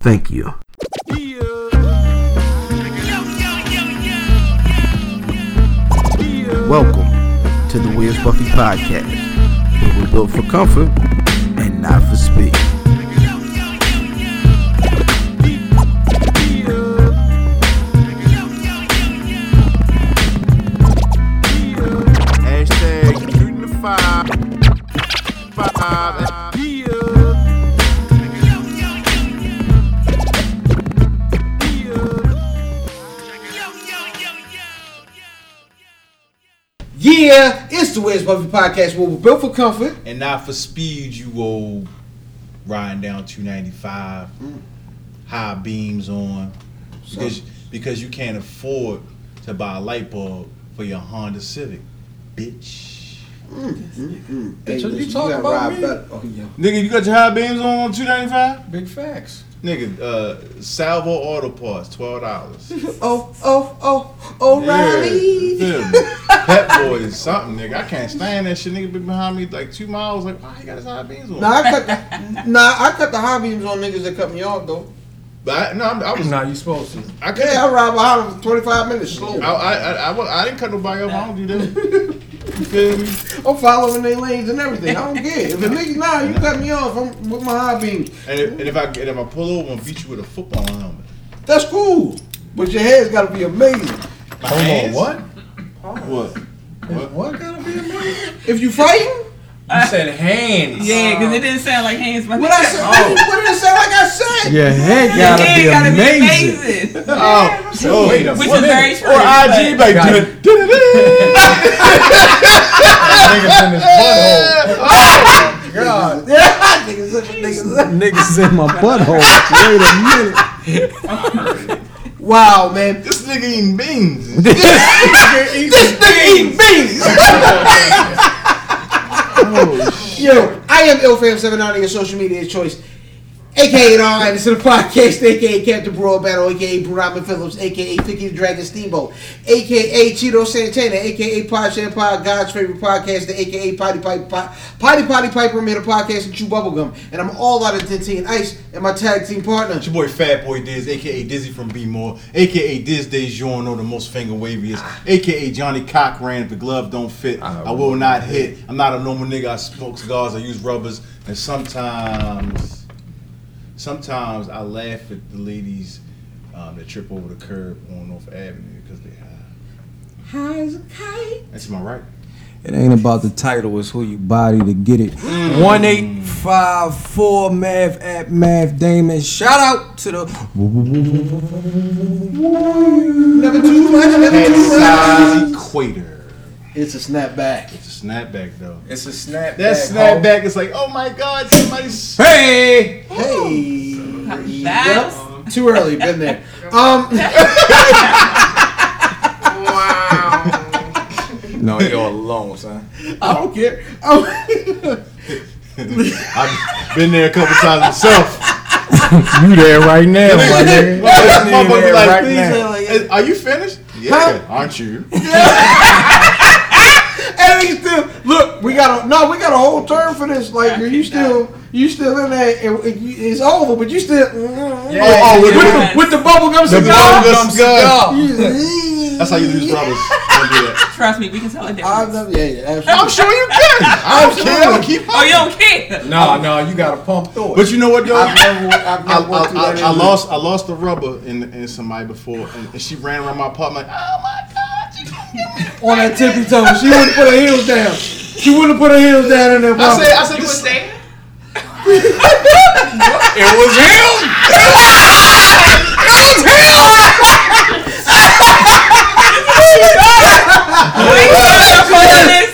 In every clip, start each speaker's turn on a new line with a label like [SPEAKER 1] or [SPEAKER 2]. [SPEAKER 1] Thank you. Welcome to the Where's Buffy podcast, where we're built for comfort and not for speed.
[SPEAKER 2] Hashtag shooting the five. Five. Yeah.
[SPEAKER 1] Yeah, it's the Where's Buffy podcast, where we're built for comfort.
[SPEAKER 3] and not for speed, you old riding down 295,
[SPEAKER 4] Mm.
[SPEAKER 3] high beams on, because because you can't afford to buy a light bulb for your Honda Civic, bitch.
[SPEAKER 1] Hey,
[SPEAKER 3] That's what
[SPEAKER 1] listen,
[SPEAKER 3] you talking
[SPEAKER 1] gotta
[SPEAKER 3] about,
[SPEAKER 1] ride
[SPEAKER 3] me?
[SPEAKER 1] back- oh, yeah.
[SPEAKER 3] Nigga, you got your high beams on on 295,
[SPEAKER 4] Big facts.
[SPEAKER 3] nigga. Uh, Salvo Auto Parts, twelve dollars.
[SPEAKER 1] Oh, oh, oh, O'Reilly.
[SPEAKER 3] Pet boy is something, nigga. I can't stand that shit. Nigga, be behind me like two miles. Like, why he got his high beams on?
[SPEAKER 1] Nah, I cut, nah, I cut the high beams on niggas that cut me off, though.
[SPEAKER 3] but I, no, I, I was.
[SPEAKER 4] Nah, you supposed to.
[SPEAKER 3] I couldn't.
[SPEAKER 1] Yeah, I ride behind them for 25 minutes slow.
[SPEAKER 3] I, I, I, I, wa- I didn't cut nobody off. I don't do that. You feel me?
[SPEAKER 1] I'm following their lanes and everything. I don't care. If a nigga, nah, you cut me off. I'm with my high beams.
[SPEAKER 3] And if, and if I and if I pull over and beat you with a football helmet,
[SPEAKER 1] That's cool. But your head's got to be amazing.
[SPEAKER 3] my
[SPEAKER 4] Hold on,
[SPEAKER 3] hands-
[SPEAKER 4] what?
[SPEAKER 3] What? What?
[SPEAKER 1] gotta be amazing? If you fighting,
[SPEAKER 4] You said hands.
[SPEAKER 5] Yeah, because it didn't sound like hands. But
[SPEAKER 1] what I said, what did it sound like I said?
[SPEAKER 6] Your head
[SPEAKER 5] Yeah,
[SPEAKER 6] gotta be
[SPEAKER 5] gotta
[SPEAKER 6] amazing.
[SPEAKER 5] amazing.
[SPEAKER 3] Oh, so
[SPEAKER 4] Wait a
[SPEAKER 5] Which
[SPEAKER 4] minute.
[SPEAKER 5] is very true.
[SPEAKER 3] Or IG like
[SPEAKER 6] Got
[SPEAKER 3] dude.
[SPEAKER 6] it. Niggas in his butthole.
[SPEAKER 1] God, yeah, niggas, look at niggas.
[SPEAKER 6] Niggas in my butthole. Wait a minute.
[SPEAKER 1] Wow, man.
[SPEAKER 3] This nigga eating beans.
[SPEAKER 1] This nigga eating beans. Yo, I am IlFam790, your social media choice. AKA it all, and it's in the podcast, AKA Captain Broad Battle, AKA Brahman Phillips, AKA Vicky the Dragon Steamboat, AKA Cheeto Santana, AKA Pod Shan Pod, God's favorite podcaster, AKA Potty Pipe Pot, Potty Potty Piper made a podcast and chew bubblegum. And I'm all out of Dentine and Ice and my tag team partner.
[SPEAKER 3] It's your boy Fat Boy Diz, aka Dizzy from B More, aka Diz DeJourno, the most finger waviest, aka Johnny Cochran. If the glove don't fit, I, will not hit. I'm not a normal nigga. I smoke cigars. I use rubbers, and sometimes, sometimes I laugh at the ladies um, that trip over the curb on North Avenue because they high. That's my right.
[SPEAKER 6] It ain't about the title, it's who you body to get it. 1854 Math at Math Damon. Shout out to the
[SPEAKER 1] Never too much, never
[SPEAKER 3] At
[SPEAKER 1] too much.
[SPEAKER 3] size equator.
[SPEAKER 1] It's a snapback.
[SPEAKER 3] It's a snapback though.
[SPEAKER 4] It's a snapback.
[SPEAKER 3] That
[SPEAKER 4] ho.
[SPEAKER 3] snapback is like, oh my god, somebody's.
[SPEAKER 6] Hey!
[SPEAKER 1] Hey.
[SPEAKER 5] That's-
[SPEAKER 1] Yep. Too early, been there. Um.
[SPEAKER 6] No, you're alone, son.
[SPEAKER 1] I don't care. Oh,
[SPEAKER 3] I've been there a couple times myself.
[SPEAKER 6] You there right now, my nigga.
[SPEAKER 3] My boy be like,
[SPEAKER 6] Right
[SPEAKER 3] "Please,
[SPEAKER 6] now.
[SPEAKER 3] uh, is- are you finished? Yeah, aren't you? Oh,
[SPEAKER 1] and he still look. We got a no. We got a whole term for this. Like you still, you still in there. and it- you- it's over, but you still. mm,
[SPEAKER 3] Oh, oh, with,
[SPEAKER 1] With,
[SPEAKER 3] with
[SPEAKER 1] the, with the bubblegum
[SPEAKER 3] the
[SPEAKER 1] cigar.
[SPEAKER 3] bubble gum cigar.
[SPEAKER 1] You-
[SPEAKER 3] That's how you lose rubbers. Don't do that.
[SPEAKER 5] Trust me, we can tell a difference.
[SPEAKER 1] I've never, yeah, yeah, absolutely.
[SPEAKER 3] I'm sure you can. I don't care. I'm gonna keep
[SPEAKER 5] oh, you
[SPEAKER 3] up.
[SPEAKER 5] don't care.
[SPEAKER 4] Nah, nah, you gotta pump through it.
[SPEAKER 3] But you know what though?
[SPEAKER 1] I've
[SPEAKER 3] I,
[SPEAKER 1] never, I've
[SPEAKER 3] I,
[SPEAKER 1] never worked through
[SPEAKER 3] I,
[SPEAKER 1] that
[SPEAKER 3] I
[SPEAKER 1] injury.
[SPEAKER 3] lost I lost a rubber in, in somebody before, and, and she ran around my apartment like, oh my god, you gonna get me.
[SPEAKER 1] on that tippy toe. She wouldn't put her heels down. She wouldn't put her heels down in there.
[SPEAKER 3] I
[SPEAKER 1] bro.
[SPEAKER 3] said, I said, this,
[SPEAKER 6] It was him!
[SPEAKER 5] Y'all call this-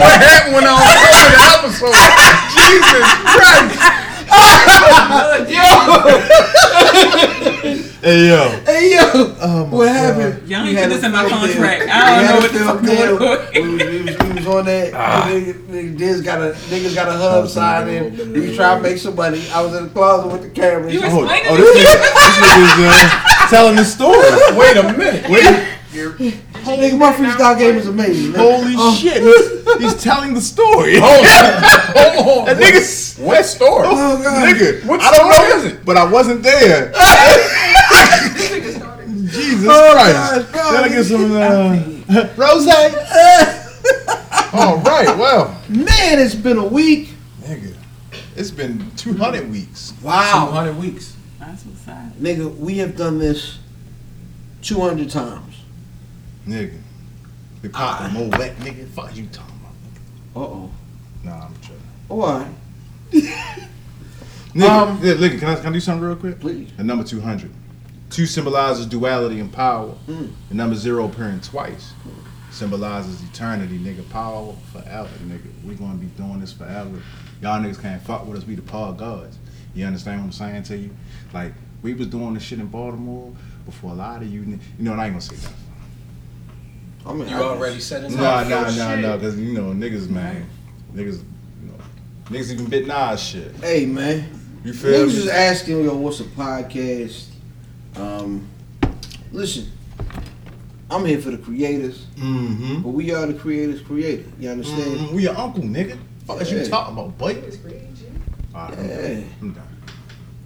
[SPEAKER 6] What happened when I was on the episode?
[SPEAKER 3] hey yo,
[SPEAKER 1] Hey yo,
[SPEAKER 3] Oh,
[SPEAKER 1] what happened?
[SPEAKER 5] Y'all
[SPEAKER 1] We
[SPEAKER 5] ain't
[SPEAKER 1] had
[SPEAKER 5] put this
[SPEAKER 1] a
[SPEAKER 5] in my
[SPEAKER 1] film
[SPEAKER 5] contract.
[SPEAKER 1] deal.
[SPEAKER 5] I don't
[SPEAKER 1] We
[SPEAKER 5] know
[SPEAKER 1] had
[SPEAKER 5] what
[SPEAKER 1] a
[SPEAKER 5] the
[SPEAKER 1] film
[SPEAKER 5] fuck going
[SPEAKER 1] deal.
[SPEAKER 5] on.
[SPEAKER 1] We was- we was on that. nigga- nigga, Diz got a niggas got a hub sign in. We try to make some money. I was in the closet with the camera.
[SPEAKER 5] You
[SPEAKER 3] oh,
[SPEAKER 5] explaining
[SPEAKER 3] oh
[SPEAKER 5] this
[SPEAKER 3] this nigga, this nigga's uh, telling the story.
[SPEAKER 4] Wait a minute.
[SPEAKER 3] Wait, Holy
[SPEAKER 1] Nigga, my freestyle game is amazing. man.
[SPEAKER 3] Holy
[SPEAKER 1] Um,
[SPEAKER 3] shit! He's, he's telling the story.
[SPEAKER 4] Hold on. Hold on.
[SPEAKER 3] That nigga's
[SPEAKER 4] What story?
[SPEAKER 1] Oh, God.
[SPEAKER 3] nigga.
[SPEAKER 4] What
[SPEAKER 3] I don't
[SPEAKER 4] story
[SPEAKER 3] know,
[SPEAKER 4] is it?
[SPEAKER 3] but I wasn't there. Oh, Jesus Christ!
[SPEAKER 1] God, bro.
[SPEAKER 3] Gotta get some uh, rose. All right, well,
[SPEAKER 1] Man, it's been a week.
[SPEAKER 3] nigga, it's been 200 weeks.
[SPEAKER 1] Wow.
[SPEAKER 4] 200 weeks.
[SPEAKER 5] That's what's up.
[SPEAKER 1] Nigga, we have done this 200 times.
[SPEAKER 3] Nigga, we popped a wet, nigga. Fuck you, talking about?
[SPEAKER 1] Uh oh.
[SPEAKER 3] Nah, I'm tripping.
[SPEAKER 1] Oh, all right.
[SPEAKER 3] Nigga,
[SPEAKER 4] Um,
[SPEAKER 3] yeah, nigga, can I, can I do something real quick?
[SPEAKER 1] Please.
[SPEAKER 3] The number 200. Two symbolizes duality and power.
[SPEAKER 1] Mm.
[SPEAKER 3] The number zero appearing twice symbolizes eternity, nigga. Power forever, nigga. We gonna be doing this forever. Y'all niggas can't fuck with us. We the power gods. You understand what I'm saying to you? Like, we was doing this shit in Baltimore before a lot of you. ni- You know, and I ain't gonna say that.
[SPEAKER 1] I mean,
[SPEAKER 4] You
[SPEAKER 1] I-
[SPEAKER 4] already said it.
[SPEAKER 3] Nah, nah, nah, nah, because, you know, niggas, man. Niggas, you know. Niggas even bit Nas shit.
[SPEAKER 1] Hey, man.
[SPEAKER 3] You feel
[SPEAKER 1] Niggas
[SPEAKER 3] me?
[SPEAKER 1] just asking, yo, what's a podcast? Um, listen, I'm here for the creators,
[SPEAKER 3] Mm-hmm.
[SPEAKER 1] but we are the creators' creator. You understand?
[SPEAKER 3] Mm, we your uncle, nigga. Fuck is
[SPEAKER 1] Yeah.
[SPEAKER 3] you talking about, boy? All right, I'm done. I'm done.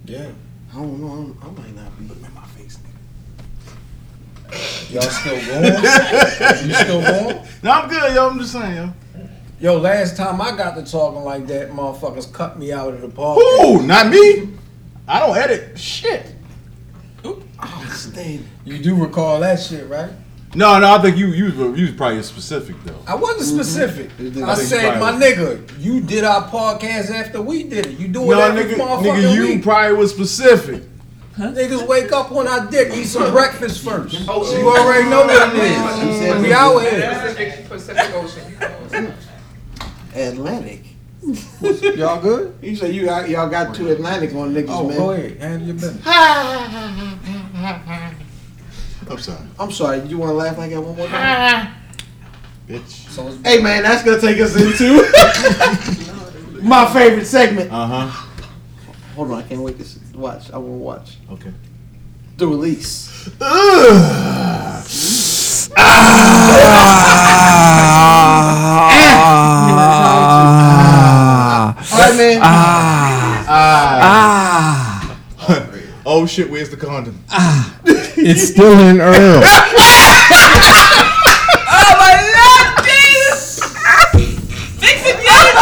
[SPEAKER 4] Yeah.
[SPEAKER 1] I don't know. I'm, I might not be.
[SPEAKER 3] In my face, nigga.
[SPEAKER 4] Y'all still going? you still going?
[SPEAKER 3] No, I'm good, yo. I'm just saying, yo.
[SPEAKER 4] Yo, last time I got to talking like that, motherfuckers cut me out of the park.
[SPEAKER 3] Ooh, not me. I don't edit shit.
[SPEAKER 1] Damn.
[SPEAKER 4] You do recall that shit, right?
[SPEAKER 3] No, no, I think you you were- you was probably specific though.
[SPEAKER 4] I wasn't specific.
[SPEAKER 1] Mhm.
[SPEAKER 4] I said, my nigga, you did our podcast after we did it. You do it
[SPEAKER 3] No,
[SPEAKER 4] every
[SPEAKER 3] nigga,
[SPEAKER 4] motherfucking
[SPEAKER 3] nigga, you
[SPEAKER 4] week.
[SPEAKER 3] probably was specific.
[SPEAKER 4] Niggas wake up on our dick, eat some breakfast first. You
[SPEAKER 7] Oh, shit.
[SPEAKER 4] already know what it
[SPEAKER 1] She said
[SPEAKER 4] is. We out here.
[SPEAKER 7] Pacific, Pacific Ocean.
[SPEAKER 1] Atlantic.
[SPEAKER 4] Y'all good?
[SPEAKER 1] You said you got, y'all got two Atlantic on niggas,
[SPEAKER 4] Oh,
[SPEAKER 1] man.
[SPEAKER 4] go ahead. Handle your business.
[SPEAKER 3] I'm sorry,
[SPEAKER 1] I'm sorry. You want to laugh like that one more time?
[SPEAKER 3] bitch.
[SPEAKER 4] So it's-
[SPEAKER 1] Hey, man, that's gonna take us into my favorite segment.
[SPEAKER 3] Uh huh.
[SPEAKER 1] Hold on, I can't wait to s- watch. I want to watch
[SPEAKER 3] Okay.
[SPEAKER 1] the release. All right, man.
[SPEAKER 3] Ah.
[SPEAKER 4] Ah.
[SPEAKER 3] Oh shit, where's the condom?
[SPEAKER 6] It's still in Earl.
[SPEAKER 5] Oh my lord, Jesus! Fix it, yes!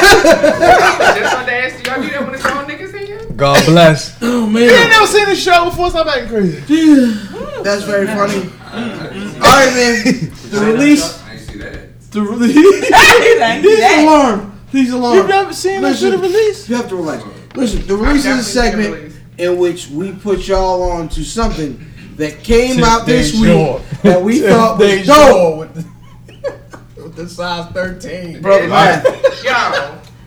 [SPEAKER 7] That's what they asked you. Y'all do that when it's all niggas in here?
[SPEAKER 6] God bless.
[SPEAKER 1] Oh
[SPEAKER 3] I
[SPEAKER 1] man,
[SPEAKER 3] never seen this show before. Stop acting crazy.
[SPEAKER 1] that's very funny. All right, man. The release.
[SPEAKER 7] I ain't see that.
[SPEAKER 1] The release.
[SPEAKER 5] He's like,
[SPEAKER 1] These
[SPEAKER 5] that.
[SPEAKER 1] alarm. These alarm.
[SPEAKER 3] You've never seen that
[SPEAKER 1] Listen.
[SPEAKER 3] shit released?
[SPEAKER 1] You have to relax. Listen, the release is a
[SPEAKER 7] definitely seen
[SPEAKER 1] segment
[SPEAKER 7] release.
[SPEAKER 1] in which we put y'all on to something that came
[SPEAKER 4] Since
[SPEAKER 1] out this
[SPEAKER 4] they
[SPEAKER 1] week
[SPEAKER 4] sure.
[SPEAKER 1] that we thought
[SPEAKER 4] They
[SPEAKER 1] was dope.
[SPEAKER 4] sure with the, with the size 13.
[SPEAKER 1] Bro, man,
[SPEAKER 7] Y'all. it's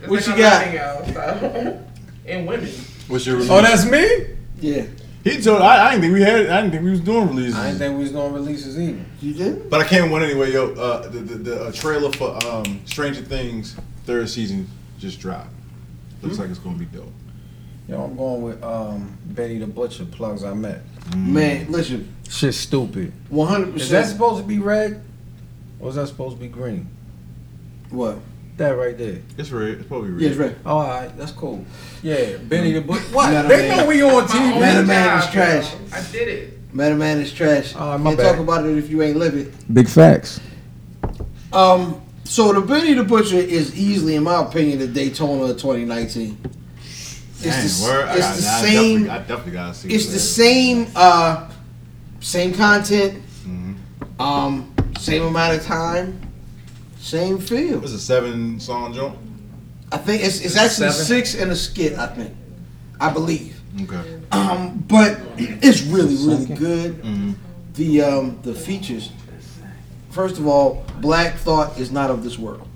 [SPEAKER 1] What
[SPEAKER 7] like
[SPEAKER 1] you
[SPEAKER 7] I'm not in Y'all, so. And women.
[SPEAKER 3] What's your release?
[SPEAKER 4] Oh, that's me?
[SPEAKER 1] yeah,
[SPEAKER 3] He told I, I didn't think we had. I didn't think we was doing releases.
[SPEAKER 4] I didn't think we was gonna release this either.
[SPEAKER 1] you did.
[SPEAKER 3] But I came one anyway, yo. Uh, the the, the uh, trailer for um, Stranger Things third season just dropped. Looks like it's gonna be dope.
[SPEAKER 4] Yo, I'm going with um, Betty the Butcher plugs I met.
[SPEAKER 1] Man, listen,
[SPEAKER 6] Shit, stupid.
[SPEAKER 1] one hundred
[SPEAKER 4] Is that
[SPEAKER 1] percent.
[SPEAKER 4] supposed to be red? Or is that supposed to be green?
[SPEAKER 1] What?
[SPEAKER 4] That right there.
[SPEAKER 3] It's red. It's probably red.
[SPEAKER 1] Yes, right.
[SPEAKER 4] Oh, all right, that's cool. Yeah, Benny the Butcher. What?
[SPEAKER 1] Not a
[SPEAKER 4] they
[SPEAKER 1] man.
[SPEAKER 4] know we on
[SPEAKER 7] My
[SPEAKER 4] TV.
[SPEAKER 7] own
[SPEAKER 1] Man, man,
[SPEAKER 7] job,
[SPEAKER 1] it's trash.
[SPEAKER 7] y'all. I did it.
[SPEAKER 1] Meta Man is trash.
[SPEAKER 4] All
[SPEAKER 3] Oh,
[SPEAKER 4] right, my
[SPEAKER 1] Can't
[SPEAKER 4] bad.
[SPEAKER 1] talk about it if you ain't live it.
[SPEAKER 6] Big facts.
[SPEAKER 1] Um, so the Benny the Butcher is easily, in my opinion, the Daytona of 2019. It's
[SPEAKER 3] Dang,
[SPEAKER 1] the,
[SPEAKER 3] word. I
[SPEAKER 1] it's
[SPEAKER 3] got-
[SPEAKER 1] the
[SPEAKER 3] I
[SPEAKER 1] same.
[SPEAKER 3] Definitely, I definitely gotta see.
[SPEAKER 1] It's
[SPEAKER 3] that.
[SPEAKER 1] the same uh same content,
[SPEAKER 3] Mm-hmm.
[SPEAKER 1] um, same amount of time, same feel.
[SPEAKER 3] It's a seven song joint.
[SPEAKER 1] I think it's it's actually
[SPEAKER 4] Seven.
[SPEAKER 1] six and a skit, I think. I believe.
[SPEAKER 3] Okay.
[SPEAKER 1] Um, but it's really, really good.
[SPEAKER 3] Mm-hmm.
[SPEAKER 1] The um the features. First of all, Black Thought is not of this world.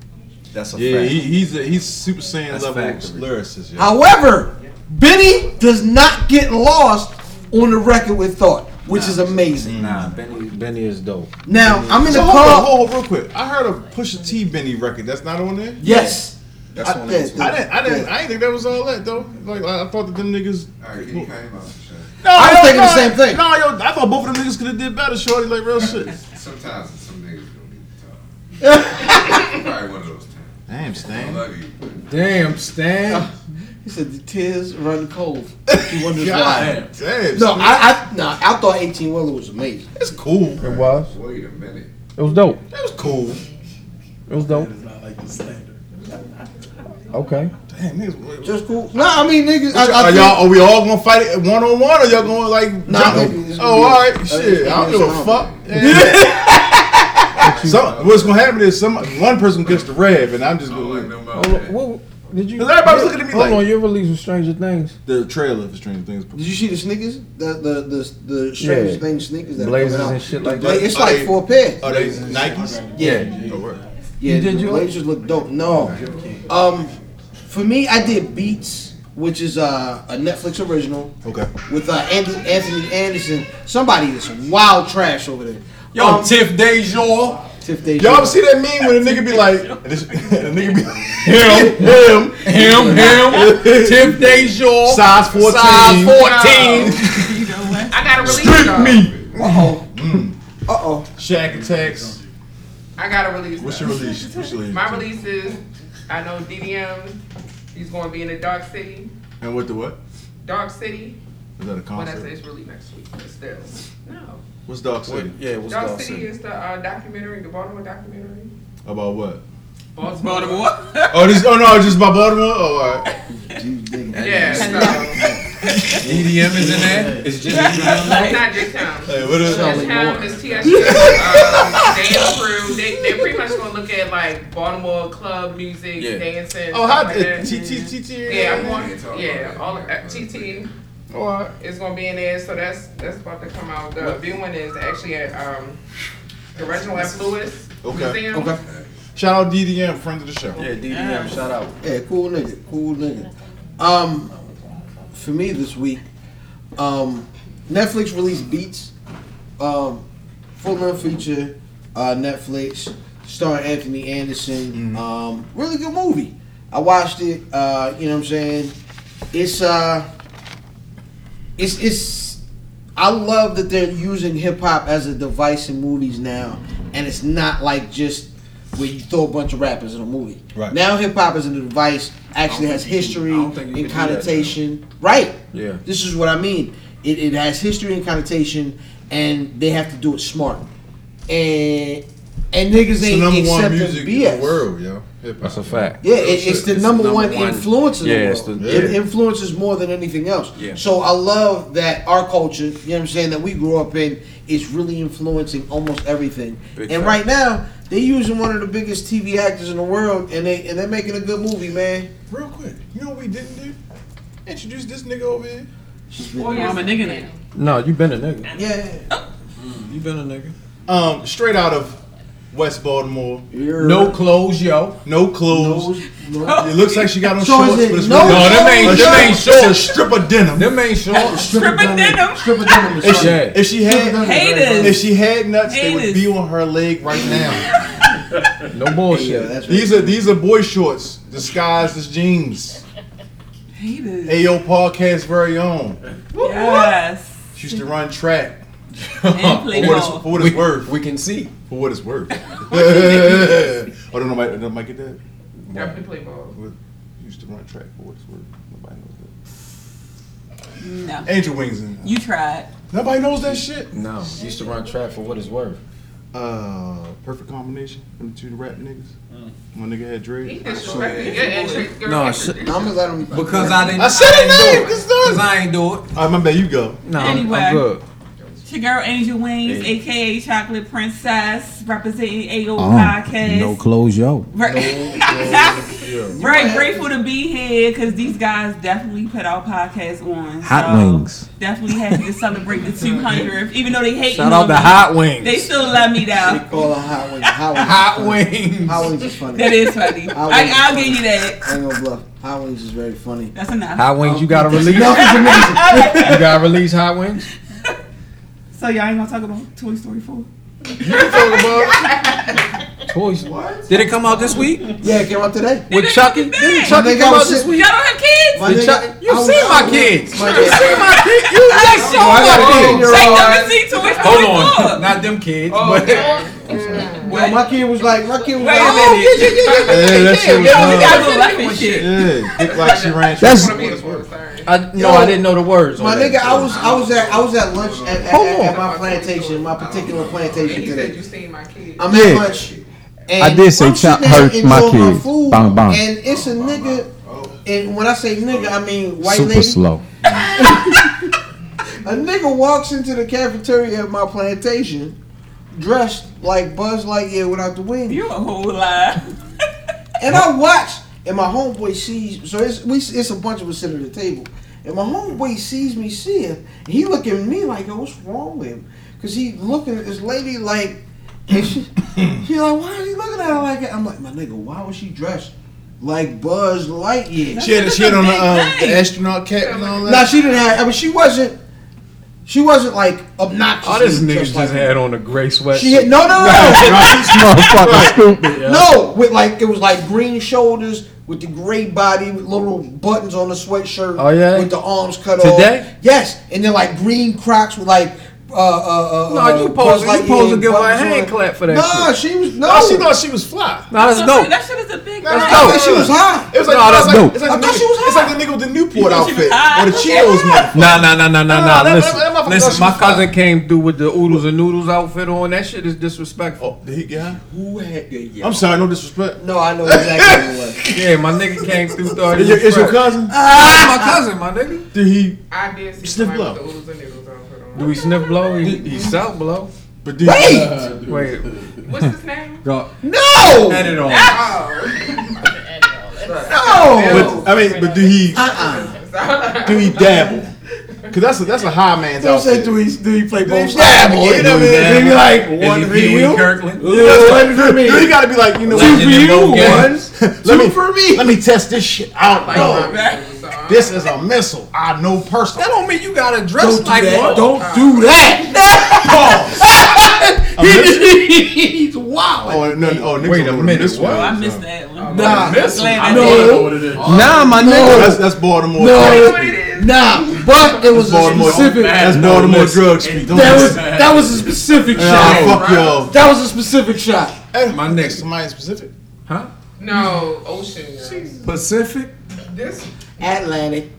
[SPEAKER 4] That's a
[SPEAKER 3] Yeah, he, he's a, he's Super Saiyan
[SPEAKER 4] That's
[SPEAKER 3] level
[SPEAKER 4] factory.
[SPEAKER 3] lyricist. Yeah.
[SPEAKER 1] However, Benny does not get lost on the record with Thought, which is amazing.
[SPEAKER 4] Nah, Benny, Benny is dope.
[SPEAKER 1] Now I'm
[SPEAKER 3] Mm-hmm.
[SPEAKER 1] in
[SPEAKER 3] So
[SPEAKER 1] the
[SPEAKER 3] hold on,
[SPEAKER 1] car.
[SPEAKER 3] hold on, real quick. I heard a Pusha T Benny record that's not on there.
[SPEAKER 1] Yes.
[SPEAKER 4] That's
[SPEAKER 1] I
[SPEAKER 4] on
[SPEAKER 1] bet.
[SPEAKER 4] it.
[SPEAKER 3] I didn't, I didn't, I didn't think that was all that though. Like I I thought that them niggas.
[SPEAKER 8] Alright, he came out and shit.
[SPEAKER 3] No,
[SPEAKER 1] I was
[SPEAKER 3] yo,
[SPEAKER 1] thinking the
[SPEAKER 3] no,
[SPEAKER 1] same thing.
[SPEAKER 3] No, yo, I thought both of them niggas could have did better, shorty. Like real shit.
[SPEAKER 8] Sometimes some niggas don't need to talk. Probably one of those times.
[SPEAKER 3] Damn,
[SPEAKER 8] I
[SPEAKER 3] Stan.
[SPEAKER 8] love you. but
[SPEAKER 4] Damn, Stan.
[SPEAKER 1] He said the tears run cold. He wonders why.
[SPEAKER 3] God damn.
[SPEAKER 1] No, I, I no, I thought 18 Wheeler was amazing.
[SPEAKER 3] it's cool.
[SPEAKER 6] It was.
[SPEAKER 8] Wait a minute.
[SPEAKER 6] It was dope.
[SPEAKER 3] That was cool.
[SPEAKER 6] It was dope. Okay.
[SPEAKER 3] Damn, niggas.
[SPEAKER 1] Just cool. No, I mean niggas. I, I
[SPEAKER 3] are
[SPEAKER 1] think-
[SPEAKER 3] y'all? Are we all gonna fight it one on one, or y'all gonna like?
[SPEAKER 1] Nah,
[SPEAKER 3] jump-
[SPEAKER 1] nigga, it's gonna
[SPEAKER 3] oh,
[SPEAKER 1] be-
[SPEAKER 3] all right,
[SPEAKER 1] uh,
[SPEAKER 3] shit. I don't give
[SPEAKER 1] it's
[SPEAKER 3] a fuck.
[SPEAKER 1] gonna
[SPEAKER 3] Yeah. so what's gonna happen is some one person gets the rev, and I'm just
[SPEAKER 8] I don't like uh,
[SPEAKER 3] gonna.
[SPEAKER 8] no
[SPEAKER 6] Hold on.
[SPEAKER 8] mother.
[SPEAKER 6] What, did you?
[SPEAKER 3] 'Cause everybody was looking at me
[SPEAKER 6] Hold
[SPEAKER 3] like-
[SPEAKER 6] on. Your release was Stranger Things.
[SPEAKER 3] The trailer for Stranger Things.
[SPEAKER 1] Did you see the sneakers? The the the the Stranger
[SPEAKER 6] Yeah.
[SPEAKER 1] Things sneakers that are
[SPEAKER 6] Blazers
[SPEAKER 1] coming out?
[SPEAKER 6] and shit like
[SPEAKER 1] Like,
[SPEAKER 6] that.
[SPEAKER 1] it's like
[SPEAKER 3] they-
[SPEAKER 1] four pairs.
[SPEAKER 3] Are they Nikes?
[SPEAKER 1] Yeah.
[SPEAKER 3] Oh, word.
[SPEAKER 1] Yeah,
[SPEAKER 6] You did
[SPEAKER 1] the
[SPEAKER 6] yours?
[SPEAKER 1] Blazers look dope. No, um, for me, I did Beats, which is uh, a Netflix original
[SPEAKER 3] Okay.
[SPEAKER 1] with uh, Andy, Anthony Anderson. Somebody is wild trash over there.
[SPEAKER 4] Yo,
[SPEAKER 1] Um,
[SPEAKER 4] Tiff Dejor.
[SPEAKER 1] Tiff Day.
[SPEAKER 3] Y'all ever see that meme when a nigga be like, this, a nigga be like, him, him,
[SPEAKER 4] Him, him. Tiff Dejor.
[SPEAKER 3] size 14.
[SPEAKER 4] Size 14.
[SPEAKER 7] I gotta release
[SPEAKER 3] Strip
[SPEAKER 7] though.
[SPEAKER 3] me.
[SPEAKER 1] Uh oh.
[SPEAKER 3] Shaq attacks.
[SPEAKER 7] I gotta release.
[SPEAKER 3] What's
[SPEAKER 7] though.
[SPEAKER 3] your release? What's your release?
[SPEAKER 7] My release is I know DDM. He's going to be in the Dark City.
[SPEAKER 3] And what the what?
[SPEAKER 7] Dark City.
[SPEAKER 3] Is that a
[SPEAKER 7] Well, that's
[SPEAKER 3] concert?
[SPEAKER 7] it's really next week, but still. No.
[SPEAKER 3] What's Dark City?
[SPEAKER 4] Yeah, what's
[SPEAKER 7] Dark
[SPEAKER 4] Dog
[SPEAKER 7] City
[SPEAKER 4] City?
[SPEAKER 7] is the uh, documentary, the Baltimore documentary.
[SPEAKER 3] About what?
[SPEAKER 7] Baltimore.
[SPEAKER 5] Baltimore.
[SPEAKER 3] Oh, this. Oh no, just about Baltimore. Oh, all right.
[SPEAKER 7] Yeah. So,
[SPEAKER 4] EDM is in there. It's just
[SPEAKER 7] it's not just him.
[SPEAKER 3] Hey, what is?
[SPEAKER 7] Just him. It's TSU. Um, dance crew. They they're pretty much going to look at like Baltimore club music,
[SPEAKER 4] Yeah.
[SPEAKER 7] dancing.
[SPEAKER 3] Oh,
[SPEAKER 7] stuff
[SPEAKER 3] how?
[SPEAKER 7] like
[SPEAKER 3] T
[SPEAKER 7] that.
[SPEAKER 3] T T T.
[SPEAKER 7] Yeah, I'm going. Yeah, all uh, TT is going to be in there, so that's that's about to come out. The viewing is actually at um, the Reginald F. Lewis
[SPEAKER 3] Okay.
[SPEAKER 7] Museum.
[SPEAKER 1] Okay.
[SPEAKER 3] Shout out DDM, friend of the show.
[SPEAKER 4] Yeah, DDM, shout out.
[SPEAKER 1] Yeah, cool nigga, cool nigga. Um, for me this week, um, Netflix released Beats, um, full length feature, uh, Netflix, star Anthony Anderson. Um, really good movie. I watched it. Uh, you know what I'm saying? It's uh, it's it's. I love that they're using hip hop as a device in movies now, and it's not like just where you throw a bunch of rappers in a movie.
[SPEAKER 3] Right.
[SPEAKER 1] now, hip hop as a device actually
[SPEAKER 4] I don't
[SPEAKER 1] has
[SPEAKER 4] think you can-
[SPEAKER 1] history
[SPEAKER 4] I don't think you
[SPEAKER 1] and
[SPEAKER 4] can do that now.
[SPEAKER 1] connotation. Right.
[SPEAKER 4] Yeah.
[SPEAKER 1] This is what I mean. It, it has history and connotation, and they have to do it smart. And and niggas
[SPEAKER 3] It's the
[SPEAKER 1] ain't
[SPEAKER 3] number one
[SPEAKER 1] accepting
[SPEAKER 3] music
[SPEAKER 1] BS.
[SPEAKER 3] in the world, yo. Hip hop.
[SPEAKER 6] That's a fact.
[SPEAKER 1] Yeah, it, it's the
[SPEAKER 4] It's
[SPEAKER 1] number,
[SPEAKER 4] the number
[SPEAKER 1] one,
[SPEAKER 4] one-
[SPEAKER 1] influence in
[SPEAKER 6] Yeah,
[SPEAKER 1] the
[SPEAKER 6] it's
[SPEAKER 1] world.
[SPEAKER 6] the-
[SPEAKER 1] It
[SPEAKER 3] yeah.
[SPEAKER 1] influences more than anything else.
[SPEAKER 4] Yeah.
[SPEAKER 1] So I love that our culture, you know what I'm saying, that we grew up in, is really influencing almost everything.
[SPEAKER 4] Big
[SPEAKER 1] and
[SPEAKER 4] fact.
[SPEAKER 1] right now, they're using one of the biggest TV actors in the world, and they and they're making a good movie, man.
[SPEAKER 3] Real quick, you know what we didn't do? Introduce this nigga over here.
[SPEAKER 7] Well,
[SPEAKER 5] I'm a
[SPEAKER 7] yes.
[SPEAKER 5] nigga now.
[SPEAKER 6] No, you been a nigga.
[SPEAKER 1] Yeah.
[SPEAKER 4] You been a nigga?
[SPEAKER 3] Um, straight out of West Baltimore.
[SPEAKER 4] No clothes, yo.
[SPEAKER 3] No clothes. It looks like she got on
[SPEAKER 1] So is
[SPEAKER 3] shorts,
[SPEAKER 1] it
[SPEAKER 3] but it's
[SPEAKER 1] no
[SPEAKER 3] really-
[SPEAKER 1] No, them
[SPEAKER 3] a
[SPEAKER 1] ain't- them
[SPEAKER 3] strip-
[SPEAKER 4] ain't
[SPEAKER 3] it's
[SPEAKER 4] shorts.
[SPEAKER 3] A strip of denim.
[SPEAKER 4] Them ain't short.
[SPEAKER 5] Tripping denim.
[SPEAKER 1] Triple Denim is
[SPEAKER 3] If she,
[SPEAKER 1] sorry.
[SPEAKER 6] Yeah.
[SPEAKER 3] if she had, if
[SPEAKER 5] Haters.
[SPEAKER 3] she had nuts, they would
[SPEAKER 5] Haters.
[SPEAKER 3] be on her leg right now.
[SPEAKER 6] No
[SPEAKER 1] Yeah,
[SPEAKER 6] bullshit.
[SPEAKER 1] that's right.
[SPEAKER 3] these are these are boy shorts disguised as jeans.
[SPEAKER 5] Haters.
[SPEAKER 3] Ayo Podcast very own.
[SPEAKER 5] Yes.
[SPEAKER 3] She used to run track.
[SPEAKER 5] And play
[SPEAKER 3] For what it's, for
[SPEAKER 5] ball.
[SPEAKER 3] what it's worth.
[SPEAKER 4] We can see.
[SPEAKER 3] For what it's worth. oh, don't nobody, don't nobody get that?
[SPEAKER 7] Definitely play ball.
[SPEAKER 3] What- Used to run track for what it's worth. Nobody
[SPEAKER 5] No.
[SPEAKER 3] knows that. Angel Wings and uh,
[SPEAKER 5] You tried.
[SPEAKER 3] Nobody knows that shit.
[SPEAKER 4] No, used to run track for what it's worth.
[SPEAKER 3] Uh, perfect combination. Them two rap niggas. My nigga had
[SPEAKER 7] He
[SPEAKER 3] dread.
[SPEAKER 7] disrespected your entrance. girl.
[SPEAKER 4] No, sh-
[SPEAKER 1] I'm gonna let him.
[SPEAKER 4] because I didn't.
[SPEAKER 3] I said
[SPEAKER 4] I didn't
[SPEAKER 3] it,
[SPEAKER 4] do
[SPEAKER 3] man.
[SPEAKER 4] it.
[SPEAKER 3] It's done.
[SPEAKER 4] Cause I ain't do it.
[SPEAKER 3] Alright, my bad. You go.
[SPEAKER 6] No, I'm-
[SPEAKER 5] Anyway.
[SPEAKER 6] I'm good.
[SPEAKER 5] It's your girl Angel Wings, aka Chocolate Princess, representing AO Podcast.
[SPEAKER 6] No clothes, yo.
[SPEAKER 5] Very, very grateful to be here because these guys definitely put our podcast on.
[SPEAKER 6] Hot
[SPEAKER 5] so
[SPEAKER 6] wings.
[SPEAKER 5] Definitely happy to celebrate the 200th, even though they hate
[SPEAKER 6] Shout out
[SPEAKER 5] me.
[SPEAKER 6] the hot
[SPEAKER 5] They
[SPEAKER 6] wings.
[SPEAKER 5] still love me though.
[SPEAKER 1] Call her Hot Wings. Hot Wings.
[SPEAKER 4] Hot wings.
[SPEAKER 1] Hot Wings is funny.
[SPEAKER 5] That is funny. I, I'll give you that.
[SPEAKER 1] I ain't gonna bluff. Hot Wings is very funny.
[SPEAKER 5] That's enough.
[SPEAKER 6] Hot wings. You gotta release.
[SPEAKER 1] Nothing's amazing.
[SPEAKER 6] You gotta release hot wings.
[SPEAKER 5] So y'all ain't gonna talk about Toy Story 4?
[SPEAKER 3] You can talk about
[SPEAKER 4] Toy Story.
[SPEAKER 6] Did it come out this week?
[SPEAKER 1] Yeah, it came out today.
[SPEAKER 6] With Chucky? Didn't
[SPEAKER 1] My
[SPEAKER 6] Chucky
[SPEAKER 1] nigga,
[SPEAKER 6] come
[SPEAKER 1] I
[SPEAKER 6] out
[SPEAKER 1] was
[SPEAKER 6] this
[SPEAKER 1] sick.
[SPEAKER 5] Y'all
[SPEAKER 6] week?
[SPEAKER 5] don't have kids?
[SPEAKER 1] My
[SPEAKER 6] The
[SPEAKER 1] nigga,
[SPEAKER 6] Chuck- you
[SPEAKER 1] I was-
[SPEAKER 6] see
[SPEAKER 1] I
[SPEAKER 6] my
[SPEAKER 1] was-
[SPEAKER 6] kids.
[SPEAKER 1] My
[SPEAKER 6] You see
[SPEAKER 1] kids.
[SPEAKER 6] my kids. You like so
[SPEAKER 1] I got
[SPEAKER 6] my
[SPEAKER 1] kids.
[SPEAKER 6] kids.
[SPEAKER 5] Take them to see Toy Story
[SPEAKER 6] Hold on.
[SPEAKER 5] four.
[SPEAKER 6] Not them kids.
[SPEAKER 7] Oh,
[SPEAKER 6] but-
[SPEAKER 1] Yo, my kid was like, my kid was
[SPEAKER 6] Oh,
[SPEAKER 1] like,
[SPEAKER 6] yeah, yeah, yeah, yeah,
[SPEAKER 3] Yeah,
[SPEAKER 6] yeah,
[SPEAKER 3] that shit was
[SPEAKER 6] yeah, we
[SPEAKER 3] hard.
[SPEAKER 6] got
[SPEAKER 5] Y'all
[SPEAKER 6] to
[SPEAKER 5] life
[SPEAKER 6] live
[SPEAKER 5] and
[SPEAKER 6] with shit.
[SPEAKER 5] shit.
[SPEAKER 3] Yeah, dick like she ran.
[SPEAKER 6] That's-
[SPEAKER 7] Wanna be the first, sorry.
[SPEAKER 6] I, no, I didn't know the words.
[SPEAKER 1] my
[SPEAKER 6] on that.
[SPEAKER 1] nigga, I was, I was at, I was at lunch at, at,
[SPEAKER 6] Hold
[SPEAKER 1] at,
[SPEAKER 6] on.
[SPEAKER 1] at my plantation, my particular
[SPEAKER 7] And
[SPEAKER 1] plantation
[SPEAKER 7] he said
[SPEAKER 1] today.
[SPEAKER 7] you seen my kids.
[SPEAKER 1] I'm
[SPEAKER 9] Yeah.
[SPEAKER 1] at lunch. And
[SPEAKER 9] I did say
[SPEAKER 1] I'm
[SPEAKER 9] chop
[SPEAKER 1] sitting there
[SPEAKER 9] hurt my
[SPEAKER 1] enjoying
[SPEAKER 9] kid. Bang, bang.
[SPEAKER 1] And it's a nigga. And when I say nigga, I mean white
[SPEAKER 9] Super
[SPEAKER 1] lady.
[SPEAKER 9] slow.
[SPEAKER 1] A nigga walks into the cafeteria at my plantation, dressed like Buzz Lightyear without the wings.
[SPEAKER 5] You a whole lie.
[SPEAKER 1] And I watch, and my homeboy sees. So it's we. It's a bunch of us sitting at the table, and my homeboy sees me see it. And he look at me like, "Yo, what's wrong with him?" Because he looking at this lady like, and she, she like, "Why is he looking at her like that?" I'm like, "My nigga, why was she dressed like Buzz Lightyear?"
[SPEAKER 3] She had, she had on the, um, the astronaut cap and all that.
[SPEAKER 1] No, she didn't have. I mean, she wasn't. She wasn't like obnoxious.
[SPEAKER 4] All Oh, this nigga just had on a gray sweatshirt.
[SPEAKER 1] She had, no, no, no.
[SPEAKER 9] This motherfucker stupid.
[SPEAKER 4] Yeah.
[SPEAKER 1] No, with like it was like green shoulders with the gray body, with little buttons on the sweatshirt.
[SPEAKER 4] Oh, yeah?
[SPEAKER 1] with the arms cut off.
[SPEAKER 4] Today?
[SPEAKER 1] yes, and then like green Crocs with like. Uh, uh, uh,
[SPEAKER 4] No, you
[SPEAKER 1] uh,
[SPEAKER 4] supposed-
[SPEAKER 1] Buzz
[SPEAKER 4] you
[SPEAKER 1] Lightyear
[SPEAKER 4] supposed to give her a
[SPEAKER 1] buttons
[SPEAKER 4] hand
[SPEAKER 1] on.
[SPEAKER 4] clap for that
[SPEAKER 1] Nah,
[SPEAKER 4] shit.
[SPEAKER 1] she was no.
[SPEAKER 3] Oh, she thought she was fly.
[SPEAKER 4] No, that's
[SPEAKER 5] So
[SPEAKER 4] dope.
[SPEAKER 5] That shit is a big
[SPEAKER 3] That's
[SPEAKER 1] I
[SPEAKER 5] lie.
[SPEAKER 3] dope.
[SPEAKER 1] thought she was high.
[SPEAKER 3] It was like,
[SPEAKER 4] No,
[SPEAKER 3] it was
[SPEAKER 4] that's
[SPEAKER 3] like,
[SPEAKER 4] dope.
[SPEAKER 3] It's like
[SPEAKER 1] I
[SPEAKER 3] the
[SPEAKER 1] thought
[SPEAKER 3] nigga-
[SPEAKER 1] she was
[SPEAKER 3] It's
[SPEAKER 1] hot.
[SPEAKER 3] like the nigga with the Newport
[SPEAKER 5] thought she was
[SPEAKER 3] outfit
[SPEAKER 5] hot.
[SPEAKER 3] or the Cheetos motherfucker.
[SPEAKER 6] Nah, nah, nah, nah,
[SPEAKER 3] Nah,
[SPEAKER 6] nah, nah.
[SPEAKER 3] that-
[SPEAKER 6] Listen,
[SPEAKER 3] that motherfucker thought she
[SPEAKER 6] listen. My
[SPEAKER 3] was fly.
[SPEAKER 6] cousin came through with the oodles and noodles outfit on. That shit is disrespectful.
[SPEAKER 3] Oh, did he get high?
[SPEAKER 1] Who had the yeah?
[SPEAKER 3] I'm sorry, no disrespect.
[SPEAKER 1] No, I know exactly what. it was.
[SPEAKER 6] Yeah, my nigga came through. Started.
[SPEAKER 3] Is your, is your
[SPEAKER 6] fresh.
[SPEAKER 3] cousin?
[SPEAKER 1] Uh,
[SPEAKER 6] Ah, my cousin, my nigga.
[SPEAKER 3] Did he?
[SPEAKER 7] I did see
[SPEAKER 3] Sniff
[SPEAKER 7] somebody
[SPEAKER 3] blow.
[SPEAKER 7] with the oodles and noodles outfit on.
[SPEAKER 6] Do he sniff blow? He, he south blow.
[SPEAKER 3] But did uh,
[SPEAKER 1] Wait!
[SPEAKER 6] Wait, Ah!
[SPEAKER 7] What's his name?
[SPEAKER 6] go.
[SPEAKER 1] No,
[SPEAKER 6] Edit on.
[SPEAKER 7] Oh.
[SPEAKER 1] no.
[SPEAKER 3] But I mean, but do he?
[SPEAKER 1] Uh-uh.
[SPEAKER 3] Do he dabble? Cause that's a, that's a high man's
[SPEAKER 1] Don't
[SPEAKER 3] outfit.
[SPEAKER 1] say do he do he play both sides?
[SPEAKER 3] dabble? You know what I mean? They be like,
[SPEAKER 6] Is
[SPEAKER 1] one
[SPEAKER 6] he
[SPEAKER 1] for
[SPEAKER 6] Pee Wee
[SPEAKER 1] you?
[SPEAKER 6] E Kirkland?
[SPEAKER 3] That's like- do he gotta be like, you know,
[SPEAKER 6] Legend
[SPEAKER 3] what?
[SPEAKER 6] in both
[SPEAKER 1] One,
[SPEAKER 6] games.
[SPEAKER 1] two
[SPEAKER 3] Let me
[SPEAKER 1] for me.
[SPEAKER 3] let me test this shit out.
[SPEAKER 7] Like
[SPEAKER 3] dog.
[SPEAKER 7] ramen noodles, so-
[SPEAKER 3] This is a missile. I know personal.
[SPEAKER 6] That don't mean you gotta
[SPEAKER 1] Don't
[SPEAKER 6] dress
[SPEAKER 1] do
[SPEAKER 6] like
[SPEAKER 1] that.
[SPEAKER 6] one.
[SPEAKER 1] Don't do that.
[SPEAKER 3] A missile?
[SPEAKER 1] He's wild.
[SPEAKER 3] Oh no! no, Oh, Nick's
[SPEAKER 6] Wait a
[SPEAKER 3] little
[SPEAKER 6] minute,
[SPEAKER 3] missile.
[SPEAKER 6] what?
[SPEAKER 5] Oh, I missed that one.
[SPEAKER 1] Nah.
[SPEAKER 5] I'm glad I
[SPEAKER 1] No.
[SPEAKER 5] did.
[SPEAKER 9] Nah, my
[SPEAKER 3] That's
[SPEAKER 9] nigga.
[SPEAKER 3] that's Baltimore.
[SPEAKER 1] No,
[SPEAKER 7] That's what it is.
[SPEAKER 1] nah, but it was a
[SPEAKER 3] Baltimore.
[SPEAKER 1] specific.
[SPEAKER 3] That's Baltimore drug speak. Don't
[SPEAKER 1] That was
[SPEAKER 3] listen.
[SPEAKER 1] that was a specific
[SPEAKER 3] Ah,
[SPEAKER 1] shot.
[SPEAKER 3] fuck y'all.
[SPEAKER 1] That was a specific shot.
[SPEAKER 6] My next-
[SPEAKER 3] somebody specific.
[SPEAKER 6] Huh?
[SPEAKER 7] No, Ocean. This
[SPEAKER 6] Pacific?
[SPEAKER 1] Atlantic.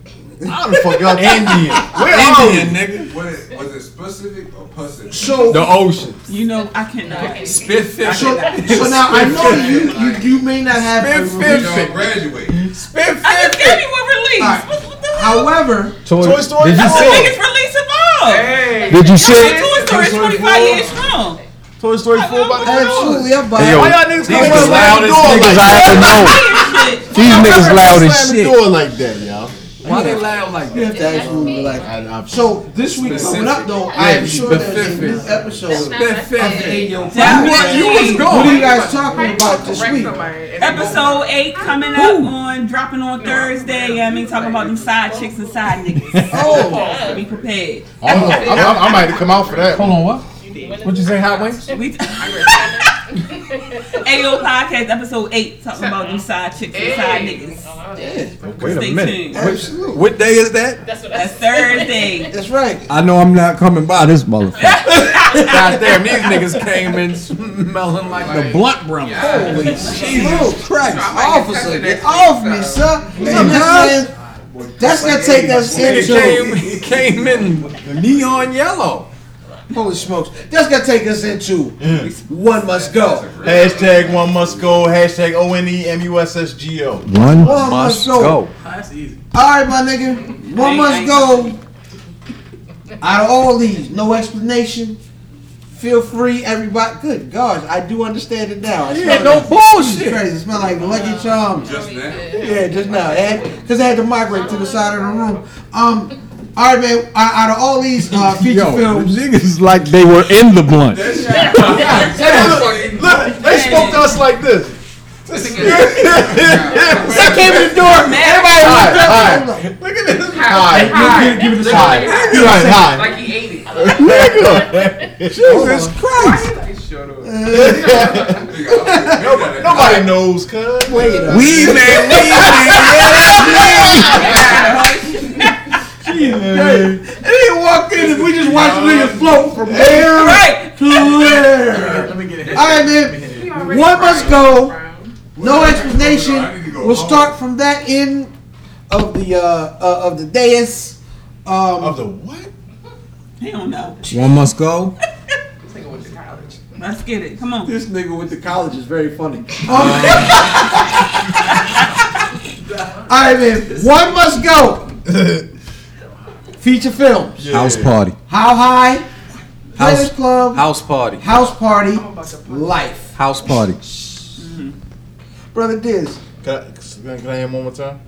[SPEAKER 3] How the fuck y'all?
[SPEAKER 6] Indian.
[SPEAKER 3] Where are we?
[SPEAKER 6] Indian, nigga.
[SPEAKER 8] Was it, was it specific or pussy?
[SPEAKER 1] So
[SPEAKER 6] The ocean.
[SPEAKER 5] You know, I cannot.
[SPEAKER 6] Spit fishing.
[SPEAKER 1] so, so now I know you you you may not have. a
[SPEAKER 6] Spit
[SPEAKER 1] release.
[SPEAKER 8] Y'all graduate.
[SPEAKER 6] Spit
[SPEAKER 5] I just
[SPEAKER 6] fishing.
[SPEAKER 5] gave you one release.
[SPEAKER 1] Alright.
[SPEAKER 5] What, what the hell?
[SPEAKER 1] However,
[SPEAKER 3] Toy Story
[SPEAKER 6] Did you
[SPEAKER 5] That's the
[SPEAKER 3] four.
[SPEAKER 6] see it?
[SPEAKER 5] biggest release of all.
[SPEAKER 7] Hey.
[SPEAKER 9] Did you
[SPEAKER 5] Y'all
[SPEAKER 9] see?
[SPEAKER 5] know Toy Story is 25 years strong.
[SPEAKER 3] Toy Story four. by the way.
[SPEAKER 1] absolutely, I'm buying.
[SPEAKER 9] Hey, yo,
[SPEAKER 3] Why y'all niggas
[SPEAKER 6] These
[SPEAKER 3] coming
[SPEAKER 6] the
[SPEAKER 3] up slamming
[SPEAKER 6] loudest
[SPEAKER 3] the door
[SPEAKER 9] niggas I
[SPEAKER 3] like
[SPEAKER 9] ever known.
[SPEAKER 3] that?
[SPEAKER 5] Shit.
[SPEAKER 9] These niggas loud as
[SPEAKER 3] Slamming the
[SPEAKER 9] shit.
[SPEAKER 3] door like that, y'all.
[SPEAKER 6] Why they loud like
[SPEAKER 1] You
[SPEAKER 6] that?
[SPEAKER 1] have to absolutely like.
[SPEAKER 3] I- I-
[SPEAKER 1] So this week coming up though, I am sure there's a new episode.
[SPEAKER 6] Spit fishing.
[SPEAKER 1] Yo,
[SPEAKER 5] That
[SPEAKER 1] what
[SPEAKER 5] was
[SPEAKER 6] You was
[SPEAKER 5] eight.
[SPEAKER 6] gone.
[SPEAKER 1] are you guys talking about this week?
[SPEAKER 5] Episode 8 coming up on, dropping on Thursday. You know what I mean? Talking about them side chicks and side niggas.
[SPEAKER 1] Oh.
[SPEAKER 5] Be prepared.
[SPEAKER 3] I don't know. I, I, I might have to come out for that.
[SPEAKER 6] Hold on, what? What'd you say, hot wings?
[SPEAKER 5] We AO Podcast Episode 8 talking about them side chicks and side niggas.
[SPEAKER 1] Yeah,
[SPEAKER 6] Wait
[SPEAKER 5] Stay
[SPEAKER 6] a minute.
[SPEAKER 5] tuned.
[SPEAKER 1] absolutely. Uh,
[SPEAKER 6] What day is that?
[SPEAKER 5] That's Thursday.
[SPEAKER 1] That's right.
[SPEAKER 9] I know I'm not coming by this motherfucker.
[SPEAKER 6] God damn, these niggas came in smelling like the blunt brothers.
[SPEAKER 1] Holy
[SPEAKER 6] Jesus Christ.
[SPEAKER 1] Officer, get off me, sir. That's man. That's gonna take us
[SPEAKER 6] Nigga
[SPEAKER 1] into
[SPEAKER 6] came, came in neon yellow.
[SPEAKER 1] holy smokes. That's gonna take us into one must go.
[SPEAKER 3] Hashtag one must go. Hashtag O N E M U S S G O.
[SPEAKER 9] One
[SPEAKER 1] One must go. All right, my nigga. One must go. Out of all these, no explanation. Feel free, everybody. Good God, I do understand it now. It
[SPEAKER 6] Yeah,
[SPEAKER 1] smell
[SPEAKER 6] no
[SPEAKER 1] like- It's
[SPEAKER 6] bullshit.
[SPEAKER 1] crazy. It smell like Lucky Charms.
[SPEAKER 8] Just now.
[SPEAKER 1] Yeah, just now. Because I had to migrate to the side of the room. Um. All right, man. Out- Out of all these uh, feature
[SPEAKER 9] Yo,
[SPEAKER 1] films,
[SPEAKER 9] the niggas like they were in the blunt.
[SPEAKER 3] Look, look, they spoke to us like this.
[SPEAKER 1] I came in the door. Everybody looked up.
[SPEAKER 3] Hi,
[SPEAKER 1] I'm like,
[SPEAKER 3] Look at this.
[SPEAKER 7] Hi.
[SPEAKER 3] Hi. Give it a shot. Hi.
[SPEAKER 7] Like he ate it.
[SPEAKER 3] Nigga.
[SPEAKER 6] Jesus Christ.
[SPEAKER 7] Like, your nose.
[SPEAKER 8] Nobody,
[SPEAKER 3] Nobody knows, cuz.
[SPEAKER 1] Wait a
[SPEAKER 9] Weed man, weed
[SPEAKER 1] minute. And he walked in and we just watched the nigga float from there
[SPEAKER 5] Right.
[SPEAKER 1] to there.
[SPEAKER 4] Let me get it.
[SPEAKER 1] All right, man. One must go. No explanation. We'll start from that end of the uh, uh of the dais. Um,
[SPEAKER 3] Of the what?
[SPEAKER 5] He don't know.
[SPEAKER 6] One must go.
[SPEAKER 7] Nigga went to college.
[SPEAKER 5] Let's get it. Come on.
[SPEAKER 1] this nigga with the college is very funny. all right, man. One must go. Feature films.
[SPEAKER 6] House party.
[SPEAKER 1] How high?
[SPEAKER 6] House-
[SPEAKER 1] Players Club.
[SPEAKER 6] House party.
[SPEAKER 1] House party. Life.
[SPEAKER 6] House party.
[SPEAKER 1] Brother Diz.
[SPEAKER 3] Can I, can I hear him one more time?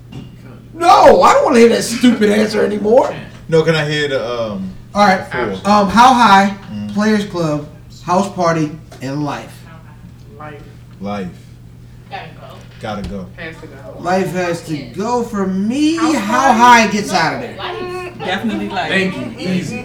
[SPEAKER 1] No, I don't want to hear that stupid answer anymore.
[SPEAKER 3] No, can I hear the um?
[SPEAKER 1] All right.
[SPEAKER 3] Four.
[SPEAKER 1] Um, how high?
[SPEAKER 6] Mm.
[SPEAKER 1] Players Club, House Party, and Life.
[SPEAKER 7] Life
[SPEAKER 3] Life.
[SPEAKER 10] Gotta go.
[SPEAKER 3] Gotta go.
[SPEAKER 7] has to go.
[SPEAKER 1] Life has to go for me.
[SPEAKER 10] House
[SPEAKER 1] How
[SPEAKER 10] party?
[SPEAKER 1] high gets out of
[SPEAKER 10] No,
[SPEAKER 1] there?
[SPEAKER 10] lights.
[SPEAKER 5] Definitely like.
[SPEAKER 4] Thank you. Easy.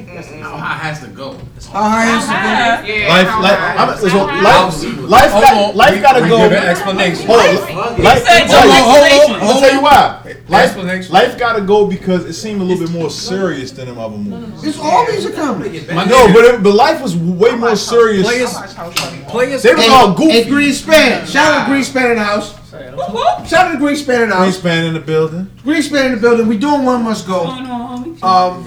[SPEAKER 4] How high has to go?
[SPEAKER 1] How high has to go?
[SPEAKER 5] Yeah.
[SPEAKER 7] Yeah,
[SPEAKER 3] Life,
[SPEAKER 7] how
[SPEAKER 3] life,
[SPEAKER 7] high?
[SPEAKER 3] I'm, so
[SPEAKER 10] How
[SPEAKER 3] life,
[SPEAKER 4] high?
[SPEAKER 3] life,
[SPEAKER 4] Hold
[SPEAKER 3] got,
[SPEAKER 4] on.
[SPEAKER 3] life
[SPEAKER 4] We-
[SPEAKER 3] gotta
[SPEAKER 4] we
[SPEAKER 3] go.
[SPEAKER 4] give an explanation.
[SPEAKER 3] Hold on.
[SPEAKER 10] Life.
[SPEAKER 3] Life,
[SPEAKER 5] He said
[SPEAKER 3] life-
[SPEAKER 5] no
[SPEAKER 3] hold on,
[SPEAKER 5] explanation.
[SPEAKER 3] hold on. I'll tell you why. Life,
[SPEAKER 4] Explanation.
[SPEAKER 3] life gotta go because it seemed a little bit more serious than them other movies.
[SPEAKER 1] It's all these are comedy.
[SPEAKER 4] My
[SPEAKER 3] No,
[SPEAKER 4] nigga,
[SPEAKER 3] but it, but life was way more serious.
[SPEAKER 4] players,
[SPEAKER 7] Watch House Party.
[SPEAKER 4] players.
[SPEAKER 3] They was all
[SPEAKER 1] And
[SPEAKER 3] goofy.
[SPEAKER 1] Greenspan. Shout out to Greenspan in the house.
[SPEAKER 5] Whoop, whoop.
[SPEAKER 1] Shout out to Greenspan in the house.
[SPEAKER 3] Greenspan in the building.
[SPEAKER 1] Greenspan in the building. We doing one must go.
[SPEAKER 5] Going on, homie.
[SPEAKER 11] Uh,
[SPEAKER 1] Um,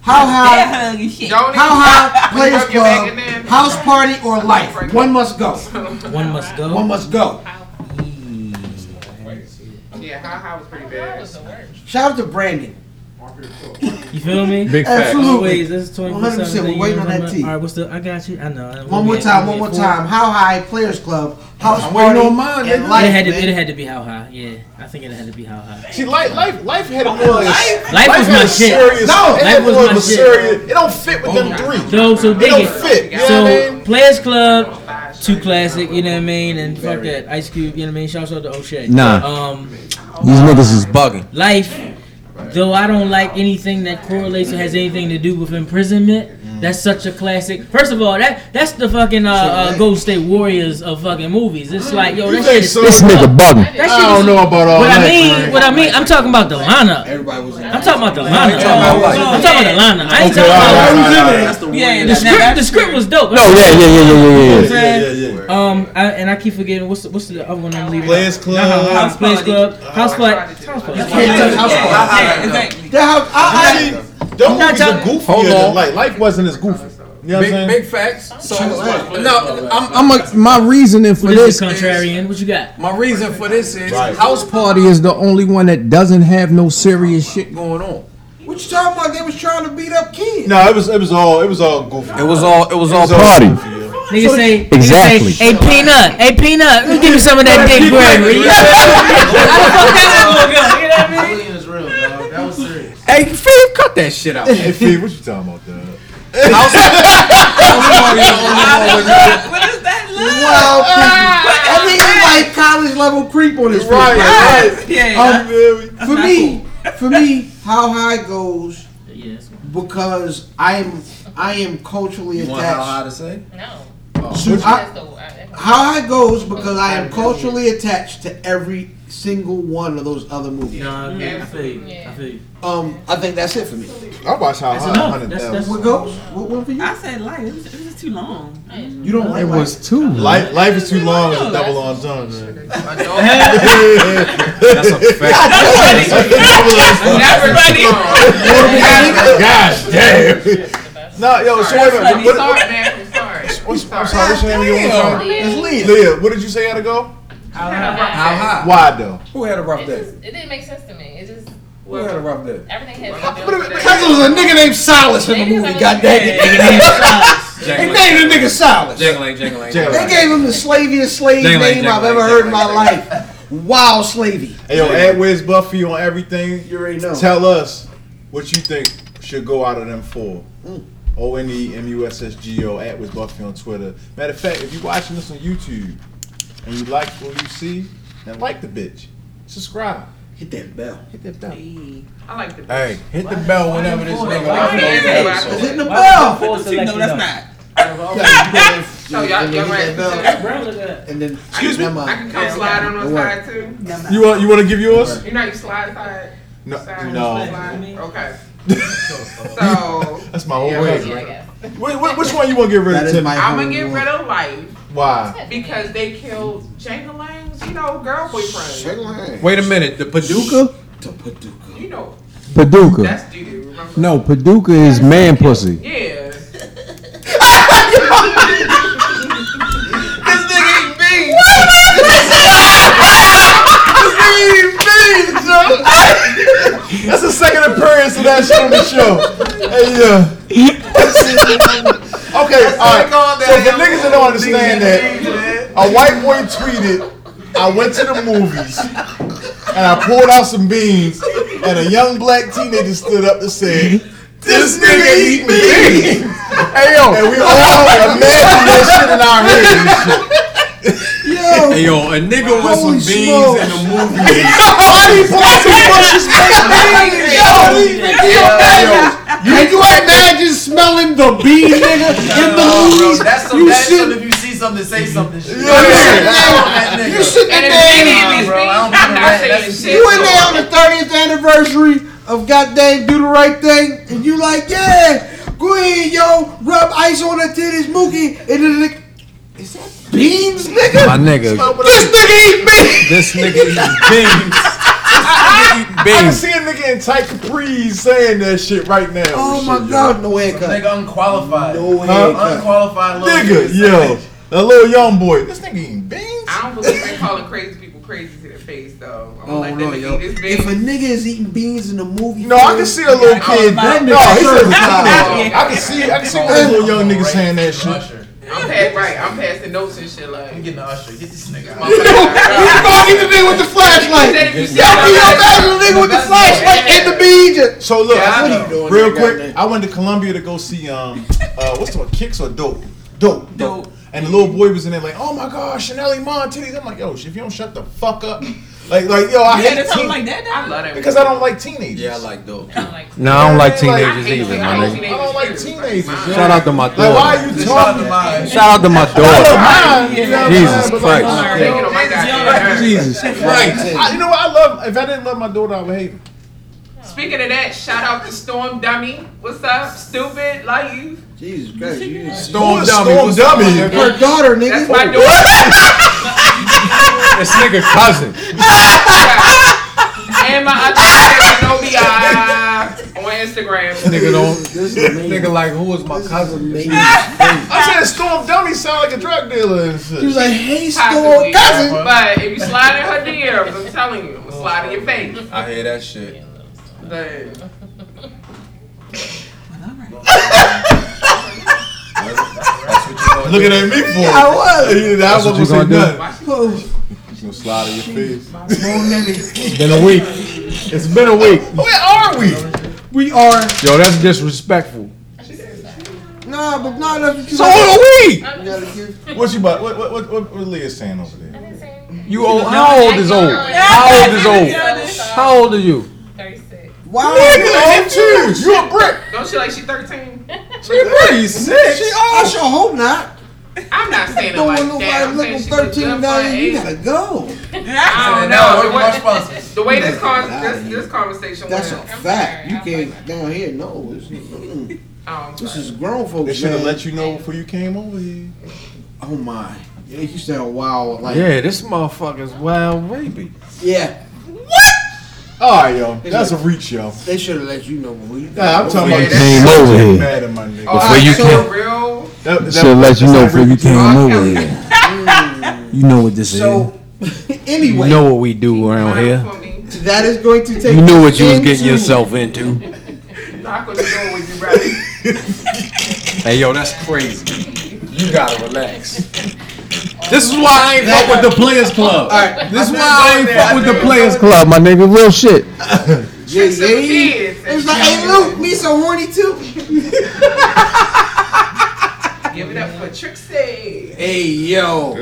[SPEAKER 1] how high?
[SPEAKER 5] Bear hug and shit.
[SPEAKER 7] Don't
[SPEAKER 1] How high?
[SPEAKER 7] When you
[SPEAKER 1] Players
[SPEAKER 7] rub your back
[SPEAKER 1] Club,
[SPEAKER 7] in there.
[SPEAKER 1] House Party, or Life? One must go.
[SPEAKER 6] One must go.
[SPEAKER 1] One must go.
[SPEAKER 7] Yeah, how high was pretty bad.
[SPEAKER 1] Shout out to Brandon.
[SPEAKER 12] You feel me?
[SPEAKER 9] Big facts.
[SPEAKER 1] Absolutely.
[SPEAKER 12] Always, this is 24
[SPEAKER 1] 100%, we're waiting on that tea.
[SPEAKER 12] All right, what's the? I got you. I know. I know.
[SPEAKER 1] One more
[SPEAKER 12] We had-
[SPEAKER 1] time,
[SPEAKER 12] we
[SPEAKER 1] one
[SPEAKER 12] had
[SPEAKER 1] more
[SPEAKER 12] four.
[SPEAKER 1] time. How high? Players Club, House
[SPEAKER 4] I'm
[SPEAKER 1] Party,
[SPEAKER 4] waiting on mine,
[SPEAKER 1] and
[SPEAKER 4] nigga.
[SPEAKER 1] Life.
[SPEAKER 12] It had, to, it
[SPEAKER 1] man.
[SPEAKER 12] had to be how high? Yeah, I think it had to be how high.
[SPEAKER 3] See, life, life, life had a more. Life,
[SPEAKER 12] Life was my
[SPEAKER 3] had a
[SPEAKER 12] shit.
[SPEAKER 3] serious.
[SPEAKER 1] No,
[SPEAKER 3] it
[SPEAKER 12] life
[SPEAKER 3] had
[SPEAKER 12] was
[SPEAKER 3] more
[SPEAKER 12] my
[SPEAKER 3] of a
[SPEAKER 12] shit.
[SPEAKER 3] serious. It don't fit with them three.
[SPEAKER 12] So, so
[SPEAKER 3] It
[SPEAKER 12] dig
[SPEAKER 3] don't
[SPEAKER 12] it.
[SPEAKER 3] fit. You know what I
[SPEAKER 12] So,
[SPEAKER 3] mean?
[SPEAKER 12] Players Club, too classic. You know what I mean? And fuck that, Ice Cube. You know what I mean? Shouts out to O'Shea.
[SPEAKER 9] Nah.
[SPEAKER 12] Um,
[SPEAKER 6] These niggas is bugging.
[SPEAKER 12] life. Though I don't like anything that correlates or has anything to do with imprisonment, that's such a classic. First of all, that that's the fucking uh, uh, Gold State Warriors of fucking movies. It's like, yo,
[SPEAKER 3] Mm. You
[SPEAKER 12] that
[SPEAKER 3] think
[SPEAKER 12] shit is
[SPEAKER 3] so?
[SPEAKER 9] This nigga bugging.
[SPEAKER 12] That shit
[SPEAKER 3] I
[SPEAKER 12] is-
[SPEAKER 3] don't know about all
[SPEAKER 12] What I
[SPEAKER 3] that.
[SPEAKER 12] mean,
[SPEAKER 3] man.
[SPEAKER 12] what I mean, I'm talking about the lineup.
[SPEAKER 1] Everybody was in
[SPEAKER 12] I'm talking about the lineup.
[SPEAKER 4] talking about life.
[SPEAKER 12] I'm talking about the lineup. I ain't
[SPEAKER 3] Okay,
[SPEAKER 12] talking
[SPEAKER 3] all
[SPEAKER 12] about
[SPEAKER 3] right, all right, all right.
[SPEAKER 5] Yeah,
[SPEAKER 12] the script. The script was dope.
[SPEAKER 9] No, yeah, yeah, yeah, yeah, yeah, yeah.
[SPEAKER 3] Yeah, yeah, yeah.
[SPEAKER 12] Um, I, and I keep forgetting what's the, what's the other one I'm leaving.
[SPEAKER 3] Players
[SPEAKER 12] House,
[SPEAKER 3] Club.
[SPEAKER 12] house Players Club. House Party. House Party.
[SPEAKER 1] can't touch House Party.
[SPEAKER 5] exactly.
[SPEAKER 1] The house, I, I,
[SPEAKER 3] Them
[SPEAKER 12] not
[SPEAKER 3] movies are
[SPEAKER 12] talking-
[SPEAKER 3] goofier
[SPEAKER 6] Hold
[SPEAKER 3] than
[SPEAKER 6] on.
[SPEAKER 3] life. Life wasn't as goofy. You know what I'm
[SPEAKER 4] Big,
[SPEAKER 3] saying?
[SPEAKER 4] big facts. So
[SPEAKER 1] out.
[SPEAKER 4] no,
[SPEAKER 6] I'm
[SPEAKER 4] I'm,
[SPEAKER 6] a, my reasoning for
[SPEAKER 12] What
[SPEAKER 6] this
[SPEAKER 12] is the contrarian? What you got?
[SPEAKER 4] my reason for this is
[SPEAKER 3] Right.
[SPEAKER 4] house party is the only one that doesn't have no serious shit going on.
[SPEAKER 1] what you talking about? They was trying to beat up kids.
[SPEAKER 3] No, it was it was all it was all goofy.
[SPEAKER 6] It was all. It was all
[SPEAKER 3] It was all
[SPEAKER 6] party.
[SPEAKER 3] goofy, yeah.
[SPEAKER 12] Nigga say,
[SPEAKER 9] Exactly.
[SPEAKER 12] nigga say, hey peanut, hey peanut, give me some of that Dick Gregory.
[SPEAKER 6] Hey, Philip, cut that shit out.
[SPEAKER 3] Hey, Fee, what you talking about, dog?
[SPEAKER 4] House party the only one with
[SPEAKER 5] What is that look?
[SPEAKER 1] Wow,
[SPEAKER 4] Ah!
[SPEAKER 1] creepy. I mean, it's like college level creep on this. Right.
[SPEAKER 5] Yeah.
[SPEAKER 1] Um, for me, for me, how high goes because I am I am culturally
[SPEAKER 4] You want how high
[SPEAKER 1] attached.
[SPEAKER 4] to say?
[SPEAKER 10] No.
[SPEAKER 1] To, I,
[SPEAKER 10] That's the word.
[SPEAKER 1] how high goes because I am culturally attached to every single one of those other movies.
[SPEAKER 12] I feel you. I feel you.
[SPEAKER 1] Um, I think that's it for me.
[SPEAKER 3] I watched how high
[SPEAKER 12] enough.
[SPEAKER 3] hundred
[SPEAKER 12] That's-
[SPEAKER 3] thousand.
[SPEAKER 1] What goes? What one for you?
[SPEAKER 5] I said life. It was, it was just too long.
[SPEAKER 1] You don't like
[SPEAKER 6] It was too.
[SPEAKER 3] Life, life is too long as a double entendre. man.
[SPEAKER 6] That's a fact.
[SPEAKER 7] Never
[SPEAKER 3] Gosh damn. No, yo, so wait a minute. What,
[SPEAKER 7] Sorry,
[SPEAKER 3] what,
[SPEAKER 7] man. I'm sorry.
[SPEAKER 3] what's, I'm sorry, what's your name again? one more time?
[SPEAKER 1] It's Leah.
[SPEAKER 3] Leah, what did you say how to go?
[SPEAKER 4] How high?
[SPEAKER 3] Why though?
[SPEAKER 4] Who had a rough
[SPEAKER 10] It
[SPEAKER 4] day?
[SPEAKER 10] just it didn't make sense to me. It just
[SPEAKER 4] Who had a rough day?
[SPEAKER 10] everything had
[SPEAKER 1] Because there was a nigga named Silas in the
[SPEAKER 10] Maybe
[SPEAKER 1] movie.
[SPEAKER 10] somebody-
[SPEAKER 1] God damn it. They named the nigga Silas. They
[SPEAKER 4] Jingling, jingling.
[SPEAKER 1] gave him the slaviest slave
[SPEAKER 4] Jingling,
[SPEAKER 1] name I've
[SPEAKER 4] jingling,
[SPEAKER 1] ever heard in my
[SPEAKER 4] jingling,
[SPEAKER 1] life. Wow, slavey.
[SPEAKER 3] Hey, yo, add Wiz Buffy on everything.
[SPEAKER 1] You already know.
[SPEAKER 3] Tell us what you think should go out of them four.
[SPEAKER 4] Mm.
[SPEAKER 3] O N E M U S S G O at Wiz Buffy on Twitter. Matter of fact, if you're watching this on YouTube and you like what you see, then like the bitch. Subscribe.
[SPEAKER 1] Hit that bell.
[SPEAKER 3] Hit that bell.
[SPEAKER 7] I like the.
[SPEAKER 3] Hey.
[SPEAKER 4] Hit the bell whenever this nigga
[SPEAKER 7] Why
[SPEAKER 4] like
[SPEAKER 7] you
[SPEAKER 4] those
[SPEAKER 7] ain't
[SPEAKER 4] episodes.
[SPEAKER 7] it?
[SPEAKER 1] It's hitting the
[SPEAKER 12] Why
[SPEAKER 1] bell.
[SPEAKER 12] would the four
[SPEAKER 5] No,
[SPEAKER 12] select
[SPEAKER 5] that's
[SPEAKER 12] enough?
[SPEAKER 5] not.
[SPEAKER 1] Oh, Yeah, you better-
[SPEAKER 7] So y'all, y'all right.
[SPEAKER 1] And then
[SPEAKER 3] Excuse me?
[SPEAKER 7] I can come slide on the side too.
[SPEAKER 3] You want you want to give yours?
[SPEAKER 7] You know you slide side.
[SPEAKER 3] No,
[SPEAKER 7] side,
[SPEAKER 3] no.
[SPEAKER 7] slide. Okay.
[SPEAKER 3] That's my old
[SPEAKER 7] Yeah,
[SPEAKER 3] way.
[SPEAKER 7] yeah, I guess.
[SPEAKER 3] Oh, Wait, wait, which one you want to get rid of? Tiffany?
[SPEAKER 7] I'm gonna get rid of life
[SPEAKER 3] Why?
[SPEAKER 7] because they killed Django Lang's, you know, girl boyfriend.
[SPEAKER 11] Wait a minute, the Paducah?
[SPEAKER 7] You know,
[SPEAKER 6] Paducah.
[SPEAKER 7] that's dude. Remember?
[SPEAKER 6] No, Paducah is man pussy.
[SPEAKER 7] Yeah.
[SPEAKER 11] This nigga ain't beans.
[SPEAKER 3] That's the second appearance of that shit on the show. Hey, yeah. okay,
[SPEAKER 11] That's
[SPEAKER 3] all right.
[SPEAKER 11] what I call that.
[SPEAKER 3] So for niggas that don't understand that, a white boy tweeted, "I went to the movies and I pulled out some beans, and a young black teenager stood up and said." This nigga eat beans. Hey yo, and we all imagine that shit in our heads. and shit.
[SPEAKER 11] Yo, hey, yo, a nigga with some beans in a movie.
[SPEAKER 3] How do you pull out some bushes
[SPEAKER 1] Can you imagine smelling the bean, nigga, in the movies?
[SPEAKER 13] That's some
[SPEAKER 1] you
[SPEAKER 13] bad
[SPEAKER 1] sit,
[SPEAKER 13] if you see something, say something. Shit.
[SPEAKER 1] Yeah.
[SPEAKER 13] That's on that nigga.
[SPEAKER 1] You sitting
[SPEAKER 13] And if
[SPEAKER 1] there-
[SPEAKER 13] you see it, bro, I don't give a rat. That's some
[SPEAKER 1] you in there on the 30th anniversary of goddamn do the right thing, and you like, yeah, go ahead, yo, rub ice on her titties, Mookie, and then like, is that beans, nigga?
[SPEAKER 11] My nigga.
[SPEAKER 1] This nigga eat beans.
[SPEAKER 11] This nigga eat beans.
[SPEAKER 3] I can see a nigga in tight capris saying that shit right now.
[SPEAKER 1] Oh
[SPEAKER 3] Shit,
[SPEAKER 1] my
[SPEAKER 3] yo.
[SPEAKER 1] god, no haircut.
[SPEAKER 13] Nigga unqualified.
[SPEAKER 1] No
[SPEAKER 3] Huh?
[SPEAKER 1] haircut.
[SPEAKER 13] Unqualified little
[SPEAKER 3] Nigga, yo, a little young boy. This nigga eating beans.
[SPEAKER 7] I don't believe they calling crazy people crazy to their face though. I'm gonna
[SPEAKER 1] Oh
[SPEAKER 7] let
[SPEAKER 1] no,
[SPEAKER 7] them
[SPEAKER 1] yo.
[SPEAKER 7] eat this bitch.
[SPEAKER 1] If a nigga is eating beans in a movie,
[SPEAKER 3] No, I can see a little kid.
[SPEAKER 1] That
[SPEAKER 3] no,
[SPEAKER 1] nigga
[SPEAKER 3] he said,
[SPEAKER 1] certified.
[SPEAKER 3] I can see, I can see a little young nigga saying that shit.
[SPEAKER 7] I'm past right. I'm passing notes and shit like. I'm getting the usher. Get this nigga. out.
[SPEAKER 1] Fucking the nigga with the flashlight.
[SPEAKER 7] If you see
[SPEAKER 1] Yo, can you
[SPEAKER 7] that-
[SPEAKER 1] imagine the nigga with the flashlight and the beans?
[SPEAKER 3] So look,
[SPEAKER 1] Yeah, I
[SPEAKER 3] I-
[SPEAKER 1] know. What are you doing
[SPEAKER 3] real
[SPEAKER 1] there,
[SPEAKER 3] quick,
[SPEAKER 1] goddamn?
[SPEAKER 3] I went to Columbia to go see um, uh, what's the one, Kicks or Dope? Dope, dope. And the little boy was in there like, oh my gosh, Chanel Iman titties. I'm like, yo, if you don't shut the fuck up, like, like, yo, I
[SPEAKER 5] Yeah,
[SPEAKER 3] hate
[SPEAKER 5] there's something
[SPEAKER 3] teen-
[SPEAKER 5] like that now?
[SPEAKER 7] I love that
[SPEAKER 3] because I don't like teenagers.
[SPEAKER 11] Yeah, I like dope.
[SPEAKER 6] No, I don't like
[SPEAKER 3] Like,
[SPEAKER 6] teenagers either, my
[SPEAKER 3] I
[SPEAKER 6] nigga.
[SPEAKER 3] don't like teenagers. yo.
[SPEAKER 6] Shout out to my
[SPEAKER 3] Like, why are
[SPEAKER 6] daughter.
[SPEAKER 3] you talking?
[SPEAKER 6] Shout out to my
[SPEAKER 3] I
[SPEAKER 6] daughter.
[SPEAKER 3] don't mind, you know what I'm
[SPEAKER 6] Jesus
[SPEAKER 3] saying? But, like,
[SPEAKER 6] Christ.
[SPEAKER 3] yo,
[SPEAKER 7] Take it on my goddamn nerves.
[SPEAKER 6] Jesus Christ.
[SPEAKER 3] I- you know what? I love. If I didn't love my daughter, I would hate her.
[SPEAKER 7] Speaking of that, shout out to Storm Dummy. What's up, stupid? Like you.
[SPEAKER 1] Jesus Christ, you
[SPEAKER 3] Storm
[SPEAKER 11] Who is Storm
[SPEAKER 3] Dummy?
[SPEAKER 11] Dummy?
[SPEAKER 1] her daughter, nigga.
[SPEAKER 7] That's my daughter
[SPEAKER 11] This nigga cousin.
[SPEAKER 7] and my other nigga Nobi on Instagram.
[SPEAKER 11] Nigga don't.
[SPEAKER 1] This is amazing.
[SPEAKER 11] Nigga like who is my cousin?
[SPEAKER 1] Amazing.
[SPEAKER 3] I said Storm Dummy sound like a drug dealer and
[SPEAKER 1] She was
[SPEAKER 3] shit.
[SPEAKER 1] like, hey, Storm
[SPEAKER 7] Possibly,
[SPEAKER 1] cousin.
[SPEAKER 7] but if you slide in her DMs, I'm telling you, I'm gonna slide in your face.
[SPEAKER 11] I hear that shit.
[SPEAKER 7] Like,
[SPEAKER 3] Looking at me for it.
[SPEAKER 1] I was.
[SPEAKER 3] Yeah, that
[SPEAKER 6] what
[SPEAKER 3] was
[SPEAKER 6] you
[SPEAKER 3] gonna
[SPEAKER 6] gonna do.
[SPEAKER 1] Oh,
[SPEAKER 3] slide in your face.
[SPEAKER 6] It's been a week. It's been a week.
[SPEAKER 3] Where are we?
[SPEAKER 1] We are.
[SPEAKER 6] Yo, that's disrespectful.
[SPEAKER 1] Nah, but nah, that's
[SPEAKER 6] So what a week.
[SPEAKER 1] You gotta give.
[SPEAKER 3] What you about? What what what what, what Leah's saying over there?
[SPEAKER 6] You old? How old is old? How old is old? How old are you?
[SPEAKER 10] 36.
[SPEAKER 1] Wow.
[SPEAKER 3] Nigga, old too. You a brick?
[SPEAKER 7] don't she like she 13?
[SPEAKER 6] She pretty sick.
[SPEAKER 1] She, I sure hope not.
[SPEAKER 7] I'm not saying it
[SPEAKER 1] Don't
[SPEAKER 7] like
[SPEAKER 1] want
[SPEAKER 7] that.
[SPEAKER 1] nobody
[SPEAKER 7] I'm saying
[SPEAKER 1] looking
[SPEAKER 7] she's a good
[SPEAKER 1] 13 now.
[SPEAKER 7] friend.
[SPEAKER 1] You gotta go.
[SPEAKER 7] I don't
[SPEAKER 13] No,
[SPEAKER 7] know.
[SPEAKER 13] we're
[SPEAKER 7] The
[SPEAKER 13] more
[SPEAKER 7] way,
[SPEAKER 13] sponsors.
[SPEAKER 7] the way this, con- this, this conversation
[SPEAKER 1] That's a
[SPEAKER 7] went,
[SPEAKER 1] fact. You can't down here. No, this, is- mm-mm.
[SPEAKER 7] um,
[SPEAKER 1] this is grown
[SPEAKER 3] They
[SPEAKER 1] folks.
[SPEAKER 3] should have
[SPEAKER 1] Man.
[SPEAKER 3] let you know before you came over here.
[SPEAKER 1] oh my. Yeah, you sound wild. Like yeah.
[SPEAKER 6] Yeah, this motherfucker's wild baby.
[SPEAKER 3] All right, yo, that's a reach, yo.
[SPEAKER 1] They should have let you know before you.
[SPEAKER 3] Nah, I'm talking about
[SPEAKER 7] Yeah, that's-
[SPEAKER 9] Came over
[SPEAKER 3] you
[SPEAKER 9] here.
[SPEAKER 3] mad at my nigga.
[SPEAKER 7] all
[SPEAKER 9] Before you
[SPEAKER 7] so
[SPEAKER 9] came-
[SPEAKER 7] real.
[SPEAKER 3] That- that-
[SPEAKER 9] Should let you know
[SPEAKER 3] that's
[SPEAKER 9] before
[SPEAKER 3] not
[SPEAKER 9] you
[SPEAKER 3] reach.
[SPEAKER 9] came over here. You know what this is.
[SPEAKER 1] So
[SPEAKER 6] You
[SPEAKER 1] anyway,
[SPEAKER 6] know what we do around
[SPEAKER 7] Knock
[SPEAKER 6] here.
[SPEAKER 7] for me.
[SPEAKER 1] that is going to take.
[SPEAKER 6] You knew what you was
[SPEAKER 1] into-
[SPEAKER 6] getting yourself into.
[SPEAKER 7] Knock on the door when you ready.
[SPEAKER 11] Hey yo, that's crazy. You gotta relax. This is why I ain't fuck with the Players Club.
[SPEAKER 1] Alright,
[SPEAKER 11] This is why I ain't fuck with the Players Club.
[SPEAKER 9] Club, my nigga, real shit.
[SPEAKER 1] Yeah,
[SPEAKER 7] Some
[SPEAKER 1] yeah.
[SPEAKER 7] kids. and
[SPEAKER 1] It's like, hey, Luke, me so horny too.
[SPEAKER 7] Give it up for Trixie.
[SPEAKER 1] Hey, yo.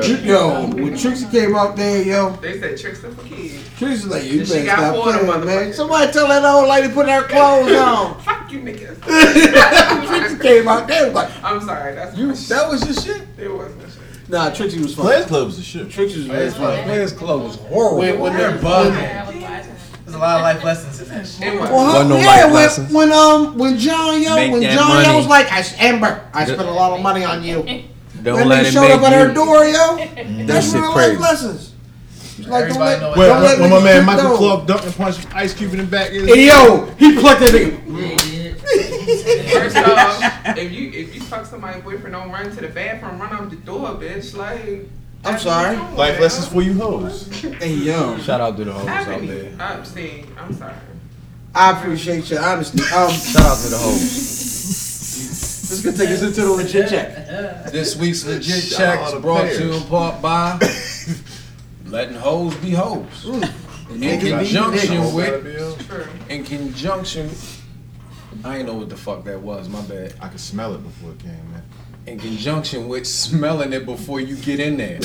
[SPEAKER 1] Yo, when Trixie came out there, yo,
[SPEAKER 7] They said Trixie for kids.
[SPEAKER 1] Trixie was like, you
[SPEAKER 7] She
[SPEAKER 1] better
[SPEAKER 7] got
[SPEAKER 1] stop
[SPEAKER 7] bored of
[SPEAKER 1] playing, man.
[SPEAKER 7] motherfuckers.
[SPEAKER 1] Somebody tell that old lady to put her clothes on.
[SPEAKER 7] Fuck Fuck you niggas.
[SPEAKER 1] came out there like,
[SPEAKER 7] I'm sorry. That's
[SPEAKER 1] you. That was your shit.
[SPEAKER 7] It was my shit.
[SPEAKER 1] Nah, Trixie was fun.
[SPEAKER 3] Players Club was the shit.
[SPEAKER 1] Trixie was
[SPEAKER 13] Players
[SPEAKER 1] fun.
[SPEAKER 13] Club-
[SPEAKER 1] Players Club was horrible.
[SPEAKER 13] When, when they're bugging.
[SPEAKER 7] There's
[SPEAKER 13] a lot of life lessons in that shit.
[SPEAKER 7] It was.
[SPEAKER 1] Well,
[SPEAKER 13] Wasn't no
[SPEAKER 1] yeah,
[SPEAKER 13] life lessons.
[SPEAKER 1] when, when um when John Yo
[SPEAKER 13] Make
[SPEAKER 1] when
[SPEAKER 13] that
[SPEAKER 1] John Yo
[SPEAKER 13] money.
[SPEAKER 1] was like, I, Amber, I
[SPEAKER 13] Don't-
[SPEAKER 1] spent a lot of money on you.
[SPEAKER 11] Don't
[SPEAKER 1] That
[SPEAKER 11] let
[SPEAKER 1] nigga
[SPEAKER 11] it
[SPEAKER 1] showed up
[SPEAKER 11] make
[SPEAKER 1] at her
[SPEAKER 11] you- Mm-hmm.
[SPEAKER 1] door, yo.
[SPEAKER 11] That
[SPEAKER 1] That's
[SPEAKER 11] shit
[SPEAKER 1] one of
[SPEAKER 11] crazy.
[SPEAKER 1] life lessons. It's Like, don't let,
[SPEAKER 3] When,
[SPEAKER 1] don't let
[SPEAKER 3] when, when my
[SPEAKER 1] niggas
[SPEAKER 3] man
[SPEAKER 1] get
[SPEAKER 3] Michael
[SPEAKER 1] down.
[SPEAKER 3] Clark dunked and punched Ice Cube in the back.
[SPEAKER 1] Hey, yo, he plucked that nigga.
[SPEAKER 7] First off, if you if you fuck somebody's boyfriend, don't run to the bathroom, run out the door, bitch. Like
[SPEAKER 1] I'm sorry.
[SPEAKER 3] Life lessons for you hoes.
[SPEAKER 1] Hey yo.
[SPEAKER 11] Shout out to the hoes
[SPEAKER 7] I've
[SPEAKER 11] out
[SPEAKER 7] been-
[SPEAKER 11] there.
[SPEAKER 7] I'm saying, I'm sorry.
[SPEAKER 1] I appreciate your honesty. Um,
[SPEAKER 11] Shout out to the hoes.
[SPEAKER 1] This could take us into the legit check.
[SPEAKER 4] This week's legit
[SPEAKER 11] Shout
[SPEAKER 4] check
[SPEAKER 11] out
[SPEAKER 4] is
[SPEAKER 11] to
[SPEAKER 4] brought
[SPEAKER 11] Bears.
[SPEAKER 4] to you in part by letting hoes be hoes. In
[SPEAKER 11] Niggas be
[SPEAKER 4] conjunction
[SPEAKER 11] niggas.
[SPEAKER 4] with, in conjunction, I ain't know what the fuck that was. My bad.
[SPEAKER 3] I could smell it before it came, man.
[SPEAKER 4] In conjunction with smelling it before you get in there.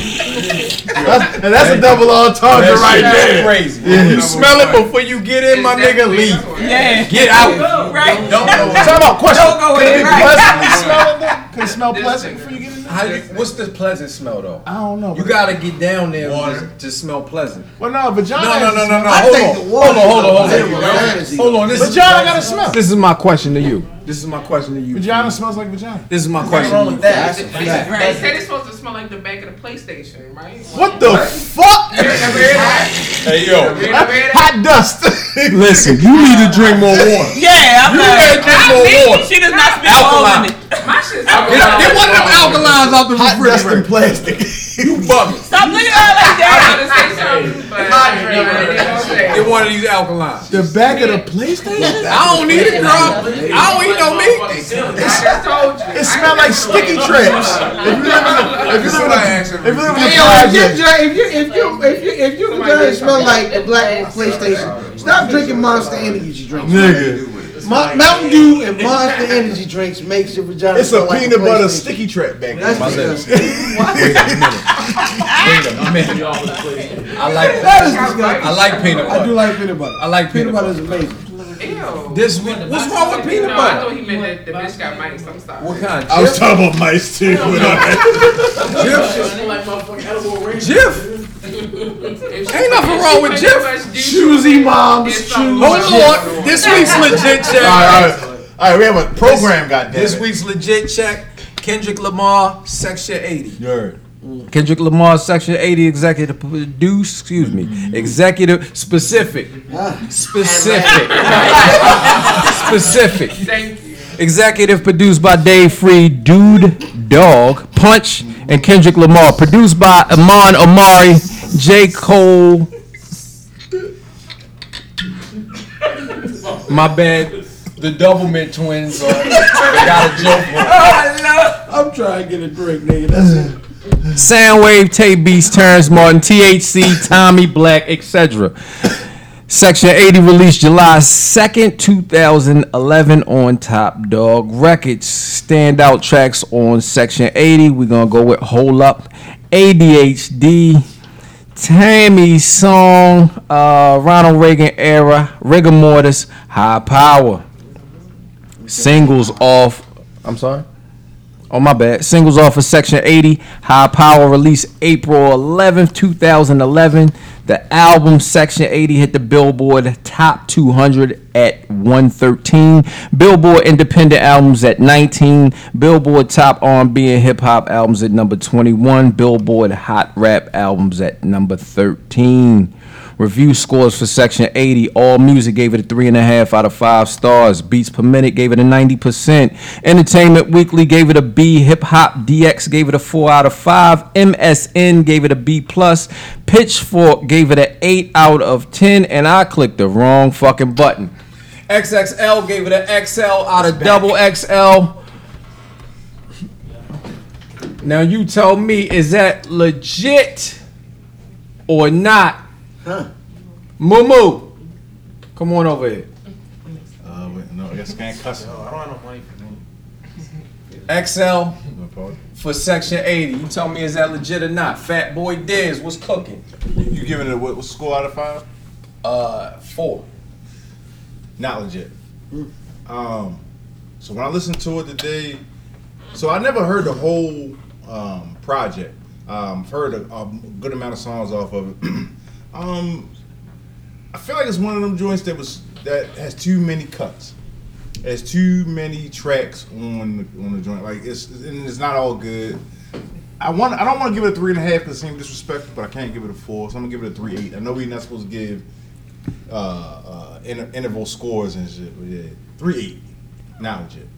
[SPEAKER 3] That's, and that's a double entendre
[SPEAKER 4] That shit
[SPEAKER 3] right
[SPEAKER 4] is
[SPEAKER 3] there.
[SPEAKER 4] Crazy.
[SPEAKER 3] Yeah.
[SPEAKER 4] You smell it before you get in, my nigga. Leave.
[SPEAKER 5] Yeah.
[SPEAKER 4] Get out.
[SPEAKER 5] Oh, Right.
[SPEAKER 4] Don't go.
[SPEAKER 3] Time out. Question.
[SPEAKER 4] Don't go
[SPEAKER 3] Can it
[SPEAKER 4] in.
[SPEAKER 3] be
[SPEAKER 4] Right.
[SPEAKER 3] pleasant? Can it smell it though? Can it smell pleasant before you get in there?
[SPEAKER 4] How you, what's the pleasant smell though?
[SPEAKER 3] I don't know.
[SPEAKER 4] You gotta get down there to, to smell pleasant.
[SPEAKER 3] Well, no, vagina.
[SPEAKER 4] No, no,
[SPEAKER 3] has
[SPEAKER 4] no,
[SPEAKER 3] a
[SPEAKER 4] no, no.
[SPEAKER 3] smell.
[SPEAKER 4] Hold on. Hold on, hold on, hold on. Hold on. This is
[SPEAKER 3] Vagina got a smell.
[SPEAKER 11] This is my question to you.
[SPEAKER 4] This is my question to you.
[SPEAKER 3] Vagina smells like vagina.
[SPEAKER 4] This is my
[SPEAKER 3] What's
[SPEAKER 4] question.
[SPEAKER 3] wrong with that?
[SPEAKER 4] That's a
[SPEAKER 3] That's
[SPEAKER 4] fact.
[SPEAKER 3] a
[SPEAKER 7] They said it's supposed to smell like the back of the PlayStation, right?
[SPEAKER 3] What the fuck?
[SPEAKER 7] You ain't never heard that?
[SPEAKER 11] Hey
[SPEAKER 7] yo. You never heard that?
[SPEAKER 11] hot dust. Listen, you need to drink more water.
[SPEAKER 5] Yeah, I'm
[SPEAKER 11] You gotta
[SPEAKER 5] like,
[SPEAKER 11] drink
[SPEAKER 5] I
[SPEAKER 11] more
[SPEAKER 5] think
[SPEAKER 11] water.
[SPEAKER 5] She does not spit all
[SPEAKER 11] Alkaline.
[SPEAKER 5] in it.
[SPEAKER 7] My shit's
[SPEAKER 11] Get, get one of them alkalines out the
[SPEAKER 3] Hot dust and
[SPEAKER 11] refrigerator.
[SPEAKER 3] plastic.
[SPEAKER 11] You bugging.
[SPEAKER 5] Stop looking at her like that.
[SPEAKER 4] Get one of these alkalines.
[SPEAKER 3] The back of the PlayStation.
[SPEAKER 4] I don't need it, girl. I don't eat no meat.
[SPEAKER 3] It smelled like sticky traps. If you live in the, if you live in the, if you live in the
[SPEAKER 1] Hey, yo,
[SPEAKER 3] project,
[SPEAKER 1] if you if you if you if you if you vagina smell like the black PlayStation, stop drinking Monster Energy drinks.
[SPEAKER 3] nigga,
[SPEAKER 1] Mo- Mountain Dew and Monster Energy drinks makes your vagina.
[SPEAKER 3] it's
[SPEAKER 1] smell
[SPEAKER 3] a
[SPEAKER 1] like the
[SPEAKER 3] peanut butter
[SPEAKER 1] PlayStation.
[SPEAKER 3] sticky trap back there.
[SPEAKER 1] That's
[SPEAKER 3] My
[SPEAKER 1] disgusting.
[SPEAKER 3] nigga.
[SPEAKER 4] I like
[SPEAKER 1] That is disgusting.
[SPEAKER 4] I like peanut butter.
[SPEAKER 1] I do like peanut butter.
[SPEAKER 4] I like
[SPEAKER 1] Peanut
[SPEAKER 4] peanut
[SPEAKER 1] butter
[SPEAKER 4] butter.
[SPEAKER 1] is amazing.
[SPEAKER 4] This week, what's wrong with peanut
[SPEAKER 7] No, I thought
[SPEAKER 4] butter?
[SPEAKER 7] he meant that the bitch got mice. I'm sorry.
[SPEAKER 4] What kind?
[SPEAKER 3] I was
[SPEAKER 4] Jif?
[SPEAKER 3] talking about mice too.
[SPEAKER 4] Jif.
[SPEAKER 7] Ain't
[SPEAKER 4] Ain't nothing wrong with Jif.
[SPEAKER 1] Choosy moms,
[SPEAKER 4] Hold
[SPEAKER 1] choosy.
[SPEAKER 4] on. Oh, This week's legit
[SPEAKER 3] all right,
[SPEAKER 4] check.
[SPEAKER 3] all right, all right. We have a program, goddamn.
[SPEAKER 4] This week's legit check. Kendrick Lamar, Section 80.
[SPEAKER 3] Word.
[SPEAKER 4] Kendrick Lamar, Section 80, executive produce, excuse me, executive specific,
[SPEAKER 1] Ah,
[SPEAKER 4] specific, specific,
[SPEAKER 7] Thank you.
[SPEAKER 4] executive produced by Dave Free, Dude Dog, Punch, and Kendrick Lamar, produced by Amon Amari, J. Cole. My bad, the Doublemint twins. Are, they got a joke. on it.
[SPEAKER 1] I'm trying to get a drink, nigga. That's it.
[SPEAKER 4] Soundwave, Tape Beast, Terrence Martin, THC, Tommy Black, etc. Section 80 released July 2nd, 2011 on Top Dog Records. Standout tracks on Section 80. We're going to go with Hole Up, ADHD, Tammy's Song, uh, Ronald Reagan Era, Rigor Mortis, High Power. Singles off. I'm sorry? Oh my bad. Singles off of Section 80. High Power released April 11th, 2011. The album Section 80 hit the Billboard Top 200 at 113. Billboard Independent Albums at 19. Billboard Top R&B and Hip Hop Albums at number 21. Billboard Hot Rap Albums at number 13. Review scores for Section 80. All Music gave it a 3.5 out of 5 stars. Beats Per Minute gave it a 90%. Entertainment Weekly gave it a B. Hip Hop DX gave it a 4 out of 5. MSN gave it a B. plus. Pitchfork gave it an 8 out of 10. And I clicked the wrong fucking button. XXL gave it an XL out of double XL. Now you tell me, is that legit or not? Moo Moo, come on over here.
[SPEAKER 3] Uh, wait, no, I guess I can't cuss.
[SPEAKER 4] XL
[SPEAKER 3] No problem.
[SPEAKER 4] for Section 80. You tell me, is that legit or not? Fat Boy Diz, what's cooking?
[SPEAKER 3] You giving it a what, what score out of five?
[SPEAKER 4] Uh, four.
[SPEAKER 3] Not legit. Um, so when I listened to it today, so I never heard the whole um, project. Um, I've heard a, a good amount of songs off of it. um, I feel like it's one of them joints that was that has too many cuts. Has too many tracks on the, on the joint. Like it's and it's not all good. I want. I don't want to give it a three and a half because it seems disrespectful, but I can't give it a four, so I'm gonna give it a three eight. I know we're not supposed to give uh, uh, inter- interval scores and shit, but yeah, three eight. Not legit.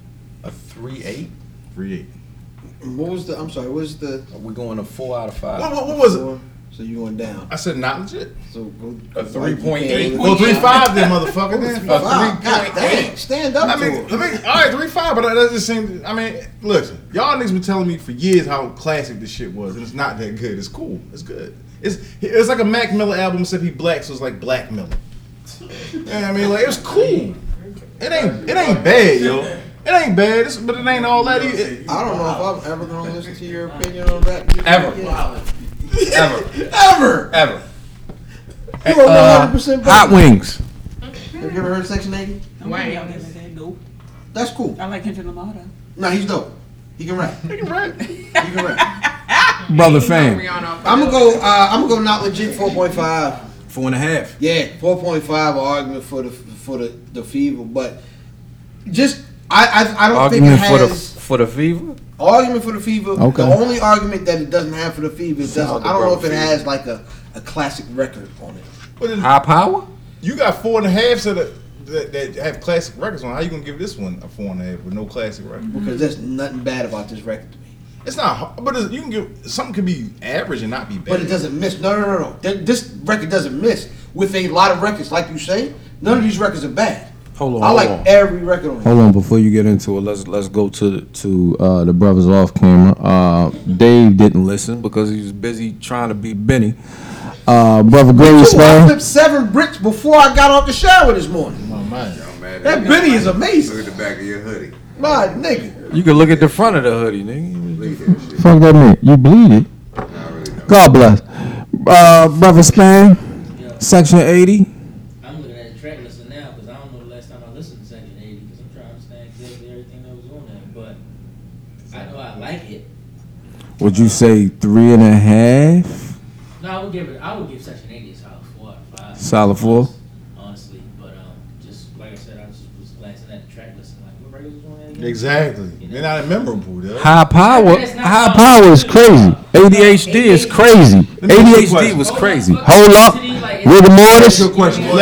[SPEAKER 3] A three eight. Three eight.
[SPEAKER 1] What was the? I'm sorry. What was the?
[SPEAKER 11] We're going to four out of five.
[SPEAKER 4] Uh,
[SPEAKER 3] What, what, what was it?
[SPEAKER 1] So you going down?
[SPEAKER 3] I said not legit.
[SPEAKER 1] So go,
[SPEAKER 11] A three point eight.
[SPEAKER 3] Well, three five then, motherfucker. then.
[SPEAKER 1] Wow, God damn, stand up
[SPEAKER 3] I
[SPEAKER 1] to
[SPEAKER 3] mean,
[SPEAKER 1] it.
[SPEAKER 3] let me, all right, three five, but that just seems. I mean, listen, y'all niggas been telling me for years how classic this shit was, and it's not that good. It's cool. It's good. It's it's like a Mac Miller album, except he black, so it's like Black Miller. You know what I mean, like it's cool. It ain't it ain't bad, yo. It ain't bad, it's, but it ain't all that. e-
[SPEAKER 1] I don't know if I'm ever gonna listen to your opinion on that.
[SPEAKER 11] Ever. Ever.
[SPEAKER 1] Ever.
[SPEAKER 11] Ever.
[SPEAKER 1] You are
[SPEAKER 4] Uh,
[SPEAKER 1] 100 percent
[SPEAKER 4] Hot Wings.
[SPEAKER 1] Have you ever heard Section 80?
[SPEAKER 5] Wow. Nope.
[SPEAKER 1] That's cool.
[SPEAKER 5] I like Kendrick Lamar though.
[SPEAKER 1] No, he's dope. He can rap.
[SPEAKER 3] He can rap.
[SPEAKER 1] He can rap.
[SPEAKER 4] Brother Fame.
[SPEAKER 1] I'm gonna go. Uh, I'm gonna go not legit. Four point five.
[SPEAKER 11] Four and a half.
[SPEAKER 1] Yeah, four point five argument for the for the the fever, but just I I, I don't
[SPEAKER 4] Argument
[SPEAKER 1] think it
[SPEAKER 4] for the
[SPEAKER 1] has
[SPEAKER 4] for the fever.
[SPEAKER 1] argument for the fever.
[SPEAKER 4] Okay.
[SPEAKER 1] The only argument that it doesn't have for the fever is doesn't.
[SPEAKER 4] out to
[SPEAKER 1] I don't know if
[SPEAKER 4] Brother
[SPEAKER 1] it
[SPEAKER 4] Fever.
[SPEAKER 1] has like a, a classic record on it.
[SPEAKER 3] But it-
[SPEAKER 4] High power.
[SPEAKER 3] You got four and a half that, are- that that have classic records on. How you gonna give this one a four and a half with no classic record?
[SPEAKER 1] Because there's nothing bad about this record to me.
[SPEAKER 3] It's not, hard, but it's, you can give something can be average and not be bad.
[SPEAKER 1] But it doesn't miss. No, no, no, no. Th- This record doesn't miss. With a lot of records, like you say, none of these records are bad.
[SPEAKER 4] Hold on.
[SPEAKER 1] I
[SPEAKER 4] hold
[SPEAKER 1] like
[SPEAKER 4] on.
[SPEAKER 1] every record on it.
[SPEAKER 9] Hold on, before you get into it, let's let's go to to uh, the brothers off camera. Uh, Dave didn't listen because he was busy trying to be Benny. Uh, brother Grady
[SPEAKER 1] Two, I
[SPEAKER 9] Sparrow.
[SPEAKER 1] flipped seven bricks before I got off the shower this morning. That Benny is amazing.
[SPEAKER 8] Look at the back of your hoodie.
[SPEAKER 1] My nigga.
[SPEAKER 4] You can look at the front of the hoodie, nigga.
[SPEAKER 9] Fuck that man. You bleed it. God bless. Uh, brother Spain. Section eighty.
[SPEAKER 12] I'm looking at the track list now because I don't know the last time I listened to Section 80 because I'm trying to understand exactly everything that was on there. But I know I like it.
[SPEAKER 9] Would you say three and a half?
[SPEAKER 12] No, I would give it. I would give Section 80 a solid four out of five.
[SPEAKER 9] Solid four.
[SPEAKER 12] Honestly, but um, just like I said, I just was glancing at the track list and like, what record was on that again?
[SPEAKER 3] Exactly. They're not memorable, though.
[SPEAKER 4] High power.
[SPEAKER 12] That's not
[SPEAKER 4] High
[SPEAKER 12] solid.
[SPEAKER 4] power is crazy. ADHD is crazy.
[SPEAKER 3] Let me ask you a
[SPEAKER 4] ADHD
[SPEAKER 3] question.
[SPEAKER 4] was crazy.
[SPEAKER 9] Hold up. Rigor mortis.
[SPEAKER 3] Good question. When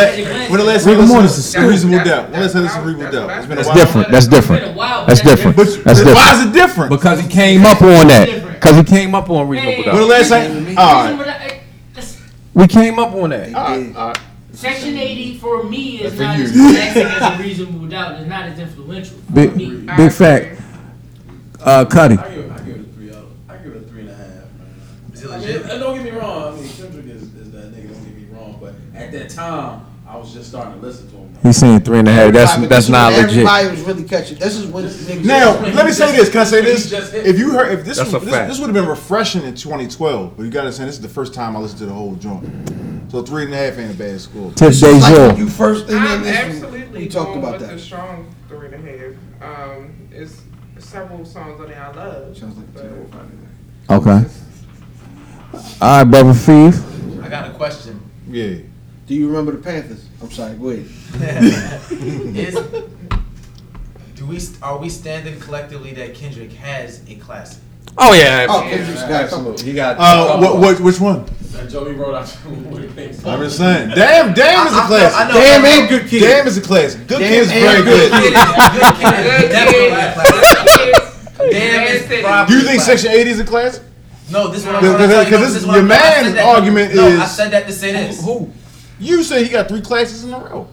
[SPEAKER 3] the last
[SPEAKER 9] Rigor
[SPEAKER 3] time you
[SPEAKER 9] mortis
[SPEAKER 3] listened
[SPEAKER 9] is
[SPEAKER 3] to
[SPEAKER 9] serious.
[SPEAKER 3] reasonable doubt. When the last time you listened to reasonable doubt. It's been a
[SPEAKER 9] That's
[SPEAKER 3] while.
[SPEAKER 9] different. That's different. That's different. That's
[SPEAKER 3] But
[SPEAKER 9] different.
[SPEAKER 3] Why is it different?
[SPEAKER 4] Because he came up on that. Because he came up on reasonable
[SPEAKER 3] When the last
[SPEAKER 4] doubt.
[SPEAKER 3] time? All right.
[SPEAKER 12] uh,
[SPEAKER 4] We came up on that.
[SPEAKER 12] Section 80 for me is
[SPEAKER 4] For
[SPEAKER 12] not
[SPEAKER 4] you.
[SPEAKER 12] as classic as a reasonable doubt. It's not as influential. for
[SPEAKER 4] Big,
[SPEAKER 12] me.
[SPEAKER 4] big fact. Uh, Cuddy.
[SPEAKER 13] I give, it- I give it a three out. I give it a three and a half. man. Is it legit? And don't get me wrong. I mean, Kendrick is, is that nigga. Don't get me wrong. But at that time, I was just starting to listen to him.
[SPEAKER 9] He's saying three and a half. That's
[SPEAKER 1] Everybody-
[SPEAKER 9] that's not legit.
[SPEAKER 1] Everybody was really catching. This is when niggas.
[SPEAKER 3] Now, let me say this. Can I say this? If you heard, if this
[SPEAKER 9] That's
[SPEAKER 3] was,
[SPEAKER 9] a
[SPEAKER 3] this,
[SPEAKER 9] fact.
[SPEAKER 3] this would have been refreshing in 2012, but you gotta say this is the first time I listened to the whole joint. So three and a half ain't a bad score.
[SPEAKER 9] Tip This is like Deja. when
[SPEAKER 1] you first- and then
[SPEAKER 7] I'm
[SPEAKER 1] this-
[SPEAKER 7] absolutely
[SPEAKER 1] we talked
[SPEAKER 7] going
[SPEAKER 1] about
[SPEAKER 7] with
[SPEAKER 1] that.
[SPEAKER 7] the strong three and a half. Um, it's several songs on there I love. Sounds like
[SPEAKER 9] Okay. All right, brother Thief.
[SPEAKER 13] I got a question.
[SPEAKER 3] Yeah.
[SPEAKER 1] Do you remember the Panthers? I'm sorry. Go ahead.
[SPEAKER 13] is do we are we standing collectively that Kendrick has a classic?
[SPEAKER 4] Oh, yeah.
[SPEAKER 1] Oh, Kendrick's got some.
[SPEAKER 11] He got.
[SPEAKER 3] Uh, what, what, which one?
[SPEAKER 13] Uh, Joey wrote out what he thinks.
[SPEAKER 3] I'm just saying. Damn, damn is a
[SPEAKER 13] I- I-
[SPEAKER 3] classic.
[SPEAKER 13] I know-
[SPEAKER 3] damn
[SPEAKER 13] I know.
[SPEAKER 3] ain't good kid. Damn is a classic. Good
[SPEAKER 1] Damn
[SPEAKER 3] kid is
[SPEAKER 1] and
[SPEAKER 3] very good.
[SPEAKER 1] good
[SPEAKER 13] Good kid,
[SPEAKER 7] Good
[SPEAKER 13] definitely
[SPEAKER 7] kid.
[SPEAKER 13] a classic. Damn
[SPEAKER 7] Bad
[SPEAKER 13] is
[SPEAKER 7] City.
[SPEAKER 13] probably
[SPEAKER 3] Do you think
[SPEAKER 13] classic.
[SPEAKER 3] Section 80 is a classic?
[SPEAKER 13] No, this one.
[SPEAKER 3] Because- because- because this- your man's argument
[SPEAKER 13] no, I
[SPEAKER 3] is-
[SPEAKER 13] said that to say this.
[SPEAKER 3] Who? You say he got three classes in a row.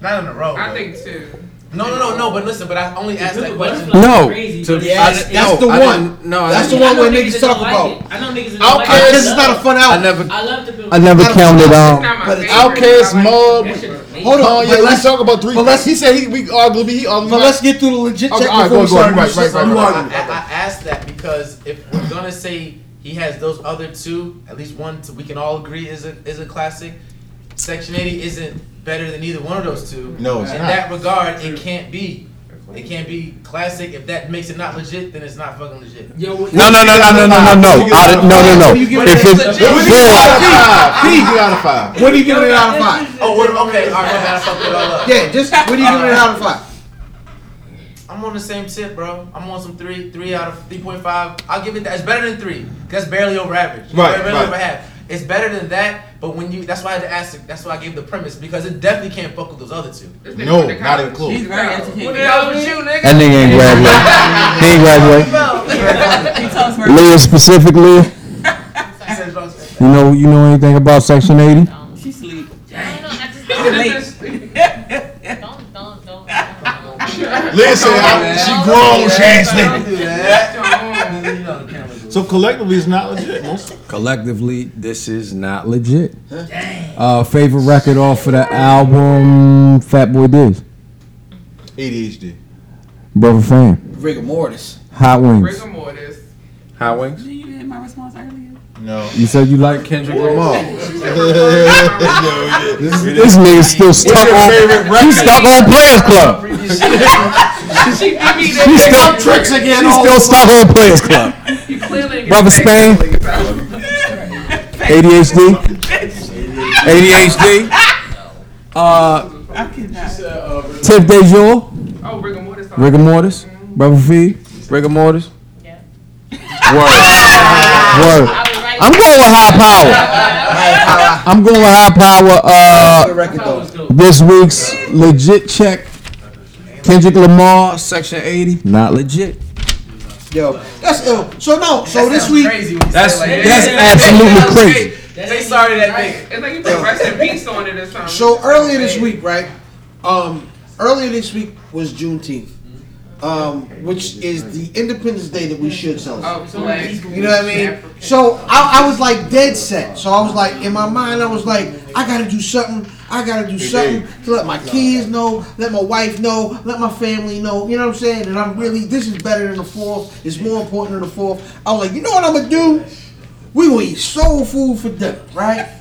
[SPEAKER 13] Not in a row.
[SPEAKER 7] I
[SPEAKER 13] but-
[SPEAKER 7] think two.
[SPEAKER 13] No, no, no, no. But listen, but I only asked that question.
[SPEAKER 4] No.
[SPEAKER 12] Crazy,
[SPEAKER 4] To-
[SPEAKER 12] but it's-
[SPEAKER 4] I
[SPEAKER 1] Yes,
[SPEAKER 4] didn't-
[SPEAKER 1] that's
[SPEAKER 4] no,
[SPEAKER 1] the
[SPEAKER 4] I didn't-
[SPEAKER 1] one.
[SPEAKER 4] No, I
[SPEAKER 1] That's the
[SPEAKER 4] didn't.
[SPEAKER 1] one
[SPEAKER 12] I know
[SPEAKER 1] where niggas
[SPEAKER 12] that
[SPEAKER 1] talk
[SPEAKER 12] don't like
[SPEAKER 1] about.
[SPEAKER 12] it. I know niggas that don't like
[SPEAKER 3] Outkast
[SPEAKER 12] it.
[SPEAKER 1] This is not a fun
[SPEAKER 4] I
[SPEAKER 1] album.
[SPEAKER 4] never.
[SPEAKER 12] I love the build.
[SPEAKER 9] I never counted out.
[SPEAKER 7] Not my
[SPEAKER 1] But
[SPEAKER 7] favorite,
[SPEAKER 3] Outcast,
[SPEAKER 7] but I
[SPEAKER 3] Mob.
[SPEAKER 7] like it.
[SPEAKER 1] Hold on.
[SPEAKER 3] yeah,
[SPEAKER 1] But
[SPEAKER 3] let's
[SPEAKER 1] let's,
[SPEAKER 3] talk about three.
[SPEAKER 1] but let's-
[SPEAKER 3] he said he, we arguably he arguably.
[SPEAKER 1] but let's get through the legit
[SPEAKER 3] Okay,
[SPEAKER 1] check
[SPEAKER 3] all right,
[SPEAKER 1] before we
[SPEAKER 3] go, go,
[SPEAKER 1] start.
[SPEAKER 3] right,
[SPEAKER 1] this
[SPEAKER 3] right, right,
[SPEAKER 1] new
[SPEAKER 3] right,
[SPEAKER 13] I,
[SPEAKER 1] argument.
[SPEAKER 13] I, I asked that because if we're gonna say he has those other two, at least one t- we can all agree is a is a classic. Section eighty isn't
[SPEAKER 14] better than either one of those two.
[SPEAKER 3] No, it's
[SPEAKER 14] in
[SPEAKER 3] not.
[SPEAKER 14] that regard, it can't be. It can't be classic. If that makes it not legit, then it's not fucking legit. Yo,
[SPEAKER 9] No, no, no, no, no, no, no, no. I, no, no, no. If it's
[SPEAKER 3] P, you out of five.
[SPEAKER 1] What do you give it out of five?
[SPEAKER 14] Oh, what, okay, all right, my bad, I fucked it all up.
[SPEAKER 1] Yeah, just what do you give it out of five?
[SPEAKER 14] I'm on the same tip, bro. I'm on some three, three out of three point five. I'll give it that. It's better than three. 'cause That's barely over average.
[SPEAKER 3] Right,
[SPEAKER 14] barely
[SPEAKER 3] right.
[SPEAKER 14] over half. It's better than that, but when you, that's why I had to ask. That's why I gave the premise because it definitely can't fuck with those other two.
[SPEAKER 3] No, not college. included.
[SPEAKER 14] He's very educated. What the hell with you, nigga?
[SPEAKER 9] That nigga ain't graduate. He ain't graduate. Leah specifically. You know, you know anything about Section 80?
[SPEAKER 5] She sleep.
[SPEAKER 3] Listen, I- she grown, she ain't sleeping.
[SPEAKER 9] So collectively, it's not legit. Collectively, this is not legit. Uh, favorite record off of the album Fatboy Diz,
[SPEAKER 3] ADHD.
[SPEAKER 9] Brother Fan,
[SPEAKER 6] Rigor mortis.
[SPEAKER 9] Hot Wings.
[SPEAKER 7] mortis.
[SPEAKER 11] Hot wings.
[SPEAKER 5] You didn't my response earlier.
[SPEAKER 3] No.
[SPEAKER 9] You said you like
[SPEAKER 11] Kendrick Lamar.
[SPEAKER 9] This, this nigga's still stuck on. He's stuck on Players Club. She's stuck tricks again. She's still stuck on Players Club. Brother Spain. ADHD. ADHD. Uh,
[SPEAKER 5] I cannot.
[SPEAKER 9] Tip de jour.
[SPEAKER 7] Oh, rigor mortis.
[SPEAKER 9] Rigor mortis. Brother Fee. Rigor mortis. Word. Word. I'm going with high power. I'm going with high power. Uh, this week's legit check. Kendrick Lamar, Section 80. Not legit.
[SPEAKER 1] Yo, that's ill. So no, so this week
[SPEAKER 9] That's- that's absolutely crazy.
[SPEAKER 14] They sorry that
[SPEAKER 7] nigga. It's like you put rest in peace on it or something.
[SPEAKER 1] So earlier this week, right? Um, earlier this week was Juneteenth, um, which is the Independence Day that we should
[SPEAKER 7] Oh,
[SPEAKER 1] celebrate.
[SPEAKER 7] so like,
[SPEAKER 1] You know what I mean? So I, I was like dead set. So I was like in my mind, I was like, I gotta do something. I gotta do something to let my kids know, let my wife know, let my family know. You know what I'm saying? And I'm really this is better than the fourth. It's more important than the fourth. I was like, you know what I'm gonna do? We gonna eat soul food for dinner, right?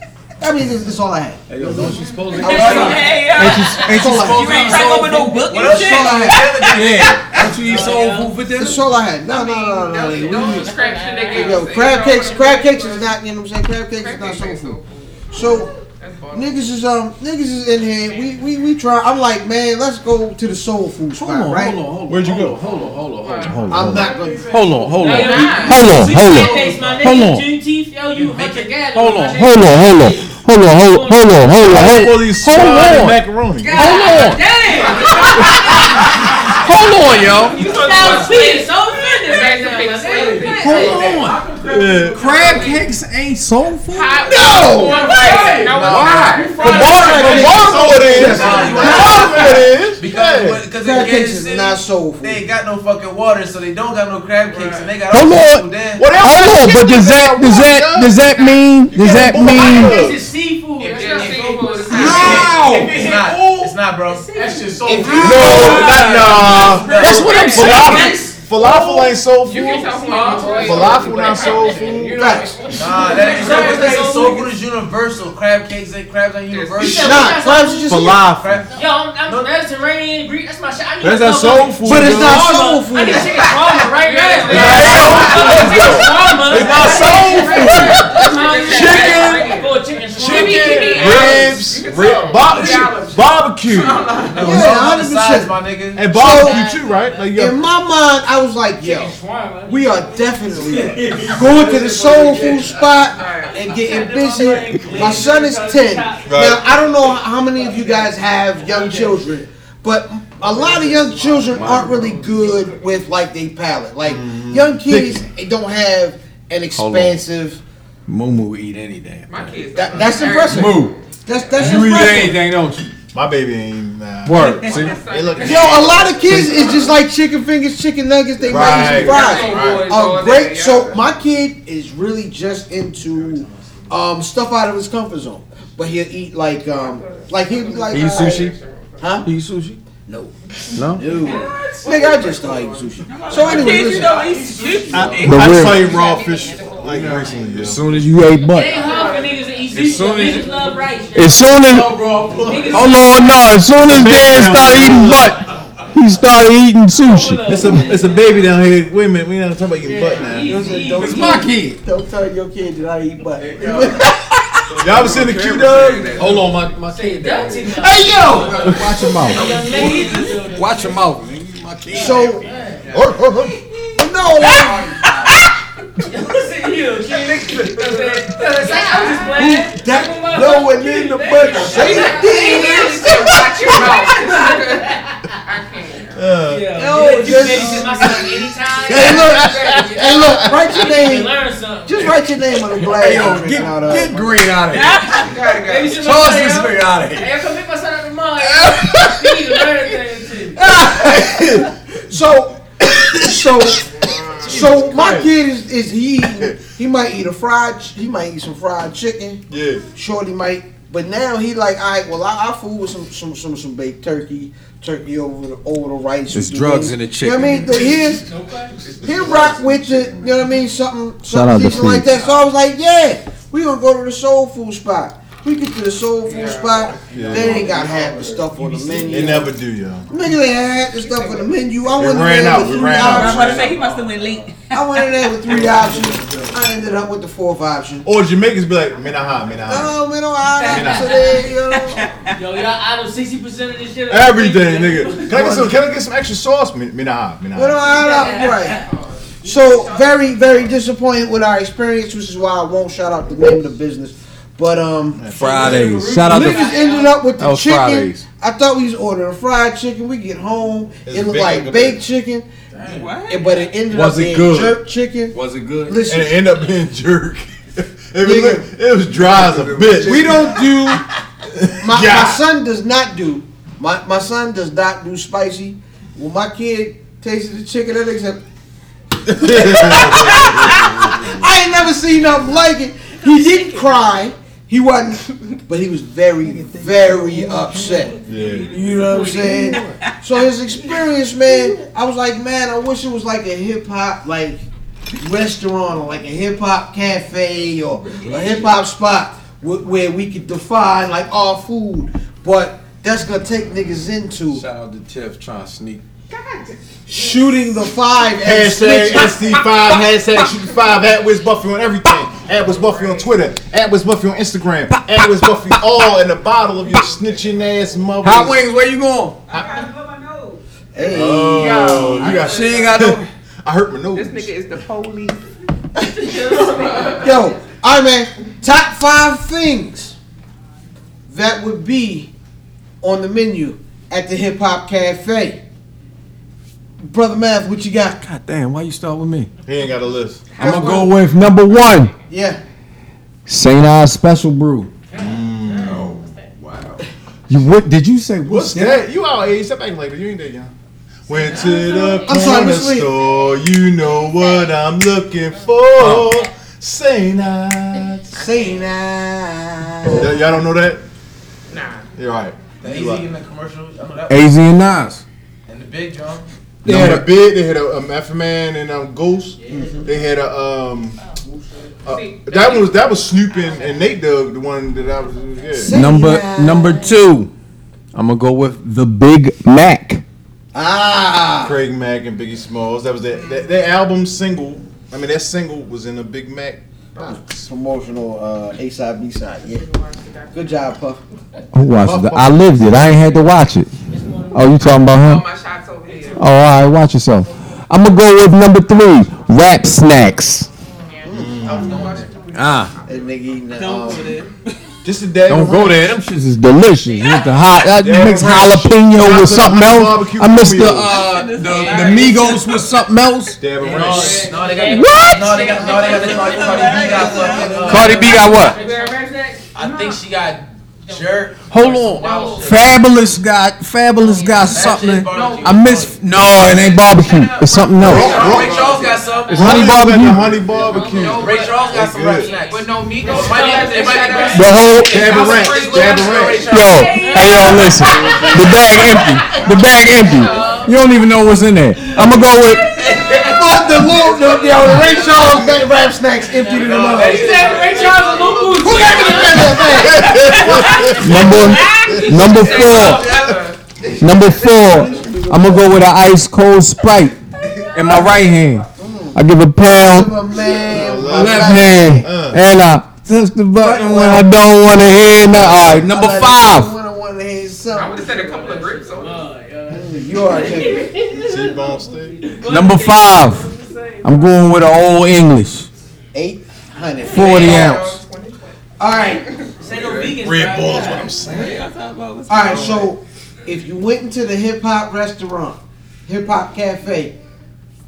[SPEAKER 1] I mean, that's, that's all I had.
[SPEAKER 13] Hey, yo, don't you supposed to?
[SPEAKER 5] "Oh,
[SPEAKER 1] Hey, yo. Hey, yo. Ain't you- ain't you supposed to- What else y'all had?
[SPEAKER 11] Yeah. Don't you eat soul food for dinner?
[SPEAKER 1] That's all I had. No, no, no, no, no. no.
[SPEAKER 7] Those scraps that they gave
[SPEAKER 1] Yo,
[SPEAKER 7] us,
[SPEAKER 1] crab
[SPEAKER 7] they
[SPEAKER 1] cakes, crab cakes is not, you know what I'm saying? Crab cakes is not soul food. So, niggas is, um, niggas is in here. We, we, we try. I'm like, man, let's go to the soul food spot,
[SPEAKER 13] Hold on,
[SPEAKER 1] right?
[SPEAKER 13] hold on, hold on.
[SPEAKER 1] Where'd you
[SPEAKER 13] go? Hold on, hold on, hold on.
[SPEAKER 1] Hold on, I'm hold not on. gonna-
[SPEAKER 13] Hold on, hold
[SPEAKER 1] No,
[SPEAKER 13] on.
[SPEAKER 1] you're not.
[SPEAKER 9] Hold on, hold on. Hold on.
[SPEAKER 12] Juneteenth, yo, you hunter gatherer.
[SPEAKER 9] Hold on, hold on, hold on. Hold on, hold on, hold on, hold on. Hold on. Hold on.
[SPEAKER 11] Macaroni.
[SPEAKER 9] Hold on. Hold on, yo.
[SPEAKER 12] You sound sweet. So offended right now.
[SPEAKER 11] Hold on.
[SPEAKER 9] Crab cakes ain't soul food.
[SPEAKER 11] No!
[SPEAKER 9] Why?
[SPEAKER 11] The bar, the
[SPEAKER 9] bar it is.
[SPEAKER 14] Because because
[SPEAKER 1] Crab
[SPEAKER 14] in
[SPEAKER 1] cakes
[SPEAKER 14] Kansas
[SPEAKER 1] is
[SPEAKER 14] City,
[SPEAKER 1] not soul food.
[SPEAKER 14] they ain't got no fucking water, so they don't got no crab cakes, and they got
[SPEAKER 9] Hold
[SPEAKER 14] all
[SPEAKER 9] on.
[SPEAKER 14] food there.
[SPEAKER 9] Hold on, but does that does that does that mean does that mean
[SPEAKER 12] It's seafood.
[SPEAKER 9] How?
[SPEAKER 14] It's not. It's not, bro.
[SPEAKER 13] That's just so.
[SPEAKER 14] If you-
[SPEAKER 3] No, not, nah.
[SPEAKER 9] That's what I'm
[SPEAKER 3] Falafel, falafel ain't soul food.
[SPEAKER 7] You can tell who I'm talking
[SPEAKER 3] Falafel not soul food.
[SPEAKER 7] You know what I mean?
[SPEAKER 14] Nah, that is soul food. Soul food is universal. Crab cakes and crabs ain't universal.
[SPEAKER 1] Nah, crabs is just
[SPEAKER 14] Crab-
[SPEAKER 12] Yo, I'm, I'm Mediterranean, Greek. That's my shit. I need
[SPEAKER 11] That's
[SPEAKER 12] to
[SPEAKER 11] that
[SPEAKER 12] fuck
[SPEAKER 11] soul
[SPEAKER 12] up.
[SPEAKER 11] food, But it's yo. not soul
[SPEAKER 12] I need chicken parma right now.
[SPEAKER 11] It's not soul food. Chicken,
[SPEAKER 12] Chicken,
[SPEAKER 11] chicken, ribs, rib, barbecue, barbecue,
[SPEAKER 1] Yeah, 100%.
[SPEAKER 14] my nigga.
[SPEAKER 11] and barbecue too, right? Like
[SPEAKER 1] In
[SPEAKER 11] yo,
[SPEAKER 1] my mind, I was like, yo, we are definitely going to the soul food spot and getting busy. My son is 10. Now, I don't know how many of you guys have young children, but a lot of young children aren't really good with like their palate. Like, young kids don't have an
[SPEAKER 9] Mm-hmm. Hold on.
[SPEAKER 1] expansive.
[SPEAKER 9] Mumu eat anything?
[SPEAKER 7] My kids.
[SPEAKER 1] That, that's impressive.
[SPEAKER 9] Moo.
[SPEAKER 1] That's that's
[SPEAKER 9] You eat
[SPEAKER 1] impressive.
[SPEAKER 9] anything, don't you?
[SPEAKER 3] My baby ain't nah.
[SPEAKER 9] Word. See?
[SPEAKER 3] They look-
[SPEAKER 1] Yo, a lot of kids is just like chicken fingers, chicken nuggets. They might eat some
[SPEAKER 3] Right,
[SPEAKER 1] fries.
[SPEAKER 3] right.
[SPEAKER 1] Um, great. So my kid is really just into um, stuff out of his comfort zone, but he'll eat like um, like he like
[SPEAKER 9] He eat
[SPEAKER 1] uh,
[SPEAKER 9] sushi.
[SPEAKER 1] Huh?
[SPEAKER 9] He eat sushi.
[SPEAKER 1] No.
[SPEAKER 9] No.
[SPEAKER 1] Nigga, I just started eating sushi. So anyway,
[SPEAKER 5] Kids, you
[SPEAKER 1] listen.
[SPEAKER 5] don't eat shit.
[SPEAKER 3] I, I
[SPEAKER 9] But
[SPEAKER 3] just
[SPEAKER 9] we're-
[SPEAKER 3] saw you raw fish like recently.
[SPEAKER 9] As soon as you ate
[SPEAKER 12] It
[SPEAKER 9] butt.
[SPEAKER 12] ain't hard for niggas to eat
[SPEAKER 11] As soon as
[SPEAKER 10] Niggas love rice.
[SPEAKER 9] As soon as hold on, no, as soon as Dan started eating butt, he started eating sushi.
[SPEAKER 3] It's a it's a baby down here. Wait a minute, we not talking about your butt now.
[SPEAKER 1] It's
[SPEAKER 11] my kid.
[SPEAKER 1] Don't tell your kid that I eat butt.
[SPEAKER 3] Y'all was in the queue, dog.
[SPEAKER 11] Hold on, my my kid. down.
[SPEAKER 1] Hey yo!
[SPEAKER 9] Watch your mouth. Watch your mouth.
[SPEAKER 1] So no. That no one in the butt. Say
[SPEAKER 7] Watch your mouth.
[SPEAKER 1] No, just- Hey look, hey look, write your name.
[SPEAKER 10] Learn something.
[SPEAKER 1] Just write your name on the uh, black.
[SPEAKER 11] Hey, yo, get, get green out of here.
[SPEAKER 7] Baby, she
[SPEAKER 11] Toss this nigga out of here.
[SPEAKER 10] Hey, come pick my son up tomorrow. He need to learn things too.
[SPEAKER 1] So, so, so my kid is is he eating, he might eat a fried ch- he might eat some fried chicken.
[SPEAKER 3] Yeah.
[SPEAKER 1] Shorty might, but now he like all right. Well, I, I fool with some some some some baked turkey, turkey over the over the rice.
[SPEAKER 11] There's
[SPEAKER 1] with
[SPEAKER 11] drugs
[SPEAKER 1] wings.
[SPEAKER 11] in the
[SPEAKER 1] You know what I mean?
[SPEAKER 11] chicken.
[SPEAKER 1] The, his his rock with the you know what I mean something
[SPEAKER 9] Shout out
[SPEAKER 1] something
[SPEAKER 9] to
[SPEAKER 1] decent like
[SPEAKER 9] Steve.
[SPEAKER 1] that. So I was like, yeah, we gonna go to the soul food spot. We get to the soul food spot. They ain't got half the stuff on the menu.
[SPEAKER 3] They never do, y'all.
[SPEAKER 1] Nigga, they had the stuff on the menu. I
[SPEAKER 3] It
[SPEAKER 1] went in
[SPEAKER 3] ran
[SPEAKER 1] there
[SPEAKER 3] out.
[SPEAKER 1] with
[SPEAKER 3] We
[SPEAKER 1] three
[SPEAKER 3] ran out.
[SPEAKER 5] I was about to
[SPEAKER 1] options.
[SPEAKER 5] say he must have went late.
[SPEAKER 1] I went in there with three options. I ended up with the fourth option.
[SPEAKER 3] Or Jamaicans be like, menaha, menaha.
[SPEAKER 1] Oh, man, oh, I
[SPEAKER 3] Nah.
[SPEAKER 1] so they, you know.
[SPEAKER 10] Yo, y'all out of 60% of this shit.
[SPEAKER 3] Everything, nigga. Can I get some? Can I get some extra sauce? Men- Menaha,
[SPEAKER 1] Well, no,
[SPEAKER 3] menaha.
[SPEAKER 1] I don't right. So very, very disappointed with our experience, which is why I won't shout out the name of the business. But um,
[SPEAKER 11] Fridays.
[SPEAKER 4] Shout out
[SPEAKER 1] niggas
[SPEAKER 4] to
[SPEAKER 1] ended up with
[SPEAKER 11] That
[SPEAKER 1] the
[SPEAKER 11] was
[SPEAKER 1] chicken.
[SPEAKER 11] Fridays.
[SPEAKER 1] I thought we was ordering fried chicken. We get home,
[SPEAKER 3] It's
[SPEAKER 1] it looked
[SPEAKER 3] big
[SPEAKER 1] like
[SPEAKER 3] like a
[SPEAKER 1] baked
[SPEAKER 3] bitch.
[SPEAKER 1] chicken,
[SPEAKER 5] What?
[SPEAKER 1] and- but it ended
[SPEAKER 3] Was
[SPEAKER 1] up
[SPEAKER 3] it
[SPEAKER 1] being
[SPEAKER 3] good?
[SPEAKER 1] jerk chicken.
[SPEAKER 11] Was it good?
[SPEAKER 1] Listen,
[SPEAKER 3] And it ended up being jerk. it, was,
[SPEAKER 1] Nigga.
[SPEAKER 3] it was dry as a bitch.
[SPEAKER 1] We don't do. My,
[SPEAKER 3] Yeah.
[SPEAKER 1] my son does not do. My my son does not do spicy. When my kid tasted the chicken, that nigga said, "I ain't never seen nothing like it." He didn't cry. He wasn't, but he was very, very upset.
[SPEAKER 3] Yeah.
[SPEAKER 1] You know what I'm saying? So his experience, man, I was like, man, I wish it was like a hip hop like restaurant or like a hip hop cafe or a hip hop spot wh- where we could define like our food, but that's gonna take niggas into
[SPEAKER 11] Shout out to Tiff trying to sneak.
[SPEAKER 1] shooting the five and
[SPEAKER 3] Hashtag
[SPEAKER 1] snitching.
[SPEAKER 3] SD5, hashtag shoot the five, at Wiz Buffy on everything. At Wiz Buffy on Twitter, at Wiz Buffy on Instagram, at Wiz Buffy all in the bottle of your snitching ass mother.
[SPEAKER 11] Hot wings, where you going?
[SPEAKER 1] Hey.
[SPEAKER 3] Oh, you got
[SPEAKER 11] She ain't got no.
[SPEAKER 3] I hurt my nose.
[SPEAKER 7] This nigga is the police.
[SPEAKER 1] Yo, all right, man. Top five things that would be on the menu at the hip hop cafe. Brother Math, what you got?
[SPEAKER 9] God damn, why you start with me?
[SPEAKER 3] He ain't got a list.
[SPEAKER 9] I'm gonna go with number one,
[SPEAKER 1] Yeah.
[SPEAKER 9] St. Ives Special Brew.
[SPEAKER 8] Oh, wow.
[SPEAKER 9] You what? Did you say
[SPEAKER 3] What's that? You our age. Step back like that. You ain't that young. Went to the
[SPEAKER 1] I'm sorry,
[SPEAKER 3] corner
[SPEAKER 1] Miss Lee.
[SPEAKER 3] store. You know what I'm looking for. Say not.
[SPEAKER 1] Say now.
[SPEAKER 3] Y'all y'all don't know that?
[SPEAKER 14] Nah.
[SPEAKER 3] You're right.
[SPEAKER 14] The AZ
[SPEAKER 3] You right.
[SPEAKER 14] in the commercial, I know that one.
[SPEAKER 9] AZ and Nas.
[SPEAKER 14] And the big drum.
[SPEAKER 3] They had a bid. They had a um, F Man and um, Ghost.
[SPEAKER 1] Mm-hmm.
[SPEAKER 3] They had a um. uh, that one was that was Snoop and, and Nate Dogg, the one that I was yeah.
[SPEAKER 9] Number
[SPEAKER 1] Yeah.
[SPEAKER 9] number two, I'm gonna go with the Big Mac.
[SPEAKER 1] Ah.
[SPEAKER 3] Craig Mack and Biggie Smalls. That was that, that their album single. I mean, that single was in a Big Mac box.
[SPEAKER 1] Promotional uh, A side, B side. Yeah. Good job, Puff.
[SPEAKER 9] Who watched it? I lived it. I ain't had to watch it. Oh, you talking
[SPEAKER 7] All
[SPEAKER 9] about him?
[SPEAKER 7] my shots over here.
[SPEAKER 9] Oh, all right. Watch yourself. I'm gonna go with number three, Rap Snacks.
[SPEAKER 11] Ah,
[SPEAKER 1] That nigga eating that.
[SPEAKER 5] Don't
[SPEAKER 1] Um,
[SPEAKER 5] do that.
[SPEAKER 3] Just a dad.
[SPEAKER 9] Don't go there. Them shits is delicious. With the hot, uh, you mix jalapeno with
[SPEAKER 3] Chocolate
[SPEAKER 9] something else.
[SPEAKER 3] barbecue
[SPEAKER 9] I mix the
[SPEAKER 3] Romeo.
[SPEAKER 9] uh, the, the
[SPEAKER 12] hilarious.
[SPEAKER 9] Migos with something else.
[SPEAKER 3] Dab and
[SPEAKER 14] No,
[SPEAKER 3] ranch.
[SPEAKER 14] they- no, they got
[SPEAKER 9] What?
[SPEAKER 14] No, they got no, they got the Cardi, Cardi B got fucking. Uh,
[SPEAKER 9] Cardi B got what?
[SPEAKER 14] I think she got jerk.
[SPEAKER 9] Hold on. Fabulous got Fabulous got something.
[SPEAKER 14] barbecue.
[SPEAKER 9] I miss. No, it ain't barbecue. It's something else.
[SPEAKER 14] Yo, Ray Charles got some.
[SPEAKER 3] It's
[SPEAKER 9] Honey
[SPEAKER 3] honey barbecue.
[SPEAKER 9] barbecue.
[SPEAKER 3] Honey barbecue.
[SPEAKER 14] Yo, Ray Charles got some rap snacks.
[SPEAKER 7] But no, Migos.
[SPEAKER 14] It might be- it might be-
[SPEAKER 9] The whole
[SPEAKER 3] Dab and ranch.
[SPEAKER 14] Ray Charles,
[SPEAKER 3] Dab
[SPEAKER 14] Ray
[SPEAKER 3] and ranch.
[SPEAKER 14] Charles.
[SPEAKER 9] yo. Hey yo, listen. The bag empty. The bag empty. You don't even know what's in there. I'm gonna go with.
[SPEAKER 1] Fuck the Lord, the, the, the Ray Charles that rap snacks emptied in the mouth.
[SPEAKER 14] He said
[SPEAKER 1] Who got the
[SPEAKER 9] Number number four. Number four. I'm gonna go with an ice cold Sprite in my right hand. I give a pound left hand, and I touch the button when I don't want to hear nothing. All right, number five.
[SPEAKER 7] I would have said a couple of grapes.
[SPEAKER 12] Oh,
[SPEAKER 7] over.
[SPEAKER 1] You are a nigga.
[SPEAKER 3] T-bone steak.
[SPEAKER 9] Number five. I'm going with an old English,
[SPEAKER 1] 800.
[SPEAKER 9] 40 ounce.
[SPEAKER 1] All right.
[SPEAKER 3] Red Bull is what I'm saying.
[SPEAKER 1] All right, so if you went into the hip hop restaurant, hip hop cafe,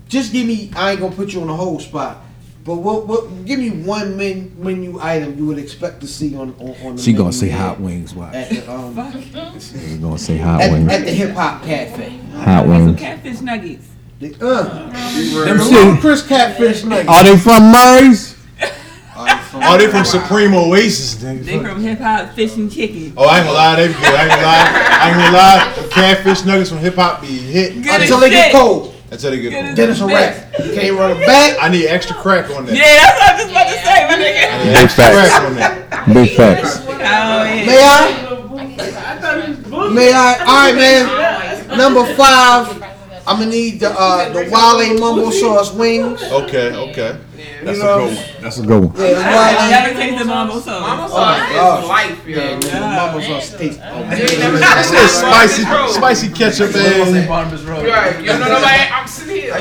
[SPEAKER 1] just give me. I ain't gonna put you on a whole spot, but what? What? Give me one men, menu item you would expect to see on on, on the
[SPEAKER 9] She gonna
[SPEAKER 1] menu
[SPEAKER 9] say
[SPEAKER 1] there
[SPEAKER 9] hot wings. Watch.
[SPEAKER 1] at the, um, at,
[SPEAKER 9] She gonna say hot wings.
[SPEAKER 1] at the hip hop cafe.
[SPEAKER 9] Hot wings.
[SPEAKER 5] Catfish nuggets.
[SPEAKER 1] The, uh,
[SPEAKER 9] Them
[SPEAKER 1] the
[SPEAKER 9] shit-
[SPEAKER 1] Little Chris catfish nuggets.
[SPEAKER 9] Are they from Murray's?
[SPEAKER 3] Oh, they from Supreme Oasis, nigga.
[SPEAKER 5] They from hip hop fish and chicken.
[SPEAKER 3] Oh, I ain't gonna lie, they good. I ain't gonna lie. I ain't gonna lie. The catfish nuggets from hip hop be hitting
[SPEAKER 5] Good
[SPEAKER 1] Until they get
[SPEAKER 5] shit.
[SPEAKER 1] cold,
[SPEAKER 3] Until they get
[SPEAKER 1] then it's a wrap. You can't run it back.
[SPEAKER 3] I need extra crack on that.
[SPEAKER 5] Yeah, that's what I was about to say, my nigga.
[SPEAKER 3] I need
[SPEAKER 9] Big
[SPEAKER 3] extra
[SPEAKER 9] facts.
[SPEAKER 3] crack on that.
[SPEAKER 9] Big facts.
[SPEAKER 5] Oh, yeah.
[SPEAKER 1] May I? May I? All right, man. Number five. I'm gonna need the uh, the Wale mumbo sauce wings.
[SPEAKER 3] Okay, okay.
[SPEAKER 1] You know,
[SPEAKER 9] That's a good one.
[SPEAKER 1] yeah, the
[SPEAKER 5] I
[SPEAKER 1] Wale.
[SPEAKER 5] gotta taste the mumbo sauce.
[SPEAKER 7] Mama
[SPEAKER 1] Oh my
[SPEAKER 7] sauce
[SPEAKER 1] gosh.
[SPEAKER 7] is life, yo.
[SPEAKER 1] The mumbo sauce tastes amazing.
[SPEAKER 3] I said spicy, spicy ketchup, man.
[SPEAKER 11] Barnabas Road.
[SPEAKER 7] Right, you don't know nobody. I'm sitting here.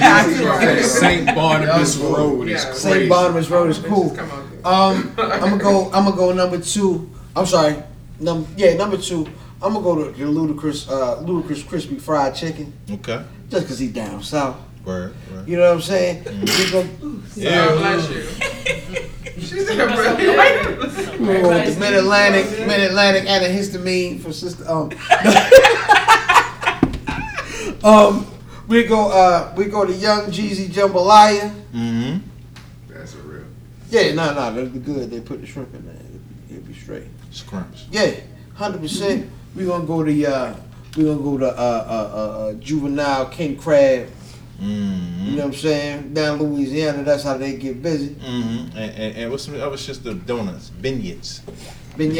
[SPEAKER 11] St. Barnabas Road is
[SPEAKER 7] Yeah.
[SPEAKER 1] St.
[SPEAKER 11] crazy.
[SPEAKER 1] Barnabas Road is cool.
[SPEAKER 7] Come on.
[SPEAKER 1] Um, I'm gonna go. I'm gonna go number two. I'm sorry. Num yeah, number two. I'm gonna go to the ludicrous, uh, ludicrous crispy fried chicken,
[SPEAKER 3] Okay.
[SPEAKER 1] just cause he down south.
[SPEAKER 3] Word, word.
[SPEAKER 1] You know what I'm saying?
[SPEAKER 5] Mm.
[SPEAKER 1] We gonna-
[SPEAKER 7] God
[SPEAKER 3] Yeah.
[SPEAKER 7] bless you. She's in her breath.
[SPEAKER 1] we gonna go with the Mid Atlantic, Mid Atlantic antihistamine for sister. Um, um, we go. Uh, we go to Young Jeezy Jambalaya.
[SPEAKER 3] Mm-hmm.
[SPEAKER 8] That's a real.
[SPEAKER 1] Yeah, no, no, that'd be good. They put the shrimp in there. It'd be, it'd be straight.
[SPEAKER 3] Scrimps.
[SPEAKER 1] Yeah, hundred percent. We gonna go to uh, we gonna go to uh, uh, uh, uh juvenile king crab. You
[SPEAKER 3] Mm-hmm.
[SPEAKER 1] know what I'm saying? Down in Louisiana, that's how they get busy.
[SPEAKER 3] Mm-hmm. And, and, and what's some other shit's the donuts? Vignettes.
[SPEAKER 1] Beignets.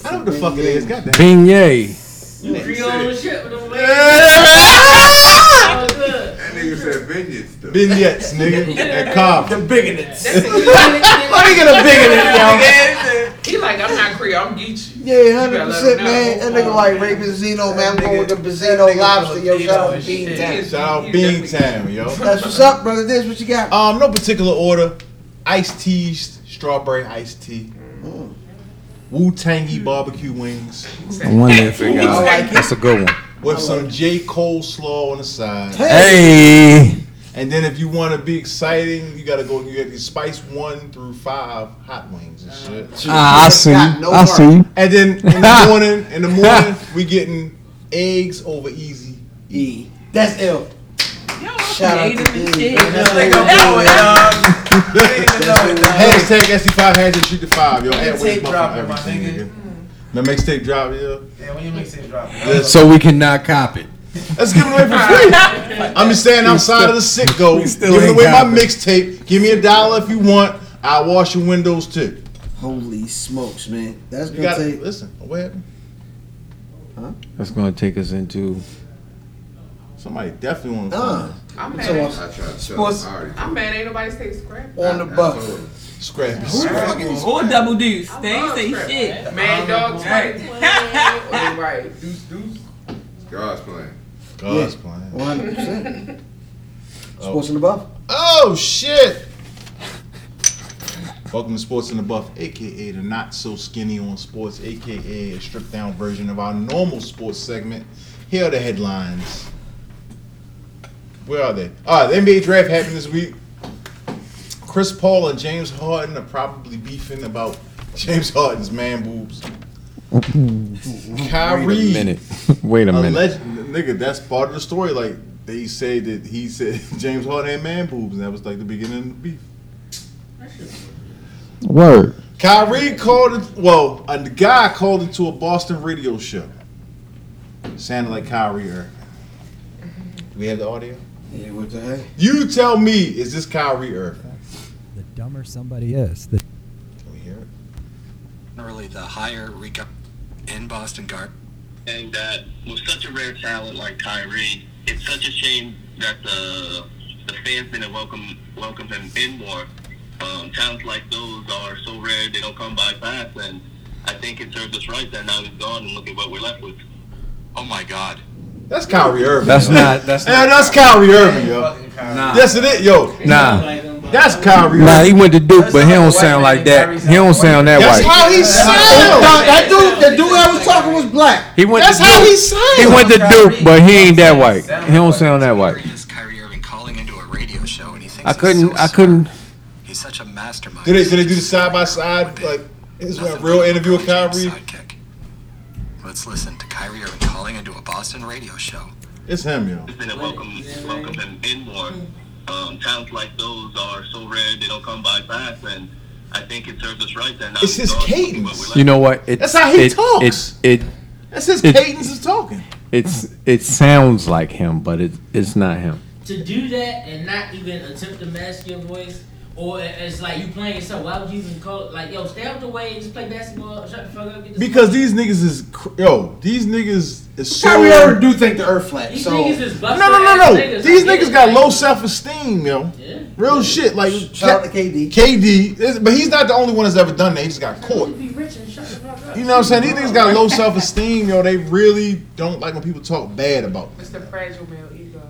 [SPEAKER 5] Beignets.
[SPEAKER 3] I don't know what the fuck it is. God damn.
[SPEAKER 4] Beignet.
[SPEAKER 10] You Creole shit with them
[SPEAKER 3] Yeah.
[SPEAKER 10] legs.
[SPEAKER 8] That nigga said vineyards though.
[SPEAKER 3] Vignettes, nigga. At Cobb.
[SPEAKER 1] Bigots.
[SPEAKER 7] That's what you wanna
[SPEAKER 1] Let me get a bigoted, yo.
[SPEAKER 7] He like, I'm not Creole, I'm Geechee.
[SPEAKER 1] Yeah,
[SPEAKER 7] You
[SPEAKER 1] hundred
[SPEAKER 7] gotta let
[SPEAKER 1] percent,
[SPEAKER 7] him know.
[SPEAKER 1] Oh, man. That nigga like Ray Benzino, man. I'm going with the Benzino lobster, yo. Shout out to Bean Town.
[SPEAKER 3] Shout out Bean Town, yo.
[SPEAKER 1] That's what's up, brother. This what you
[SPEAKER 9] Oh,
[SPEAKER 1] got?
[SPEAKER 3] Um, no particular order. Iced teas, strawberry iced tea. Mm. Wu Tangy barbecue wings
[SPEAKER 9] One that figure
[SPEAKER 1] I like it.
[SPEAKER 9] That's a good one.
[SPEAKER 3] with some J Cole slaw on the side.
[SPEAKER 9] Hey.
[SPEAKER 3] And then if you want to be exciting, you gotta go. You got these spice one through five hot wings and shit.
[SPEAKER 9] Ah, I see you. I see you.
[SPEAKER 3] And then in the morning, in the morning, we getting eggs over easy.
[SPEAKER 1] E. That's ill.
[SPEAKER 5] Y'all
[SPEAKER 1] Shout out
[SPEAKER 5] creative
[SPEAKER 1] to
[SPEAKER 5] and
[SPEAKER 1] Bean.
[SPEAKER 5] shit.
[SPEAKER 3] Hashtag SD5 hashtag shoot the five, yo. Add wings
[SPEAKER 14] Tape
[SPEAKER 3] muffin
[SPEAKER 14] dropping, my
[SPEAKER 3] everything,
[SPEAKER 14] nigga.
[SPEAKER 3] The mixtape drop, yo.
[SPEAKER 14] Yeah, when you mix it, drop it.
[SPEAKER 3] Let's,
[SPEAKER 9] So we cannot cop it.
[SPEAKER 3] let's give it away for free. I'm just saying, outside of the sick go,
[SPEAKER 9] we still
[SPEAKER 3] giving
[SPEAKER 9] ain't
[SPEAKER 3] away my
[SPEAKER 9] got it.
[SPEAKER 3] mixtape. Give me a dollar if you want. I'll wash your windows too.
[SPEAKER 1] Holy smokes, man. That's
[SPEAKER 3] You
[SPEAKER 1] gonna
[SPEAKER 3] gotta
[SPEAKER 1] take.
[SPEAKER 3] listen. What happened?
[SPEAKER 4] That's gonna take us into.
[SPEAKER 3] Somebody definitely want to.
[SPEAKER 1] Uh,
[SPEAKER 7] I'm
[SPEAKER 1] so
[SPEAKER 7] mad.
[SPEAKER 8] I
[SPEAKER 1] on,
[SPEAKER 8] tried to tell
[SPEAKER 1] Sports-
[SPEAKER 8] him. I already.
[SPEAKER 7] I'm mad ain't nobody say scrap.
[SPEAKER 1] on the buck.
[SPEAKER 3] Scrap it.
[SPEAKER 5] Or double deuce. They ain't say
[SPEAKER 7] Scrap.
[SPEAKER 5] shit.
[SPEAKER 7] Mad dog
[SPEAKER 5] Right.
[SPEAKER 7] twice. Right, right. Deuce, deuce.
[SPEAKER 8] God's plan.
[SPEAKER 3] God's
[SPEAKER 1] Yeah.
[SPEAKER 3] plan.
[SPEAKER 1] One hundred percent. Sports and above.
[SPEAKER 3] Oh shit! Welcome to Sports in the Buff, aka the not so skinny on sports, aka a stripped down version of our normal sports segment. Here are the headlines. Where are they? All right, the NBA draft happened this week. Chris Paul and James Harden are probably beefing about James Harden's man boobs. Kyrie
[SPEAKER 4] Wait a minute. Wait a minute.
[SPEAKER 3] Alleged, nigga, that's part of the story. Like they say that he said James Harden had man boobs, and that was like the beginning of the beef.
[SPEAKER 9] Word.
[SPEAKER 3] Kyrie called it. Well, a guy called into a Boston radio show. Sounded like Kyrie Irving. Do we have the audio?
[SPEAKER 1] Yeah, what the heck?
[SPEAKER 3] You tell me, is this Kyrie Irving?
[SPEAKER 15] The dumber somebody is, the
[SPEAKER 3] Can we hear it?
[SPEAKER 14] primarily the higher recon in Boston guard. And that with such a rare talent like Kyrie, it's such a shame that the the fans didn't welcome welcome him in more. Um, talents like those are so rare they don't come by fast, and I think it serves us right that now he's gone and look at what we're left with. Oh my God.
[SPEAKER 3] That's Kyrie Irving.
[SPEAKER 9] That's
[SPEAKER 3] yo.
[SPEAKER 9] not- that's
[SPEAKER 3] Yeah,
[SPEAKER 9] not-
[SPEAKER 3] that's Kyrie Irving, yo.
[SPEAKER 9] Nah.
[SPEAKER 3] That's it, yo.
[SPEAKER 9] Nah.
[SPEAKER 3] That's Kyrie.
[SPEAKER 9] Nah, he
[SPEAKER 3] Irving.
[SPEAKER 9] went to Duke, but he don't sound like that. He don't sound that
[SPEAKER 1] That's
[SPEAKER 9] white.
[SPEAKER 1] how he sound. Nah, that dude, the dude I was talking was black.
[SPEAKER 9] He went
[SPEAKER 1] That's
[SPEAKER 9] to
[SPEAKER 1] how
[SPEAKER 9] Duke.
[SPEAKER 1] he sound.
[SPEAKER 9] He went to Duke, but he ain't that white. He don't sound that white. I couldn't. I couldn't.
[SPEAKER 14] He's such a mastermind.
[SPEAKER 3] Did they, did they do the side by side like his uh, real interview with Kyrie?
[SPEAKER 14] Let's listen to Kyrie Irving calling into a Boston radio show.
[SPEAKER 3] It's him, yo.
[SPEAKER 14] Didn't welcome welcome him in more. Um, talents like those are so rare they don't come by fast, and I think it serves us right that now
[SPEAKER 3] It's his cadence.
[SPEAKER 9] You know what? It-
[SPEAKER 3] That's how he
[SPEAKER 9] it-
[SPEAKER 3] talks.
[SPEAKER 9] It, it
[SPEAKER 3] That's his
[SPEAKER 9] it-
[SPEAKER 3] cadence is talking.
[SPEAKER 9] It's it sounds like him, but it it's not him.
[SPEAKER 12] to do that and not even attempt to mask your voice, or it- it's like you playing yourself. Why would you even call it like, yo, stay out the way, just play basketball, shut the fuck up, get this
[SPEAKER 3] Because these niggas is cr- yo, these niggas is so.
[SPEAKER 1] Kyrie Irving do think the earth flat.
[SPEAKER 12] These
[SPEAKER 1] So
[SPEAKER 12] niggas is
[SPEAKER 3] No,
[SPEAKER 12] busted
[SPEAKER 3] no, no,
[SPEAKER 12] ass
[SPEAKER 3] no.
[SPEAKER 12] niggas.
[SPEAKER 3] These
[SPEAKER 12] I get
[SPEAKER 3] niggas
[SPEAKER 12] it.
[SPEAKER 3] got low self esteem, yo. Real shit. Like shout
[SPEAKER 1] out to KD.
[SPEAKER 3] KD, is- but he's not the only one that's ever done that. He just got caught.
[SPEAKER 12] Be rich and shut the fuck up.
[SPEAKER 3] You know what I'm saying? These niggas got low self esteem, yo. They really don't like when people talk bad about. them.
[SPEAKER 7] It's the fragile male ego.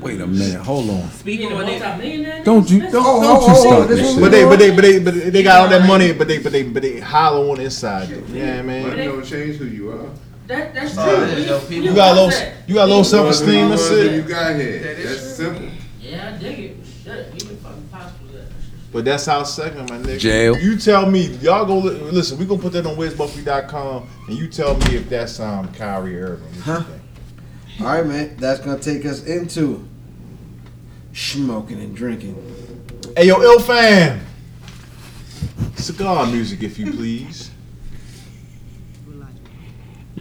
[SPEAKER 3] Wait a minute, hold on.
[SPEAKER 12] Speaking of multi-millionaire,
[SPEAKER 9] Don't you don't,
[SPEAKER 3] Oh,
[SPEAKER 9] don't you
[SPEAKER 3] oh,
[SPEAKER 9] start
[SPEAKER 3] oh, this
[SPEAKER 9] this
[SPEAKER 3] is-
[SPEAKER 9] shit.
[SPEAKER 3] But they, but they, but they, but they, they got all that money, but they, but they, but they hollow on the inside. though. You know what I
[SPEAKER 16] Money
[SPEAKER 3] mean?
[SPEAKER 16] don't change who you are.
[SPEAKER 12] that, that's true.
[SPEAKER 16] Oh,
[SPEAKER 12] We-
[SPEAKER 16] yo,
[SPEAKER 12] we
[SPEAKER 16] people-
[SPEAKER 3] You got low,
[SPEAKER 12] about that.
[SPEAKER 3] you got low self
[SPEAKER 16] You
[SPEAKER 3] esteem. That's
[SPEAKER 16] are who You
[SPEAKER 3] it.
[SPEAKER 16] got here. That's simple.
[SPEAKER 12] Yeah, I dig it. Shit, we can fucking possible that.
[SPEAKER 3] But that's our segment, my nigga.
[SPEAKER 9] Jail.
[SPEAKER 3] You tell me, y'all go li- listen. We gonna put that on WizBuffy.com, and you tell me if that's um Kyrie Irving. Huh?
[SPEAKER 1] All right, man. That's gonna take us into smoking and drinking.
[SPEAKER 3] Hey, yo, ill fam. Cigar music, if you please.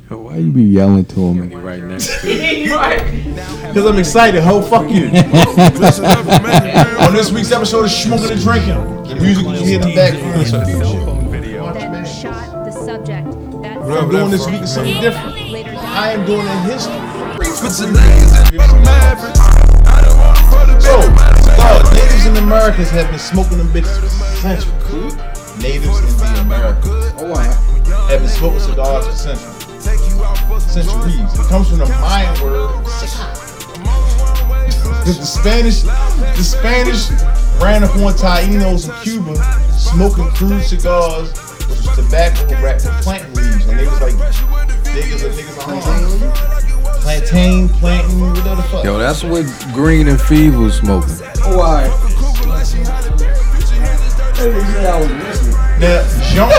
[SPEAKER 17] Yo, why you be yelling to him right next to
[SPEAKER 3] Because I'm excited, ho. Fuck you. On this week's episode of Smoking and Drinking, the music you hear in the background is future.
[SPEAKER 18] Then shot the subject. That's
[SPEAKER 3] What I'm doing this week is something different. I am doing in history. So, uh, God, natives and Americans have been smoking them bitches for centuries. Natives and the Americans have been smoking cigars for centuries. Centuries. It comes from the Mayan word cigar. Because the Spanish, the Spanish ran upon Tainos in Cuba smoking crude cigars, which was tobacco wrapped in plant leaves, and they was like niggas and niggas on plantain, plantain, whatever the fuck.
[SPEAKER 9] Yo, that's what Green and Fever was smoking.
[SPEAKER 1] Why?
[SPEAKER 3] Now, Joan,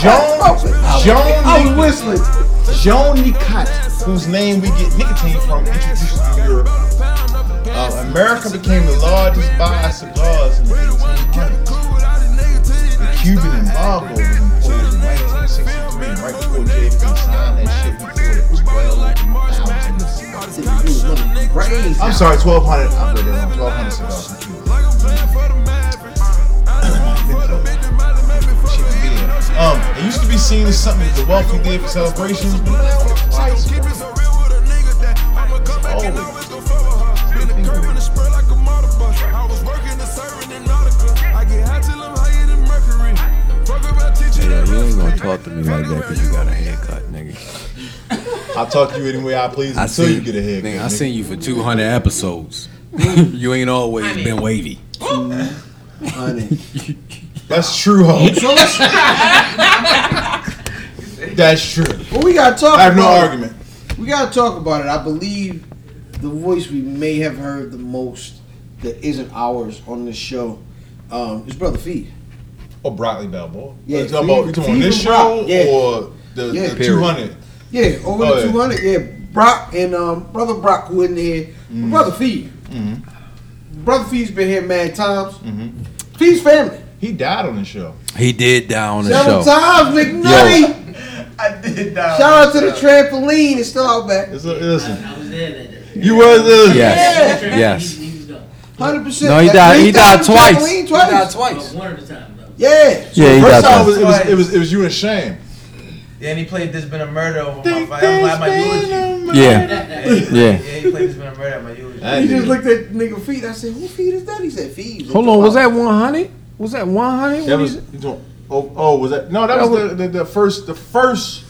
[SPEAKER 3] Joan, Joan, I was whistling. Joan Nicot, whose name we get nicotine from, introduced us to Europe. Uh, America became the largest buyer of cigars in the 1800s. The Cuban embargo was imposed in 1963, right before JFK signed that shit before it was 12,000. I'm sorry, 1,200. I'm ready, 1,200 cigars from Cuba. Shit was video. Um, it used to be seen as something that the wealthy did for celebrations. but now it's like- Always. Oh.
[SPEAKER 9] Yeah, you ain't gonna talk to me like that because you got a haircut, nigga.
[SPEAKER 3] I talk to you any way I please
[SPEAKER 9] I
[SPEAKER 3] until
[SPEAKER 9] seen-
[SPEAKER 3] you get a head.
[SPEAKER 9] nigga, I seen you for 200 episodes. you ain't always been wavy.
[SPEAKER 3] That's true, ho.
[SPEAKER 1] So let's-
[SPEAKER 3] That's true.
[SPEAKER 1] Well, we gotta talk.
[SPEAKER 3] I have no
[SPEAKER 1] about it.
[SPEAKER 3] argument.
[SPEAKER 1] We gotta talk about it. I believe the voice we may have heard the most that isn't ours on this show um, is Brother Feed.
[SPEAKER 3] Or Oh, Broccoli Balboa.
[SPEAKER 1] Yeah,
[SPEAKER 3] you talking about, you
[SPEAKER 1] Feed-
[SPEAKER 3] talking about this
[SPEAKER 1] Feed and Brock.
[SPEAKER 3] show
[SPEAKER 1] Yeah.
[SPEAKER 3] or the, the
[SPEAKER 1] Yeah. Period.
[SPEAKER 3] 200?
[SPEAKER 1] Yeah, over
[SPEAKER 3] Oh,
[SPEAKER 1] the
[SPEAKER 3] yeah.
[SPEAKER 1] 200. Yeah, Brock and um, Brother Brock who in there.
[SPEAKER 3] Mm-hmm.
[SPEAKER 1] Brother Feed. Brother Feed's been here mad times.
[SPEAKER 3] Mm-hmm.
[SPEAKER 1] Feed's family.
[SPEAKER 3] He died on the show.
[SPEAKER 9] He did die on the
[SPEAKER 1] Several
[SPEAKER 9] show.
[SPEAKER 1] times, McNutty.
[SPEAKER 19] I did
[SPEAKER 1] Shout out to the trampoline. It's still out back.
[SPEAKER 3] listen.
[SPEAKER 12] I was there that day.
[SPEAKER 3] You was uh, there.
[SPEAKER 9] Yes.
[SPEAKER 1] Yeah.
[SPEAKER 9] Yes.
[SPEAKER 1] Hundred percent.
[SPEAKER 9] No, he died- he died twice.
[SPEAKER 1] Twice.
[SPEAKER 12] But one at a time, though.
[SPEAKER 1] Yeah.
[SPEAKER 3] So
[SPEAKER 4] Yeah,
[SPEAKER 3] the
[SPEAKER 4] he
[SPEAKER 3] first
[SPEAKER 4] got
[SPEAKER 3] time
[SPEAKER 4] that.
[SPEAKER 3] it was, it was it was it was you and Shame.
[SPEAKER 14] Yeah, and he played There's Been a Murder over my fight. I'm glad my eulogy.
[SPEAKER 4] Yeah. Yeah.
[SPEAKER 14] Yeah, he played There's Been a Murder at my eulogy.
[SPEAKER 1] He just looked at nigga feet. I said, "Who feet is that?" He said, "Feet."
[SPEAKER 4] Hold
[SPEAKER 11] Oh,
[SPEAKER 4] on, was that 100? Was that 100?
[SPEAKER 3] That was you know, oh, oh was that no that,
[SPEAKER 4] That
[SPEAKER 3] was, the, the the first the first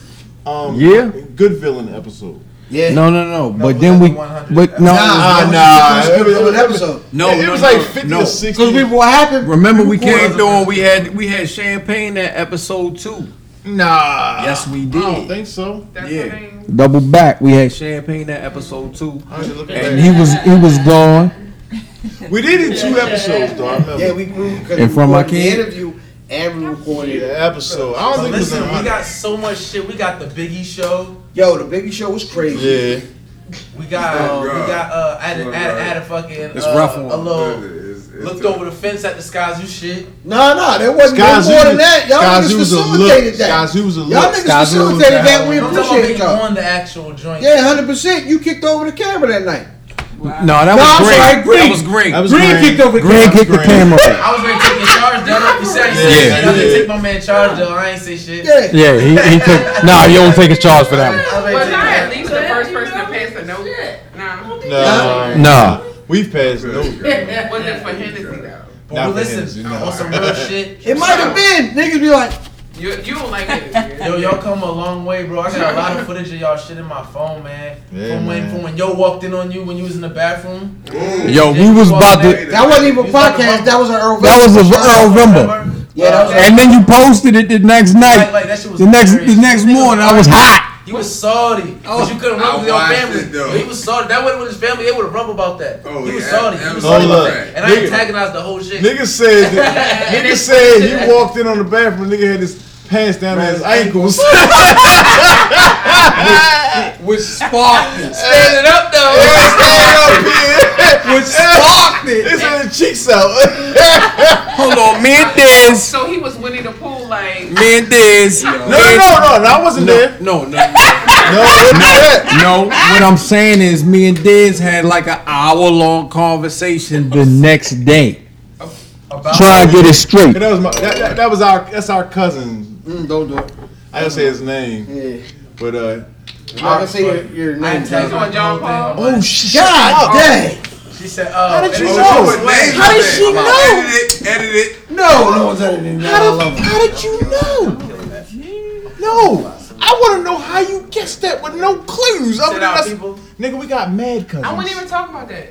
[SPEAKER 3] um
[SPEAKER 4] Yeah.
[SPEAKER 3] good villain episode.
[SPEAKER 1] Yeah.
[SPEAKER 4] No, no, no. but then we, but no,
[SPEAKER 3] Nah, nah. It was, it was,
[SPEAKER 11] No,
[SPEAKER 3] it
[SPEAKER 11] no,
[SPEAKER 3] was
[SPEAKER 11] no,
[SPEAKER 3] like fifty
[SPEAKER 11] no.
[SPEAKER 3] to sixty.
[SPEAKER 1] we, what happened?
[SPEAKER 11] Remember, we came through and we had we had champagne that episode two.
[SPEAKER 3] Nah.
[SPEAKER 11] Yes, we
[SPEAKER 3] I don't
[SPEAKER 11] did.
[SPEAKER 3] think so.
[SPEAKER 11] yeah,
[SPEAKER 9] Double back. We had
[SPEAKER 11] champagne that episode two,
[SPEAKER 9] and he was he was gone.
[SPEAKER 3] We did it two episodes though. I remember.
[SPEAKER 1] Yeah, we grew because
[SPEAKER 9] And from my
[SPEAKER 1] the
[SPEAKER 9] kid?
[SPEAKER 1] interview and we recorded
[SPEAKER 3] the episode. I don't think it was
[SPEAKER 14] Listen,
[SPEAKER 3] in
[SPEAKER 14] we
[SPEAKER 3] 100.
[SPEAKER 14] got so much shit. We got the Biggie show.
[SPEAKER 1] Yo, the Biggie show was crazy.
[SPEAKER 3] Yeah.
[SPEAKER 14] We got uh, we
[SPEAKER 8] rough.
[SPEAKER 14] got uh added
[SPEAKER 8] It's
[SPEAKER 14] added
[SPEAKER 8] rough.
[SPEAKER 14] added fucking
[SPEAKER 11] It's
[SPEAKER 14] uh,
[SPEAKER 11] rough
[SPEAKER 14] a
[SPEAKER 11] one.
[SPEAKER 14] little
[SPEAKER 8] It's- it's
[SPEAKER 14] looked
[SPEAKER 8] tough.
[SPEAKER 14] over the fence at the skies. You shit.
[SPEAKER 1] No, no, there wasn't no
[SPEAKER 3] Sky
[SPEAKER 1] more
[SPEAKER 3] Zoo-
[SPEAKER 1] than that. Y'all
[SPEAKER 3] Sky
[SPEAKER 1] niggas
[SPEAKER 3] Zoo was a look.
[SPEAKER 1] facilitated that.
[SPEAKER 3] Sky Zoo was a
[SPEAKER 1] Y'all
[SPEAKER 3] look.
[SPEAKER 1] niggas
[SPEAKER 3] Sky Zoo was
[SPEAKER 1] facilitated
[SPEAKER 3] down.
[SPEAKER 1] that. We
[SPEAKER 14] I'm talking about
[SPEAKER 1] appreciate
[SPEAKER 14] being
[SPEAKER 1] y'all.
[SPEAKER 14] on the actual joint.
[SPEAKER 1] Yeah, hundred percent. You kicked over the camera that night.
[SPEAKER 4] no, that
[SPEAKER 1] No,
[SPEAKER 4] was
[SPEAKER 1] I'm
[SPEAKER 4] great.
[SPEAKER 1] sorry, Green.
[SPEAKER 11] That was great.
[SPEAKER 3] That was
[SPEAKER 1] Green
[SPEAKER 3] Green.
[SPEAKER 1] kicked over the
[SPEAKER 9] Greg
[SPEAKER 1] camera.
[SPEAKER 9] hit the camera.
[SPEAKER 14] I was gonna take the charge though. You said
[SPEAKER 3] Yeah.
[SPEAKER 14] yeah.
[SPEAKER 3] Yeah.
[SPEAKER 14] take my man charge though. I ain't say shit.
[SPEAKER 1] Yeah.
[SPEAKER 4] Yeah, he, he took. Nah, you don't take a charge for that
[SPEAKER 14] I was
[SPEAKER 7] Was I
[SPEAKER 14] gonna
[SPEAKER 7] at
[SPEAKER 14] take
[SPEAKER 7] least the first person to pass the note? Nah.
[SPEAKER 3] No,
[SPEAKER 4] one. Nah.
[SPEAKER 3] We've passed no.
[SPEAKER 7] Was it for Hennessy though?
[SPEAKER 14] But
[SPEAKER 3] Not for Hennessy,
[SPEAKER 14] listen,
[SPEAKER 3] no.
[SPEAKER 14] on some real shit.
[SPEAKER 1] It might have been. Niggas be like,
[SPEAKER 7] You, you don't like Hennessy.
[SPEAKER 14] Yo, y'all come a long way, bro. I got a lot of footage of y'all shit in my phone, man.
[SPEAKER 3] Yeah,
[SPEAKER 14] from when
[SPEAKER 3] man.
[SPEAKER 14] from when yo walked in on you when you was in the bathroom.
[SPEAKER 9] Yo, we was about to.
[SPEAKER 1] that wasn't even a
[SPEAKER 14] You was about to
[SPEAKER 1] podcast.
[SPEAKER 14] bump-
[SPEAKER 1] That was an Earl.
[SPEAKER 9] That was a Earl Rumble.
[SPEAKER 1] Yeah,
[SPEAKER 14] Uh,
[SPEAKER 1] that was-
[SPEAKER 9] And then you posted it the next
[SPEAKER 14] Like,
[SPEAKER 9] night.
[SPEAKER 14] like, that shit was
[SPEAKER 9] The next the
[SPEAKER 14] hilarious.
[SPEAKER 9] next
[SPEAKER 14] Nigga
[SPEAKER 9] morning, I was hot.
[SPEAKER 14] You was salty. Cause you couldn't
[SPEAKER 8] I
[SPEAKER 14] rumble with your
[SPEAKER 8] watched
[SPEAKER 14] family.
[SPEAKER 8] it, though.
[SPEAKER 14] Yo, you was salty. That wouldn't with his family, they would have rumbled about that.
[SPEAKER 8] Oh,
[SPEAKER 14] you was
[SPEAKER 8] yeah,
[SPEAKER 14] salty.
[SPEAKER 8] that
[SPEAKER 14] You
[SPEAKER 8] was
[SPEAKER 14] was salty about
[SPEAKER 3] all
[SPEAKER 14] that.
[SPEAKER 3] right.
[SPEAKER 14] And I
[SPEAKER 3] Nigga.
[SPEAKER 14] antagonized the whole shit.
[SPEAKER 3] Nigga said that, nigga said he walked in on the bathroom. Nigga had his pants down to his ankles.
[SPEAKER 11] which sparked
[SPEAKER 14] Standing up though.
[SPEAKER 11] which sparked
[SPEAKER 3] It's in the cheeks out.
[SPEAKER 11] Hold on, me and Diz,
[SPEAKER 7] So he was Winnie the Pooh, like.
[SPEAKER 11] me and Diz.
[SPEAKER 3] no, no, no, no, I wasn't there.
[SPEAKER 11] No, no, no,
[SPEAKER 3] No, no,
[SPEAKER 11] no. What I'm saying is, me and Diz had like an hour long conversation.
[SPEAKER 9] The next day,
[SPEAKER 14] About
[SPEAKER 9] try and get it straight.
[SPEAKER 3] that was my. That, that, that was our. That's our cousin.
[SPEAKER 1] Mm, don't do it.
[SPEAKER 3] I don't say his name,
[SPEAKER 1] Yeah.
[SPEAKER 3] but uh.
[SPEAKER 1] I'm not gonna say your, your
[SPEAKER 14] I
[SPEAKER 1] name.
[SPEAKER 14] antagonized
[SPEAKER 1] John.
[SPEAKER 14] the
[SPEAKER 7] John
[SPEAKER 14] whole thing.
[SPEAKER 7] Paul?
[SPEAKER 3] Oh shit!
[SPEAKER 1] God dang!
[SPEAKER 14] She said, uh, How
[SPEAKER 1] did you
[SPEAKER 8] Oh,
[SPEAKER 1] know?
[SPEAKER 8] she was
[SPEAKER 1] How
[SPEAKER 8] named
[SPEAKER 1] did
[SPEAKER 8] that.
[SPEAKER 1] she
[SPEAKER 8] I'm gonna
[SPEAKER 1] know?
[SPEAKER 8] Edit it, edit it.
[SPEAKER 1] No, no one's editing that. I love it.
[SPEAKER 3] How did you know? No, I want to know how you guessed that with no clues. Other
[SPEAKER 14] Sit
[SPEAKER 3] than
[SPEAKER 14] out,
[SPEAKER 3] us,
[SPEAKER 14] people.
[SPEAKER 3] nigga, we got mad cousins.
[SPEAKER 7] I wouldn't even talk about that.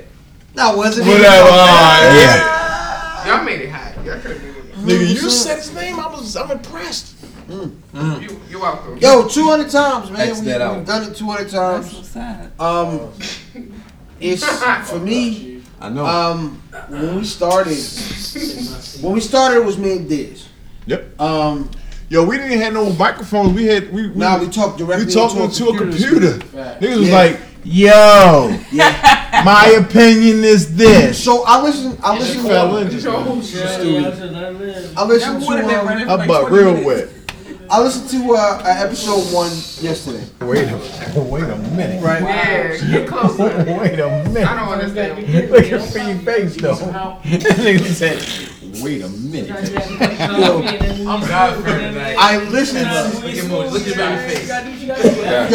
[SPEAKER 1] That wasn't even-
[SPEAKER 3] Whatever. alright.
[SPEAKER 9] Yeah.
[SPEAKER 7] Y'all made it hot. Y'all could have
[SPEAKER 3] Nigga, you said his name. I was. I'm impressed.
[SPEAKER 7] been. You, you welcome.
[SPEAKER 1] Yo, 200 times, man.
[SPEAKER 11] X
[SPEAKER 1] We,
[SPEAKER 11] that out.
[SPEAKER 1] have done it 200 times.
[SPEAKER 5] What's up?
[SPEAKER 1] Um, it's for me.
[SPEAKER 11] I know.
[SPEAKER 1] Um, when we started, when we started, it was me and Diz.
[SPEAKER 3] Yep.
[SPEAKER 1] Um,
[SPEAKER 3] Yo, we didn't have no microphones. We had. We. we
[SPEAKER 1] now we talked directly
[SPEAKER 3] we talking
[SPEAKER 1] into
[SPEAKER 3] to a computer. Niggas was
[SPEAKER 1] Yeah.
[SPEAKER 3] like, "Yo,
[SPEAKER 1] Yeah.
[SPEAKER 3] my opinion is this."
[SPEAKER 1] So I listened. I
[SPEAKER 3] She
[SPEAKER 1] listened.
[SPEAKER 3] fell in. Just,
[SPEAKER 7] Yo,
[SPEAKER 1] I
[SPEAKER 5] That
[SPEAKER 1] listened
[SPEAKER 5] would have
[SPEAKER 1] to.
[SPEAKER 5] been running
[SPEAKER 1] Um,
[SPEAKER 5] for
[SPEAKER 3] her
[SPEAKER 5] like
[SPEAKER 3] butt
[SPEAKER 5] 20
[SPEAKER 3] real
[SPEAKER 5] minutes.
[SPEAKER 3] wet.
[SPEAKER 1] I listened to uh, uh, episode one yesterday.
[SPEAKER 3] Wait a. Wait a minute.
[SPEAKER 1] Right.
[SPEAKER 7] Yeah, get closer.
[SPEAKER 3] Wait a
[SPEAKER 7] I don't
[SPEAKER 3] minute.
[SPEAKER 7] understand.
[SPEAKER 3] Look at your face though. Nigga said, "Wait a minute."
[SPEAKER 14] I'm God for tonight.
[SPEAKER 1] I listened.
[SPEAKER 14] Look at Moody. Look at my face.
[SPEAKER 1] Yo,
[SPEAKER 8] That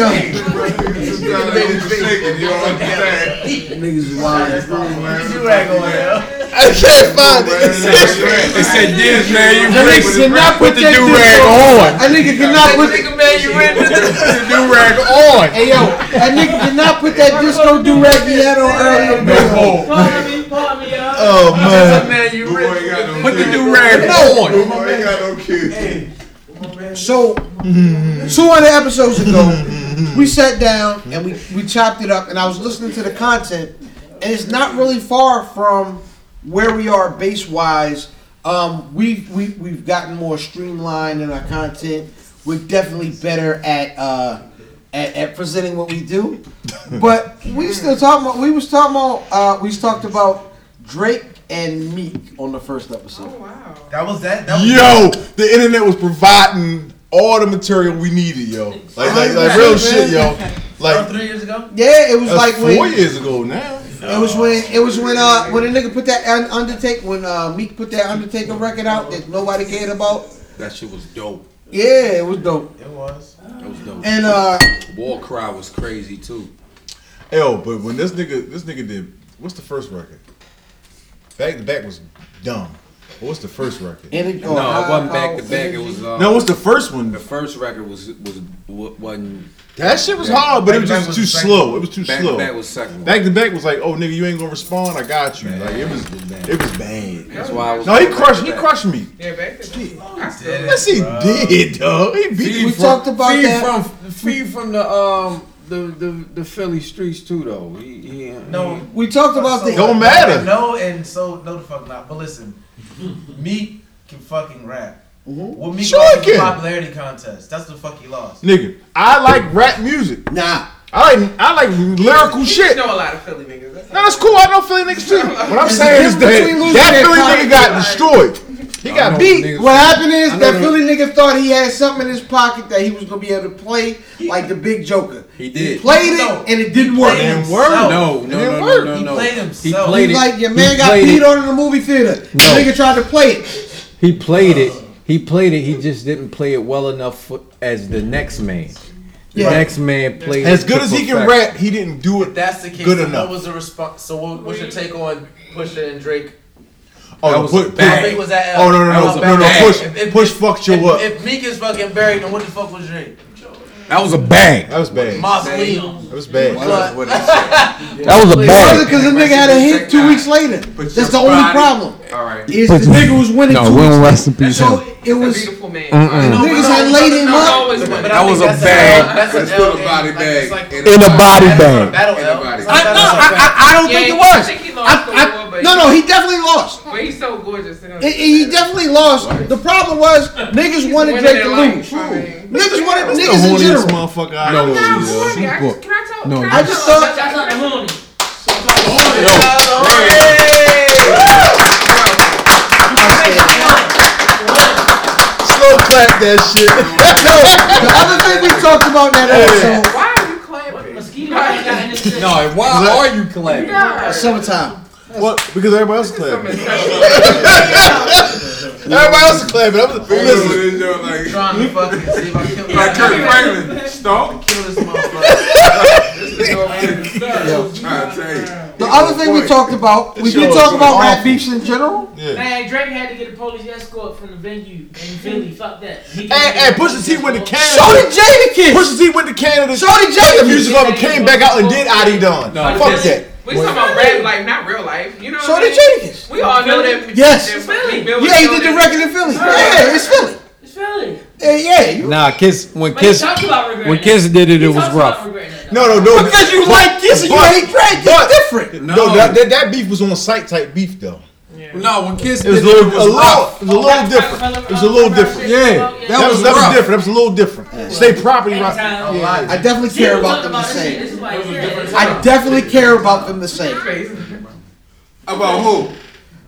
[SPEAKER 8] nigga's shaking, you don't understand.
[SPEAKER 1] niggas wild.
[SPEAKER 14] You ain't going there.
[SPEAKER 3] I can't find
[SPEAKER 11] They said, Diz, man, you
[SPEAKER 8] That
[SPEAKER 11] really
[SPEAKER 8] nigga said not
[SPEAKER 11] put the
[SPEAKER 1] that
[SPEAKER 11] do
[SPEAKER 1] shit
[SPEAKER 11] rag on.
[SPEAKER 1] That nigga cannot put.
[SPEAKER 14] Nigga, man, you ready to
[SPEAKER 11] The do rag on.
[SPEAKER 1] Hey yo, that nigga did not put that disco do rag he had on earlier. bro.
[SPEAKER 11] No.
[SPEAKER 10] Pardon me, pardon me, y'all.
[SPEAKER 3] Oh man.
[SPEAKER 14] man, you
[SPEAKER 8] Boy ain't
[SPEAKER 14] ready
[SPEAKER 8] got no
[SPEAKER 11] Put the
[SPEAKER 8] kids.
[SPEAKER 11] do rag on.
[SPEAKER 8] Boy ain't got no kids.
[SPEAKER 1] So, two other episodes ago, we sat down and we, we chopped it up, and I was listening to the content, and it's not really far from where we are base wise. Um, we, we, we've gotten more streamlined in our content. We're definitely better at, uh, at, at presenting what we do. But we still talking about, we was talking about, uh, we talked about Drake and Meek on the first episode.
[SPEAKER 14] That was that. That was
[SPEAKER 3] Yo, the internet was providing all the material we needed, yo. Like, like, like real shit, yo.
[SPEAKER 14] That.
[SPEAKER 3] Like,
[SPEAKER 14] Three years ago.
[SPEAKER 1] Yeah, it was
[SPEAKER 3] that's
[SPEAKER 1] like
[SPEAKER 3] four
[SPEAKER 1] when,
[SPEAKER 3] years ago now.
[SPEAKER 1] It was when it was when uh when a nigga put that un- Undertaker when uh Meek put that Undertaker record out that nobody cared about.
[SPEAKER 11] That shit was dope.
[SPEAKER 1] Yeah, it was dope.
[SPEAKER 11] It was. It was dope.
[SPEAKER 1] And uh
[SPEAKER 11] War Cry was crazy too.
[SPEAKER 3] Yo, but when this nigga, this nigga did, what's the first record? Back to back was dumb. But what's the first record?
[SPEAKER 1] Energy-
[SPEAKER 11] No, it wasn't back to back. It was. Uh,
[SPEAKER 3] no, what's the first one?
[SPEAKER 11] The first record was was wa- wasn't.
[SPEAKER 3] That shit was hard, but it was
[SPEAKER 11] Back-to-Back
[SPEAKER 3] just too
[SPEAKER 11] the second
[SPEAKER 3] slow.
[SPEAKER 11] one.
[SPEAKER 3] It was too
[SPEAKER 11] Back-to-Back
[SPEAKER 3] slow.
[SPEAKER 11] was second one.
[SPEAKER 3] Back to back was like, oh nigga, you ain't gonna respond. I got you. Like it was, it was bad.
[SPEAKER 11] That's why I was
[SPEAKER 3] no, he
[SPEAKER 11] going
[SPEAKER 3] crushed. He
[SPEAKER 11] back-to-back.
[SPEAKER 3] crushed me.
[SPEAKER 7] Yeah, back to that. I still
[SPEAKER 3] Yes, he did, dog. He beat me.
[SPEAKER 1] We talked about
[SPEAKER 11] feed
[SPEAKER 1] that.
[SPEAKER 11] From, feed from the um the, the the Philly streets too though. He, he,
[SPEAKER 14] No.
[SPEAKER 11] he-
[SPEAKER 1] We talked about the
[SPEAKER 14] So- No, and so no, the fuck not. But listen, Meek can fucking rap. What Meek
[SPEAKER 3] Sure
[SPEAKER 14] lost
[SPEAKER 3] he
[SPEAKER 14] was the
[SPEAKER 3] can.
[SPEAKER 14] popularity contest? That's the fuck he lost.
[SPEAKER 3] Nigga, I like rap music.
[SPEAKER 1] Nah.
[SPEAKER 3] I like I like lyrical shit.
[SPEAKER 7] know a lot of Philly niggas. That's
[SPEAKER 3] No, that's cool. I know Philly niggas too. What I'm
[SPEAKER 1] It's
[SPEAKER 3] saying is
[SPEAKER 1] different
[SPEAKER 3] that
[SPEAKER 1] between losing
[SPEAKER 3] that
[SPEAKER 1] and
[SPEAKER 3] Philly
[SPEAKER 1] conquering.
[SPEAKER 3] nigga got destroyed. He
[SPEAKER 11] I
[SPEAKER 3] got
[SPEAKER 11] know
[SPEAKER 3] beat.
[SPEAKER 11] niggas-
[SPEAKER 1] What happened is
[SPEAKER 11] I know
[SPEAKER 1] that
[SPEAKER 11] them-
[SPEAKER 1] Philly nigga thought he had something in his pocket that he was gonna be able to play like the Big Joker.
[SPEAKER 11] He did.
[SPEAKER 1] Played it and it didn't work.
[SPEAKER 11] Damn word. No, no,
[SPEAKER 1] It
[SPEAKER 11] no, no,
[SPEAKER 1] worked.
[SPEAKER 11] no,
[SPEAKER 1] He
[SPEAKER 11] no.
[SPEAKER 14] played himself.
[SPEAKER 11] He played it.
[SPEAKER 1] like your
[SPEAKER 11] He
[SPEAKER 1] man got
[SPEAKER 11] played
[SPEAKER 1] beat
[SPEAKER 11] it.
[SPEAKER 1] on in the movie theater.
[SPEAKER 11] No.
[SPEAKER 1] The nigga tried to play it.
[SPEAKER 11] He played it. He played it. He just didn't play it well enough for, as the next man. The
[SPEAKER 1] Yeah.
[SPEAKER 11] next man played
[SPEAKER 3] As
[SPEAKER 11] it
[SPEAKER 3] good
[SPEAKER 11] to
[SPEAKER 3] as he can
[SPEAKER 11] perfection.
[SPEAKER 3] rap, he didn't do it.
[SPEAKER 14] That's the case.
[SPEAKER 3] Good
[SPEAKER 14] then
[SPEAKER 3] enough.
[SPEAKER 14] What was the response? So what, what's your take on Pusha and Drake?
[SPEAKER 3] Oh,
[SPEAKER 11] That
[SPEAKER 3] no,
[SPEAKER 11] was
[SPEAKER 3] put,
[SPEAKER 11] a
[SPEAKER 3] put,
[SPEAKER 11] bang.
[SPEAKER 14] Drake was at
[SPEAKER 3] oh no no
[SPEAKER 14] That was
[SPEAKER 3] no
[SPEAKER 14] a
[SPEAKER 3] no no
[SPEAKER 14] bang.
[SPEAKER 3] push
[SPEAKER 14] If- if-
[SPEAKER 3] push fucked you up.
[SPEAKER 14] If Meek is fucking buried, then what the fuck was Drake?
[SPEAKER 9] That was a bang.
[SPEAKER 3] That was bad.
[SPEAKER 14] Mausoleum.
[SPEAKER 3] That was bad.
[SPEAKER 14] What?
[SPEAKER 9] That was a bang.
[SPEAKER 1] Because the nigga had a hit two weeks later.
[SPEAKER 8] But
[SPEAKER 1] That's
[SPEAKER 8] your
[SPEAKER 1] the only
[SPEAKER 8] body-
[SPEAKER 1] problem.
[SPEAKER 8] All right.
[SPEAKER 1] Is the nigga was winning
[SPEAKER 9] No,
[SPEAKER 1] two
[SPEAKER 9] we
[SPEAKER 1] weeks
[SPEAKER 9] don't
[SPEAKER 1] later.
[SPEAKER 9] rest in peace.
[SPEAKER 1] So
[SPEAKER 9] him.
[SPEAKER 1] it was
[SPEAKER 7] beautiful man.
[SPEAKER 9] Mm-mm.
[SPEAKER 1] niggas had laid him up.
[SPEAKER 7] Always win.
[SPEAKER 9] That was a bang.
[SPEAKER 14] That's
[SPEAKER 8] It's
[SPEAKER 14] an
[SPEAKER 8] still
[SPEAKER 14] L.
[SPEAKER 8] a body bag.
[SPEAKER 14] In
[SPEAKER 9] In a body bag.
[SPEAKER 14] Battle
[SPEAKER 8] In a
[SPEAKER 14] L.
[SPEAKER 8] body
[SPEAKER 1] I, no, I, I, I don't think it
[SPEAKER 7] Yeah, I
[SPEAKER 1] was.
[SPEAKER 7] think he lost
[SPEAKER 1] I-
[SPEAKER 7] the
[SPEAKER 1] I-
[SPEAKER 7] war, but
[SPEAKER 1] no,
[SPEAKER 7] he-
[SPEAKER 1] no, he definitely lost.
[SPEAKER 7] But he's so gorgeous. and-
[SPEAKER 1] He- He definitely lost. The problem was niggas wanted
[SPEAKER 7] winning
[SPEAKER 1] Drake to
[SPEAKER 7] their life,
[SPEAKER 1] lose.
[SPEAKER 7] I mean.
[SPEAKER 1] Niggas wanted
[SPEAKER 3] The
[SPEAKER 1] niggas in
[SPEAKER 3] horniest
[SPEAKER 1] general.
[SPEAKER 3] motherfucker I
[SPEAKER 9] No,
[SPEAKER 3] know.
[SPEAKER 9] no,
[SPEAKER 3] yo.
[SPEAKER 9] no.
[SPEAKER 7] Horny, I just- Can I tell?
[SPEAKER 9] No,
[SPEAKER 7] can
[SPEAKER 9] no.
[SPEAKER 1] I just thought
[SPEAKER 10] That's not the horny.
[SPEAKER 3] Slow clap that shit.
[SPEAKER 1] the other thing we talked about in that episode,
[SPEAKER 7] Why are you clapping?
[SPEAKER 10] Mosquito got in this shit.
[SPEAKER 11] No, and why
[SPEAKER 3] Look.
[SPEAKER 11] are you clapping?
[SPEAKER 7] God.
[SPEAKER 1] summertime.
[SPEAKER 3] What? Because everybody else is
[SPEAKER 7] Some
[SPEAKER 3] clapping.
[SPEAKER 7] incredible-
[SPEAKER 3] Everybody else is clapping. I'm listen.
[SPEAKER 8] Like
[SPEAKER 14] Trying to fucking see if I kill
[SPEAKER 8] like Kirk Franklin. Stomp.
[SPEAKER 14] Kill this motherfucker.
[SPEAKER 8] Trying to tell you.
[SPEAKER 1] The other thing we talked about, we did talk about rap beefs in general.
[SPEAKER 3] Yeah.
[SPEAKER 10] Man, Drake had to get a police escort from the venue in Philly. Fuck that. He
[SPEAKER 3] Hey, hey, Pusha T went to Canada.
[SPEAKER 1] So did Jadakiss.
[SPEAKER 3] Pusha T went to Canada.
[SPEAKER 1] Shorty
[SPEAKER 3] got
[SPEAKER 1] Jenkins.
[SPEAKER 3] the music up and came back out and did Adi Don.
[SPEAKER 11] No,
[SPEAKER 3] Fuck
[SPEAKER 11] this-
[SPEAKER 3] that.
[SPEAKER 7] We talking about rap life, not real life. You know.
[SPEAKER 1] So
[SPEAKER 7] what I
[SPEAKER 1] did
[SPEAKER 7] mean?
[SPEAKER 1] Jadakiss.
[SPEAKER 7] We all know that.
[SPEAKER 1] Yes.
[SPEAKER 7] that Meek Mill was
[SPEAKER 1] Yeah, he
[SPEAKER 7] on
[SPEAKER 1] did the
[SPEAKER 7] that-
[SPEAKER 1] record in Philly. Yeah, it's Philly.
[SPEAKER 10] It's Philly.
[SPEAKER 1] Yeah, yeah. you-
[SPEAKER 11] Nah, Kiss when
[SPEAKER 10] But he
[SPEAKER 11] Kiss
[SPEAKER 10] talked about regretting
[SPEAKER 11] when
[SPEAKER 10] it.
[SPEAKER 11] Kiss did it,
[SPEAKER 10] He
[SPEAKER 11] it was
[SPEAKER 10] talked about
[SPEAKER 11] rough.
[SPEAKER 10] regretting it, though.
[SPEAKER 3] No, no, no.
[SPEAKER 1] Because you
[SPEAKER 3] But-
[SPEAKER 1] like Kiss and you
[SPEAKER 3] but-
[SPEAKER 1] hate Drake,
[SPEAKER 3] but-
[SPEAKER 1] it's different.
[SPEAKER 3] No,
[SPEAKER 11] No.
[SPEAKER 3] that, that that beef was on site type beef though.
[SPEAKER 11] No, when Kiss
[SPEAKER 3] It was a little, a little, it was a little different. It was a little different.
[SPEAKER 11] Yeah,
[SPEAKER 10] That
[SPEAKER 3] That was that was different. That was a little different. Stay property right.
[SPEAKER 10] Anytime.
[SPEAKER 1] I definitely care about them the
[SPEAKER 10] this shit. This
[SPEAKER 1] same.
[SPEAKER 10] is why I hear it.
[SPEAKER 1] I definitely care about them the same.
[SPEAKER 8] About who?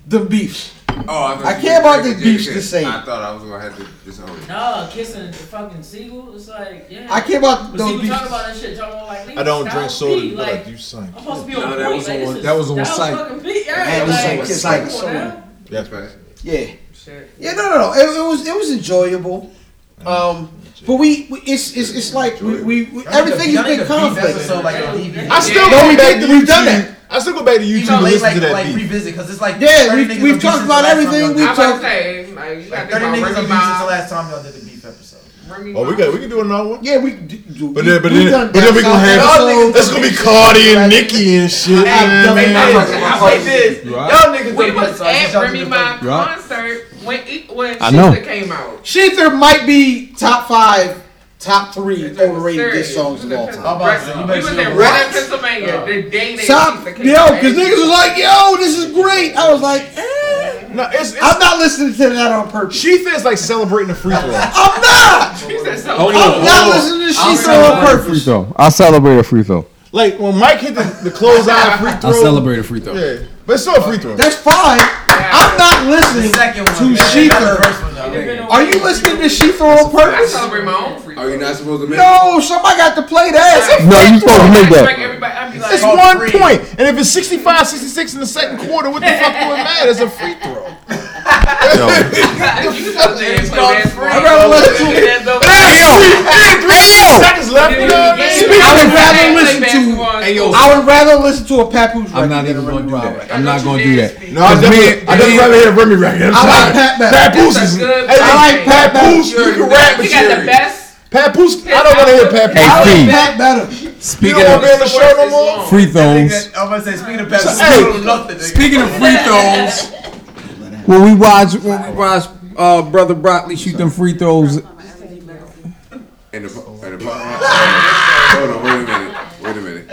[SPEAKER 1] The beefs.
[SPEAKER 8] Oh, I, thought
[SPEAKER 1] I
[SPEAKER 8] you
[SPEAKER 1] care about
[SPEAKER 8] said
[SPEAKER 1] the beefs the
[SPEAKER 8] JK.
[SPEAKER 1] same.
[SPEAKER 8] I thought I was gonna have to disown it.
[SPEAKER 10] No, kissing the fucking seagull. It's like, yeah.
[SPEAKER 1] I care about
[SPEAKER 10] But
[SPEAKER 1] those
[SPEAKER 10] see, we
[SPEAKER 1] beefs.
[SPEAKER 10] talk about that shit. Talk about like,
[SPEAKER 3] I don't
[SPEAKER 10] stop
[SPEAKER 3] drink soda,
[SPEAKER 10] me,
[SPEAKER 3] but I
[SPEAKER 10] like,
[SPEAKER 3] do sing.
[SPEAKER 10] I'm supposed to be
[SPEAKER 11] No,
[SPEAKER 10] on
[SPEAKER 11] that
[SPEAKER 10] point.
[SPEAKER 11] was
[SPEAKER 10] like,
[SPEAKER 11] on-
[SPEAKER 10] this is-
[SPEAKER 11] that was on
[SPEAKER 10] that
[SPEAKER 11] site.
[SPEAKER 10] Was fucking beat.
[SPEAKER 1] Yeah,
[SPEAKER 10] Yeah,
[SPEAKER 1] it was on
[SPEAKER 10] like,
[SPEAKER 1] site.
[SPEAKER 10] come on
[SPEAKER 1] Site.
[SPEAKER 10] now.
[SPEAKER 3] That's right.
[SPEAKER 8] That's
[SPEAKER 1] Yeah.
[SPEAKER 7] Shit.
[SPEAKER 1] Yeah, no, no, no. It, it was it was enjoyable. Um, but we, we it's, it's it's like we, we, we everything has been conflict.
[SPEAKER 14] So like a DVD.
[SPEAKER 3] I still
[SPEAKER 1] No, we
[SPEAKER 3] go back
[SPEAKER 1] did-
[SPEAKER 3] to
[SPEAKER 1] we've done that.
[SPEAKER 3] YouTube. I still go back to
[SPEAKER 14] You
[SPEAKER 3] YouTube
[SPEAKER 14] know,
[SPEAKER 3] and
[SPEAKER 14] like,
[SPEAKER 3] listen
[SPEAKER 14] like,
[SPEAKER 3] to that
[SPEAKER 14] like
[SPEAKER 3] beat.
[SPEAKER 14] revisit because it's like
[SPEAKER 1] Yeah,
[SPEAKER 14] 30
[SPEAKER 1] we've-
[SPEAKER 14] niggas
[SPEAKER 1] we've
[SPEAKER 14] abuses
[SPEAKER 1] talked
[SPEAKER 14] the
[SPEAKER 1] about
[SPEAKER 14] last time
[SPEAKER 1] everything
[SPEAKER 14] y'all
[SPEAKER 1] we
[SPEAKER 14] did-
[SPEAKER 7] I'm about to say, like, you got
[SPEAKER 14] Like,
[SPEAKER 7] to
[SPEAKER 14] 30
[SPEAKER 7] think
[SPEAKER 14] niggas abuses
[SPEAKER 7] about
[SPEAKER 14] the
[SPEAKER 7] Remy Ma.
[SPEAKER 14] last time y'all did the beef episode.
[SPEAKER 7] Remy
[SPEAKER 3] Oh, we got we can do another one.
[SPEAKER 1] Yeah, we. d- d-
[SPEAKER 3] But
[SPEAKER 1] we-
[SPEAKER 3] then, but
[SPEAKER 1] we've
[SPEAKER 3] then,
[SPEAKER 1] done
[SPEAKER 3] but then we gonna
[SPEAKER 1] South
[SPEAKER 3] have
[SPEAKER 1] episodes.
[SPEAKER 3] that's gonna be Cardi and Nicki and shit.
[SPEAKER 1] I've
[SPEAKER 14] Hey,
[SPEAKER 1] done
[SPEAKER 3] man.
[SPEAKER 1] that.
[SPEAKER 14] I played this. Y'all niggas
[SPEAKER 7] We
[SPEAKER 14] did
[SPEAKER 7] was
[SPEAKER 14] this.
[SPEAKER 7] at Remy Ma
[SPEAKER 9] Right.
[SPEAKER 7] concert when it, when
[SPEAKER 9] I know.
[SPEAKER 7] Shizza came out.
[SPEAKER 1] Sheether might be top five, top three overrated diss songs of all time.
[SPEAKER 7] We was in Reading, Pennsylvania, the day that
[SPEAKER 1] Top, yo,
[SPEAKER 7] Shizza came out.
[SPEAKER 1] because niggas was like, yo, this is great. I was like, eh.
[SPEAKER 3] No, it's,
[SPEAKER 1] I'm
[SPEAKER 3] it's
[SPEAKER 1] not listening to that on purpose.
[SPEAKER 3] she feels like celebrating a free throw.
[SPEAKER 1] I'm not.
[SPEAKER 7] She said something.
[SPEAKER 11] Hold
[SPEAKER 1] I'm
[SPEAKER 11] on,
[SPEAKER 1] not
[SPEAKER 11] hold on.
[SPEAKER 1] listening to Sheether on
[SPEAKER 9] Free
[SPEAKER 1] purpose.
[SPEAKER 9] throw. I celebrate a free throw.
[SPEAKER 3] Like when Mike hit the, the close eye free throw.
[SPEAKER 9] I celebrate a free throw.
[SPEAKER 3] Yeah, but it's still a free throw.
[SPEAKER 1] That's fine. I'm not listening
[SPEAKER 14] The second one.
[SPEAKER 1] to
[SPEAKER 14] man. That's the
[SPEAKER 1] Sheether
[SPEAKER 14] first one, though.
[SPEAKER 10] It could've been a
[SPEAKER 1] Are you listening to She Throw on
[SPEAKER 7] I
[SPEAKER 1] Purpose?
[SPEAKER 7] celebrate my own free.
[SPEAKER 8] Are you not supposed to make
[SPEAKER 1] No, somebody got to play that.
[SPEAKER 9] No, you supposed to make that.
[SPEAKER 3] It's one point. And if it's 65 66 in the second quarter, what the fuck do it matter? It's a free throw.
[SPEAKER 9] Yo.
[SPEAKER 7] It's called free.
[SPEAKER 3] I'd rather listen to it. Seconds left. you know what I mean?
[SPEAKER 1] Speaking
[SPEAKER 3] I
[SPEAKER 1] of
[SPEAKER 3] would rather
[SPEAKER 1] listen to-
[SPEAKER 3] Hey, yo.
[SPEAKER 1] I would rather listen to a Papoose record.
[SPEAKER 9] I'm not even going to do that. I'm not going to do that.
[SPEAKER 3] No, I definitely, I definitely rather hear the Remy record. I'm
[SPEAKER 9] I like
[SPEAKER 3] sorry.
[SPEAKER 9] Pat Bev.
[SPEAKER 3] Papoose
[SPEAKER 9] That's
[SPEAKER 3] is.
[SPEAKER 9] a good
[SPEAKER 3] Hey, I like
[SPEAKER 9] point.
[SPEAKER 3] Pat Papoose. You
[SPEAKER 9] You're
[SPEAKER 3] can
[SPEAKER 9] right.
[SPEAKER 3] rap
[SPEAKER 9] We
[SPEAKER 3] with
[SPEAKER 9] got the
[SPEAKER 3] Jerry.
[SPEAKER 7] best-
[SPEAKER 3] Papoose. I don't want to hear Pat Papoose.
[SPEAKER 9] Hey, Pete.
[SPEAKER 1] better.
[SPEAKER 3] You
[SPEAKER 9] Speaking
[SPEAKER 3] don't want to be on the
[SPEAKER 9] of
[SPEAKER 3] show no more.
[SPEAKER 9] free throws,
[SPEAKER 11] I'm gonna say, speaking of Pepsi,
[SPEAKER 9] So, hey,
[SPEAKER 11] speaking of free throws,
[SPEAKER 9] when we watch when we watch uh, brother Broccoli shoot them free
[SPEAKER 8] In
[SPEAKER 9] throws,
[SPEAKER 8] the, in the, hold on, wait a minute. Wait a minute.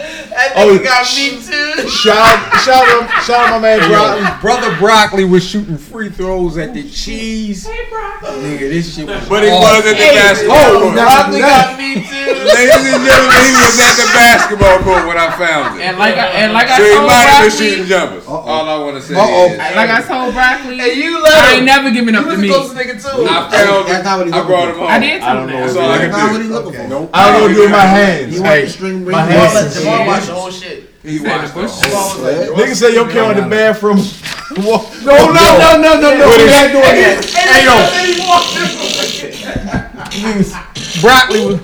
[SPEAKER 3] Oh,
[SPEAKER 14] me too.
[SPEAKER 3] Shout, shout out, shout out, my man Broccoli.
[SPEAKER 9] brother Broccoli was shooting free throws at the cheese. Nigga, this shit was.
[SPEAKER 11] But he
[SPEAKER 9] awful.
[SPEAKER 11] was at the basketball
[SPEAKER 9] Oh,
[SPEAKER 11] court.
[SPEAKER 9] Broccoli got
[SPEAKER 14] me too.
[SPEAKER 8] Ladies and gentlemen, he was at the basketball court when I found it.
[SPEAKER 7] And like I, and like I
[SPEAKER 8] so he
[SPEAKER 7] told
[SPEAKER 8] might have been
[SPEAKER 7] Broccoli,
[SPEAKER 8] shooting jumpers. All I want to say
[SPEAKER 1] Uh-oh.
[SPEAKER 8] is,
[SPEAKER 7] like I told Broccoli,
[SPEAKER 14] Hey, you love
[SPEAKER 7] I ain't
[SPEAKER 14] him.
[SPEAKER 7] never giving up
[SPEAKER 14] You
[SPEAKER 7] the
[SPEAKER 14] was
[SPEAKER 7] meat.
[SPEAKER 14] the closest nigga too.
[SPEAKER 8] I found
[SPEAKER 1] That's
[SPEAKER 8] him.
[SPEAKER 1] not what he's
[SPEAKER 8] I
[SPEAKER 1] looking
[SPEAKER 8] brought
[SPEAKER 1] for.
[SPEAKER 8] him home.
[SPEAKER 7] I did
[SPEAKER 3] I
[SPEAKER 7] tell
[SPEAKER 3] don't
[SPEAKER 7] him
[SPEAKER 3] know
[SPEAKER 8] That's
[SPEAKER 3] if
[SPEAKER 8] all
[SPEAKER 3] it
[SPEAKER 8] I
[SPEAKER 3] is.
[SPEAKER 8] can
[SPEAKER 1] That's not what
[SPEAKER 8] do.
[SPEAKER 1] he's looking for.
[SPEAKER 3] I don't know what to do with my hands.
[SPEAKER 1] He
[SPEAKER 3] Hey,
[SPEAKER 1] wants the string
[SPEAKER 3] my
[SPEAKER 1] ring.
[SPEAKER 3] hands.
[SPEAKER 14] Let Jamal watch the whole shit.
[SPEAKER 8] He watched the whole
[SPEAKER 3] Nigga say yo came out the bathroom. Walk-
[SPEAKER 1] No, no, no, no, no, no.
[SPEAKER 3] What
[SPEAKER 1] We're
[SPEAKER 3] is-
[SPEAKER 1] not doing that.
[SPEAKER 3] Hey yo,
[SPEAKER 9] Broccoli was.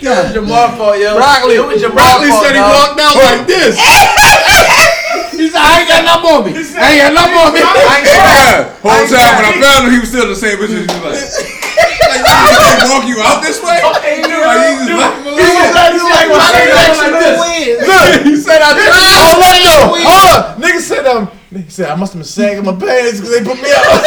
[SPEAKER 1] Yeah.
[SPEAKER 14] Jamal fault, yo.
[SPEAKER 9] Broccoli.
[SPEAKER 14] It was Jamal
[SPEAKER 9] Broccoli
[SPEAKER 14] fault,
[SPEAKER 9] said he
[SPEAKER 14] dog.
[SPEAKER 9] walked out like this.
[SPEAKER 1] He said, I ain't got nothing on me. I ain't got nothing on me. I ain't got
[SPEAKER 8] Yeah, whole time when I found him, he was still in the same position. He was like, like you just let me walk you out this way? Okay, you like, you just let me
[SPEAKER 3] he was like, he was like, my nigga actually this. Look, he said I tried. Oh wait, no, hold up. Nigga said um, nigga said I must have been sagging my pants because they put me out.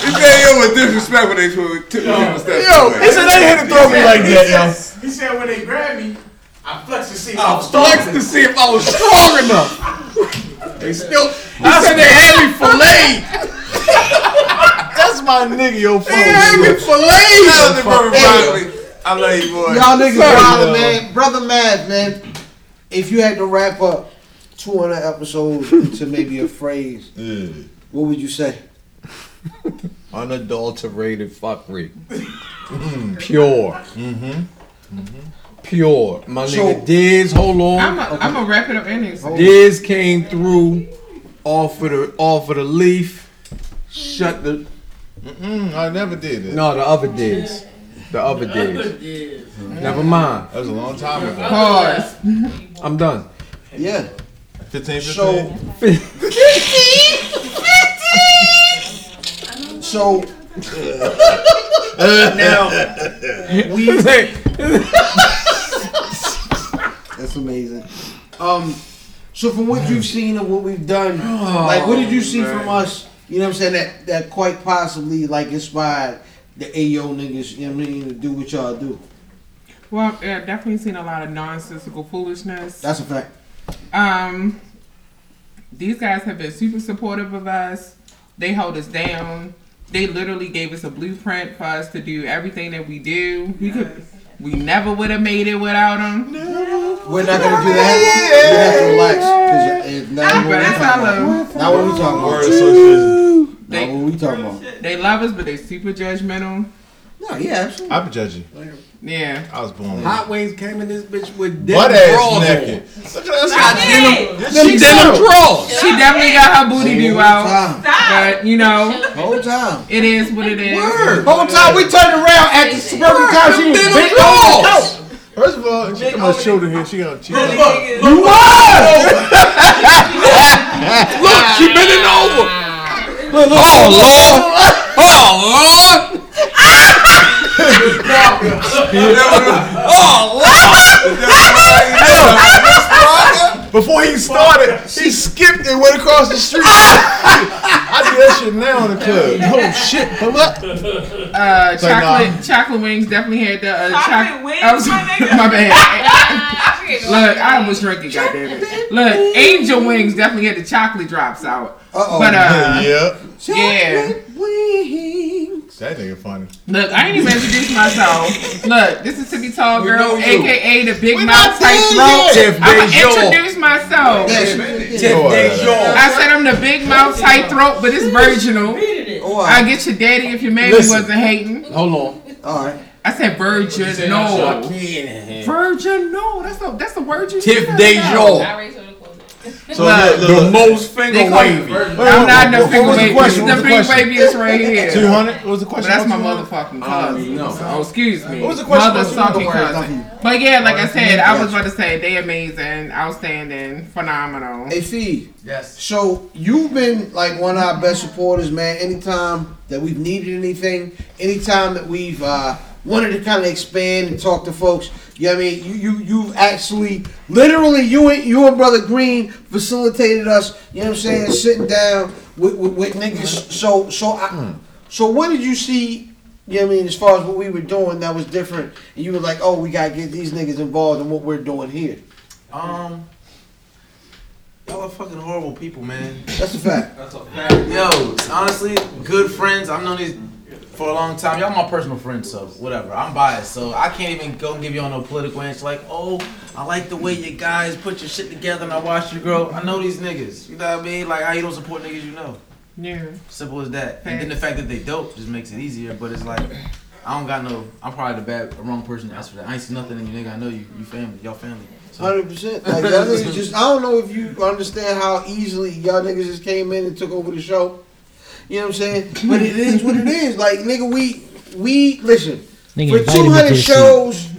[SPEAKER 8] He said, yo, with disrespect when they took took me a step
[SPEAKER 3] Yo,
[SPEAKER 8] away.
[SPEAKER 3] he said they had to throw me like that, yo.
[SPEAKER 13] He said when they grabbed me, I flexed to see if I was
[SPEAKER 8] Flex to see if I was strong enough. They still, he said they had me filleted.
[SPEAKER 3] That's my nigga, yo.
[SPEAKER 8] They had me filleted. Shout out to Brother Riley. I love you, boy.
[SPEAKER 1] Y'all niggas
[SPEAKER 3] Sorry,
[SPEAKER 1] wild,
[SPEAKER 3] y'all.
[SPEAKER 1] man. Brother Math, man. If you had to wrap up 200 episodes into maybe a phrase, what would you say?
[SPEAKER 9] Unadulterated fuckery. Mm, Pure. Mm-hmm. Pure. My nigga Diz, hold on.
[SPEAKER 7] I'm a, I'm a wrap it up innings.
[SPEAKER 9] Diz came through off of the off of the leaf. Shut the
[SPEAKER 3] Mm-mm, I never did that.
[SPEAKER 9] no the other Diz. The other Diz. Never mind.
[SPEAKER 3] That was a long time ago.
[SPEAKER 7] Pause.
[SPEAKER 9] I'm done.
[SPEAKER 1] Yeah.
[SPEAKER 3] 15, 15.
[SPEAKER 1] So, so we That's amazing. Um, so from what you've seen and what we've done,
[SPEAKER 9] Oh,
[SPEAKER 1] like what did you see from us? You know what I'm saying? That that quite possibly like inspired the AO niggas. You know what I mean? To do what y'all do.
[SPEAKER 7] Well, yeah, I've definitely seen a lot of nonsensical foolishness.
[SPEAKER 1] That's a fact.
[SPEAKER 7] Um, these guys have been super supportive of us. They hold us down. They literally gave us a blueprint for us to do everything that we do. We could, we never would have made it without them.
[SPEAKER 1] We're not gonna do that. You have to relax. 'cause it's not what we
[SPEAKER 7] But that's
[SPEAKER 1] talking
[SPEAKER 7] how
[SPEAKER 1] about.
[SPEAKER 7] I
[SPEAKER 1] Not what we talking
[SPEAKER 3] Word
[SPEAKER 1] about.
[SPEAKER 3] association.
[SPEAKER 1] Not what we talking about.
[SPEAKER 7] love. They love us, but they super judgmental.
[SPEAKER 1] No, yeah, absolutely.
[SPEAKER 3] I be judging.
[SPEAKER 7] Yeah.
[SPEAKER 3] I was born.
[SPEAKER 9] Hot Wings came in this bitch with denim
[SPEAKER 3] Butt ass
[SPEAKER 9] drawers
[SPEAKER 3] naked. Look at us.
[SPEAKER 9] on. She denim draws.
[SPEAKER 7] She definitely got her booty do out.
[SPEAKER 1] Whole time.
[SPEAKER 7] But, you know,
[SPEAKER 1] Whole time.
[SPEAKER 7] it is what it is.
[SPEAKER 1] Whole time we turned around at the suburban time she was
[SPEAKER 9] Denim
[SPEAKER 1] bent
[SPEAKER 9] drawers.
[SPEAKER 1] over.
[SPEAKER 3] First of all, she got my shoulder here. She got she got-
[SPEAKER 9] You are. Look, she bending over. Oh Lord! Oh Lord! Oh Lord! Oh,
[SPEAKER 3] Before he started, she skipped and went across the street. I do that shit now in the club. Oh shit! But what?
[SPEAKER 7] Uh,
[SPEAKER 3] like,
[SPEAKER 7] chocolate,
[SPEAKER 3] nah.
[SPEAKER 7] chocolate wings definitely had the uh,
[SPEAKER 10] Chocolate
[SPEAKER 7] choc-
[SPEAKER 10] wings,
[SPEAKER 7] I was-
[SPEAKER 10] my nigga?
[SPEAKER 7] my bad. Look,
[SPEAKER 10] Look,
[SPEAKER 7] I almost drinking. Goddamn it! Look, angel wings definitely had the chocolate drops out.
[SPEAKER 1] Uh-oh.
[SPEAKER 7] But uh,
[SPEAKER 3] Yeah.
[SPEAKER 7] yeah.
[SPEAKER 1] Wings.
[SPEAKER 3] That nigga funny.
[SPEAKER 7] Look, I ain't even introduced myself. Look, this is Tippy Tall Girl, aka the Big Mouth Type Throat.
[SPEAKER 9] Tiff
[SPEAKER 7] I'ma
[SPEAKER 9] Dejour.
[SPEAKER 7] introduce myself.
[SPEAKER 1] Yeah, she-
[SPEAKER 9] Tiff
[SPEAKER 3] Lord.
[SPEAKER 9] Dejour.
[SPEAKER 7] I said I'm the Big Mouth Tight Throat, but it's virginal.
[SPEAKER 1] Oh, Or-
[SPEAKER 7] I'll get your daddy if your mammy
[SPEAKER 1] Listen.
[SPEAKER 7] wasn't hating.
[SPEAKER 1] Hold on. All right.
[SPEAKER 7] I said virgin, no. Virgin, no. That's the that's the word you
[SPEAKER 11] Tiff
[SPEAKER 7] said.
[SPEAKER 11] Dejo.
[SPEAKER 7] So
[SPEAKER 11] So
[SPEAKER 7] look,
[SPEAKER 11] the
[SPEAKER 7] look,
[SPEAKER 11] most finger wavy.
[SPEAKER 7] I'm not no
[SPEAKER 11] What
[SPEAKER 7] finger
[SPEAKER 11] was the
[SPEAKER 7] wavy.
[SPEAKER 11] question?
[SPEAKER 7] The
[SPEAKER 11] What was the
[SPEAKER 7] big
[SPEAKER 11] question?
[SPEAKER 7] wavy is right here.
[SPEAKER 11] 200? What was the question?
[SPEAKER 7] But that's my
[SPEAKER 11] What was
[SPEAKER 7] motherfucking
[SPEAKER 11] Uh,
[SPEAKER 7] cousin.
[SPEAKER 11] no.
[SPEAKER 7] Oh, excuse me.
[SPEAKER 11] What was the question?
[SPEAKER 7] Mother
[SPEAKER 11] What was the
[SPEAKER 7] sucking
[SPEAKER 11] word?
[SPEAKER 7] cousin. But yeah,
[SPEAKER 14] Oh,
[SPEAKER 7] like I said, I was
[SPEAKER 1] Gotcha.
[SPEAKER 7] about to say they amazing, outstanding, phenomenal.
[SPEAKER 1] Hey, Fee. Yes. So you've been like one of our best supporters, man. Anytime that we've needed anything, anytime that we've uh, wanted to kind of expand and talk to folks, you know what I mean? You, you, you've actually, literally, you and, you and Brother Green facilitated us, you know what I'm saying, sitting down with, with, with niggas. So, so, I, so what did you see, you know what I mean, as far as what we were doing that was different? And you were like, oh, we got to get these niggas involved in what we're doing here.
[SPEAKER 14] Um, y'all are fucking horrible people, man.
[SPEAKER 1] That's a fact.
[SPEAKER 14] That's a fact. Yo, honestly, good friends. I've known these for a long time. Y'all my personal friends, so whatever. I'm biased, so I can't even go and give y'all no political answer. Like, oh, I like the way you guys put your shit together, and I watched you grow. I know these niggas. You know what I mean? Like, how you don't support niggas you know.
[SPEAKER 7] Yeah.
[SPEAKER 14] Simple as that. And then the fact that they dope just makes it easier. But it's like, I don't got no. I'm probably the bad, the wrong person to ask for that. I ain't see nothing in you, nigga. I know you. You family. Y'all family.
[SPEAKER 1] Hundred percent. Like y'all niggas just I don't know if you understand how easily y'all niggas just came in and took over the show. You know what I'm saying? But it is what it is. Like nigga, we we listen
[SPEAKER 12] Nigga
[SPEAKER 1] for
[SPEAKER 12] invited me
[SPEAKER 1] two
[SPEAKER 12] to
[SPEAKER 1] hundred
[SPEAKER 12] the
[SPEAKER 1] shows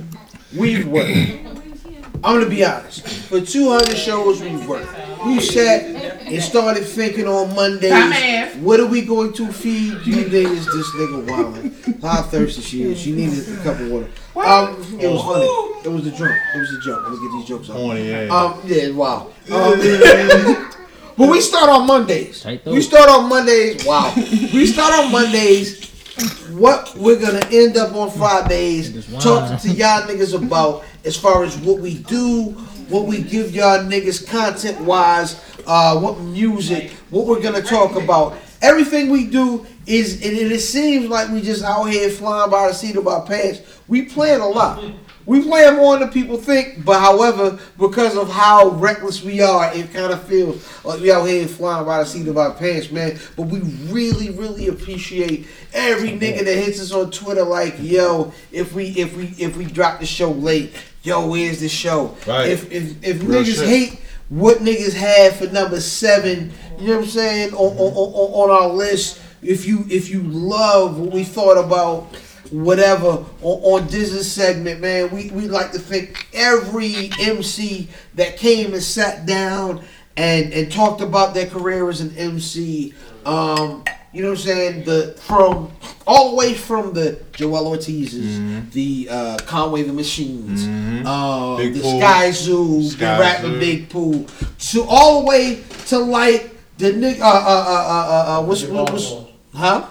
[SPEAKER 1] we've worked. I'm gonna be honest. For two hundred shows we've worked. We sat and started thinking on
[SPEAKER 7] Time
[SPEAKER 1] Mondays.
[SPEAKER 7] out.
[SPEAKER 1] What are we going to feed you niggas? This nigga wildin'. How thirsty she is. She needed a cup of water. Um, it was funny. It was a joke. It was a joke. Let's get these jokes off.
[SPEAKER 3] Horny, yeah.
[SPEAKER 1] Um, yeah, wow. Um, but we start on Mondays. We start on Mondays. Wow. we start on Mondays. What we're gonna end up on Fridays talking to y'all niggas about as far as what we do, what we give y'all niggas content wise, uh, what music, what we're gonna talk about. Everything we do is, and it, it seems like we just out here flying by the seat of our pants. We plan a lot. We plan more than people think, but however, because of how reckless we are, it kind of feels like we out here flying by the seat of our pants, man. But we really, really appreciate every nigga that hits us on Twitter, like, yo, if we if we if we drop the show late, yo, where's the show?
[SPEAKER 3] Right.
[SPEAKER 1] If if if
[SPEAKER 3] Real
[SPEAKER 1] niggas
[SPEAKER 3] shit.
[SPEAKER 1] hate what niggas had for number seven, you know what I'm saying, on, on, on, on our list. If you if you love what we thought about whatever on, on Disney segment, man, we, we like to thank every MC that came and sat down and, and talked about their career as an MC. Um, you know what I'm saying? The from all the way from the Joel Ortiz's,
[SPEAKER 3] Mm-hmm.
[SPEAKER 1] the uh, Conway the Machines, uh,
[SPEAKER 3] Big
[SPEAKER 1] the
[SPEAKER 3] Pooh.
[SPEAKER 1] Sky Zoo,
[SPEAKER 3] Sky
[SPEAKER 1] the rapper
[SPEAKER 3] Zoo.
[SPEAKER 1] Big Pool, to all the way to like the nigga, uh, uh, uh, uh, uh, uh, what's, what, what's, huh?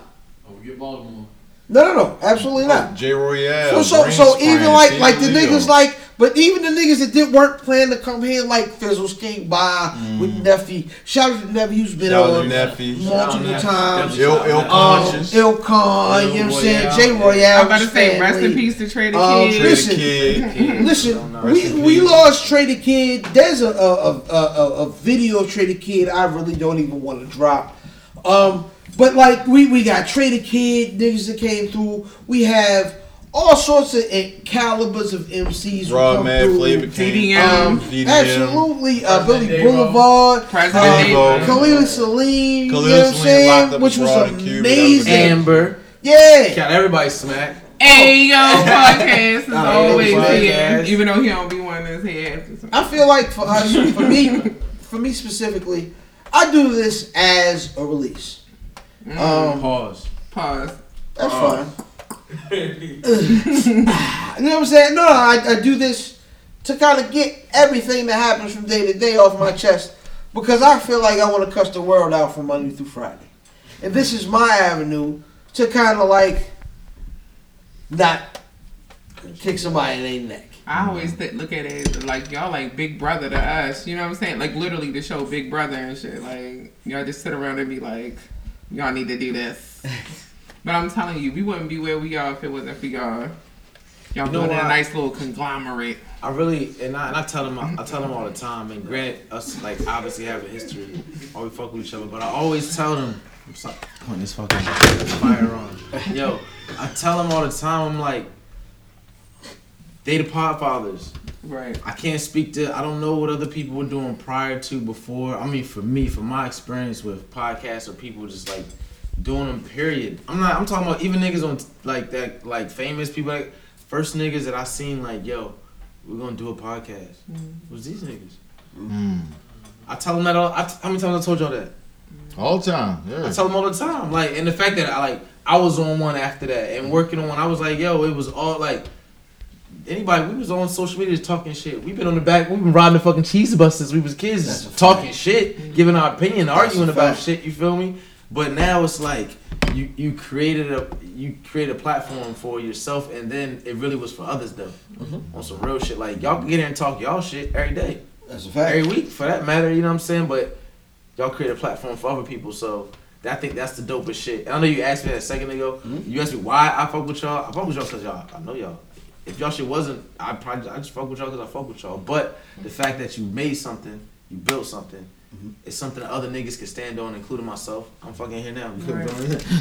[SPEAKER 1] No, no, no, absolutely not.
[SPEAKER 3] J. Royale.
[SPEAKER 1] So, so, so
[SPEAKER 3] Greenspan,
[SPEAKER 1] even like, like the
[SPEAKER 3] Theo.
[SPEAKER 1] niggas like, but even the niggas that did weren't planning to come here, like Fizzles came by with Neffy. Shout out to Neffy, who's
[SPEAKER 3] Mm.
[SPEAKER 1] been
[SPEAKER 3] Shout out
[SPEAKER 1] on
[SPEAKER 3] to Neffy.
[SPEAKER 1] multiple
[SPEAKER 3] Shout out to Neffy.
[SPEAKER 1] times.
[SPEAKER 3] Ill- Ill
[SPEAKER 1] Um,
[SPEAKER 3] Conscious.
[SPEAKER 1] Ill Con, you know what I'm saying? J Royale.
[SPEAKER 7] I'm about to say rest in
[SPEAKER 1] family.
[SPEAKER 7] peace to Trader
[SPEAKER 14] Oh,
[SPEAKER 1] Um,
[SPEAKER 7] Kid.
[SPEAKER 1] listen, listen, we, we lost Trader Kid. There's a a, a, a a video of Trader Kid I really don't even want to drop. Um, but like we we got Trader Kid niggas that came through. We have all sorts of eh, calibers of MCs. who
[SPEAKER 3] Raw
[SPEAKER 1] come
[SPEAKER 3] Mad
[SPEAKER 1] through.
[SPEAKER 3] Flavor King.
[SPEAKER 1] Um,
[SPEAKER 3] DDM.
[SPEAKER 1] absolutely. Uh, Billy
[SPEAKER 3] Davo.
[SPEAKER 1] Boulevard.
[SPEAKER 3] President
[SPEAKER 1] uh,
[SPEAKER 3] Davo.
[SPEAKER 1] Khalil Salim.
[SPEAKER 14] Khalil
[SPEAKER 1] you know what I'm
[SPEAKER 14] Salim
[SPEAKER 1] saying?
[SPEAKER 14] locked up
[SPEAKER 1] Which was
[SPEAKER 14] abroad in Cuba. That was
[SPEAKER 1] amazing.
[SPEAKER 14] Amber.
[SPEAKER 1] Yeah.
[SPEAKER 14] Got everybody smacked.
[SPEAKER 7] Ayo podcast is
[SPEAKER 14] Nah,
[SPEAKER 7] always
[SPEAKER 14] podcast.
[SPEAKER 7] here, even though he don't be one that's here.
[SPEAKER 1] I feel like for us, for me, for me specifically, I do this as a release. Um,
[SPEAKER 14] Pause.
[SPEAKER 7] Pause.
[SPEAKER 1] That's fine. You know what I'm saying? No, no, I, I do this to kind of get everything that happens from day to day off my chest because I feel like I want to cuss the world out from Monday through Friday, and this is my avenue to kind of like not kick somebody in their neck.
[SPEAKER 7] I always th- look at it like y'all like Big Brother to us. You know what I'm saying? Like literally the show Big Brother and shit. Like y'all just sit around and be like, y'all need to do this. but I'm telling you, we wouldn't be where we are if it wasn't for y'all. Y'all
[SPEAKER 14] You know
[SPEAKER 7] building a
[SPEAKER 14] what?
[SPEAKER 7] nice little conglomerate.
[SPEAKER 14] I really and I, and I tell them I, I tell them all the time. And granted, us like obviously have a history, or we fuck with each other. But I always tell them I'm sorry. Point this fucking fire on. Yo, I tell them all the time. I'm like, they the podfathers.
[SPEAKER 7] Right.
[SPEAKER 14] I can't speak to. I don't know what other people were doing prior to, before. I mean, for me, for my experience with podcasts or people just like doing them. Period. I'm not. I'm talking about even niggas on like that, like famous people. Like, first niggas that I seen like, yo, we're gonna do a podcast. Was these niggas? I tell them that all. I, how many times I told y'all that?
[SPEAKER 3] All the time. Yeah.
[SPEAKER 14] I tell them all the time. Like, and the fact that I like I was on one after that and working on one, I was like, yo, it was all like anybody. We was on social media just talking shit. We've been on the back. We've been riding the fucking cheese bus since we was kids, just talking shit, giving our opinion, arguing about shit. You feel me? But now it's like you you created a you created a platform for yourself, and then it really was for others though. On some real shit, like y'all can get here and talk y'all shit every day.
[SPEAKER 1] That's a fact.
[SPEAKER 14] Every week, for that matter. You know what I'm saying? But y'all create a platform for other people. So I think that's the dopest shit. And I know you asked me that a second ago. You asked me why I fuck with y'all. I fuck with y'all because y'all, I know y'all. If y'all shit wasn't, I probably I just fuck with y'all because I fuck with y'all. But the fact that you made something, you built something, it's something that other niggas can stand on, including myself. I'm fucking here now.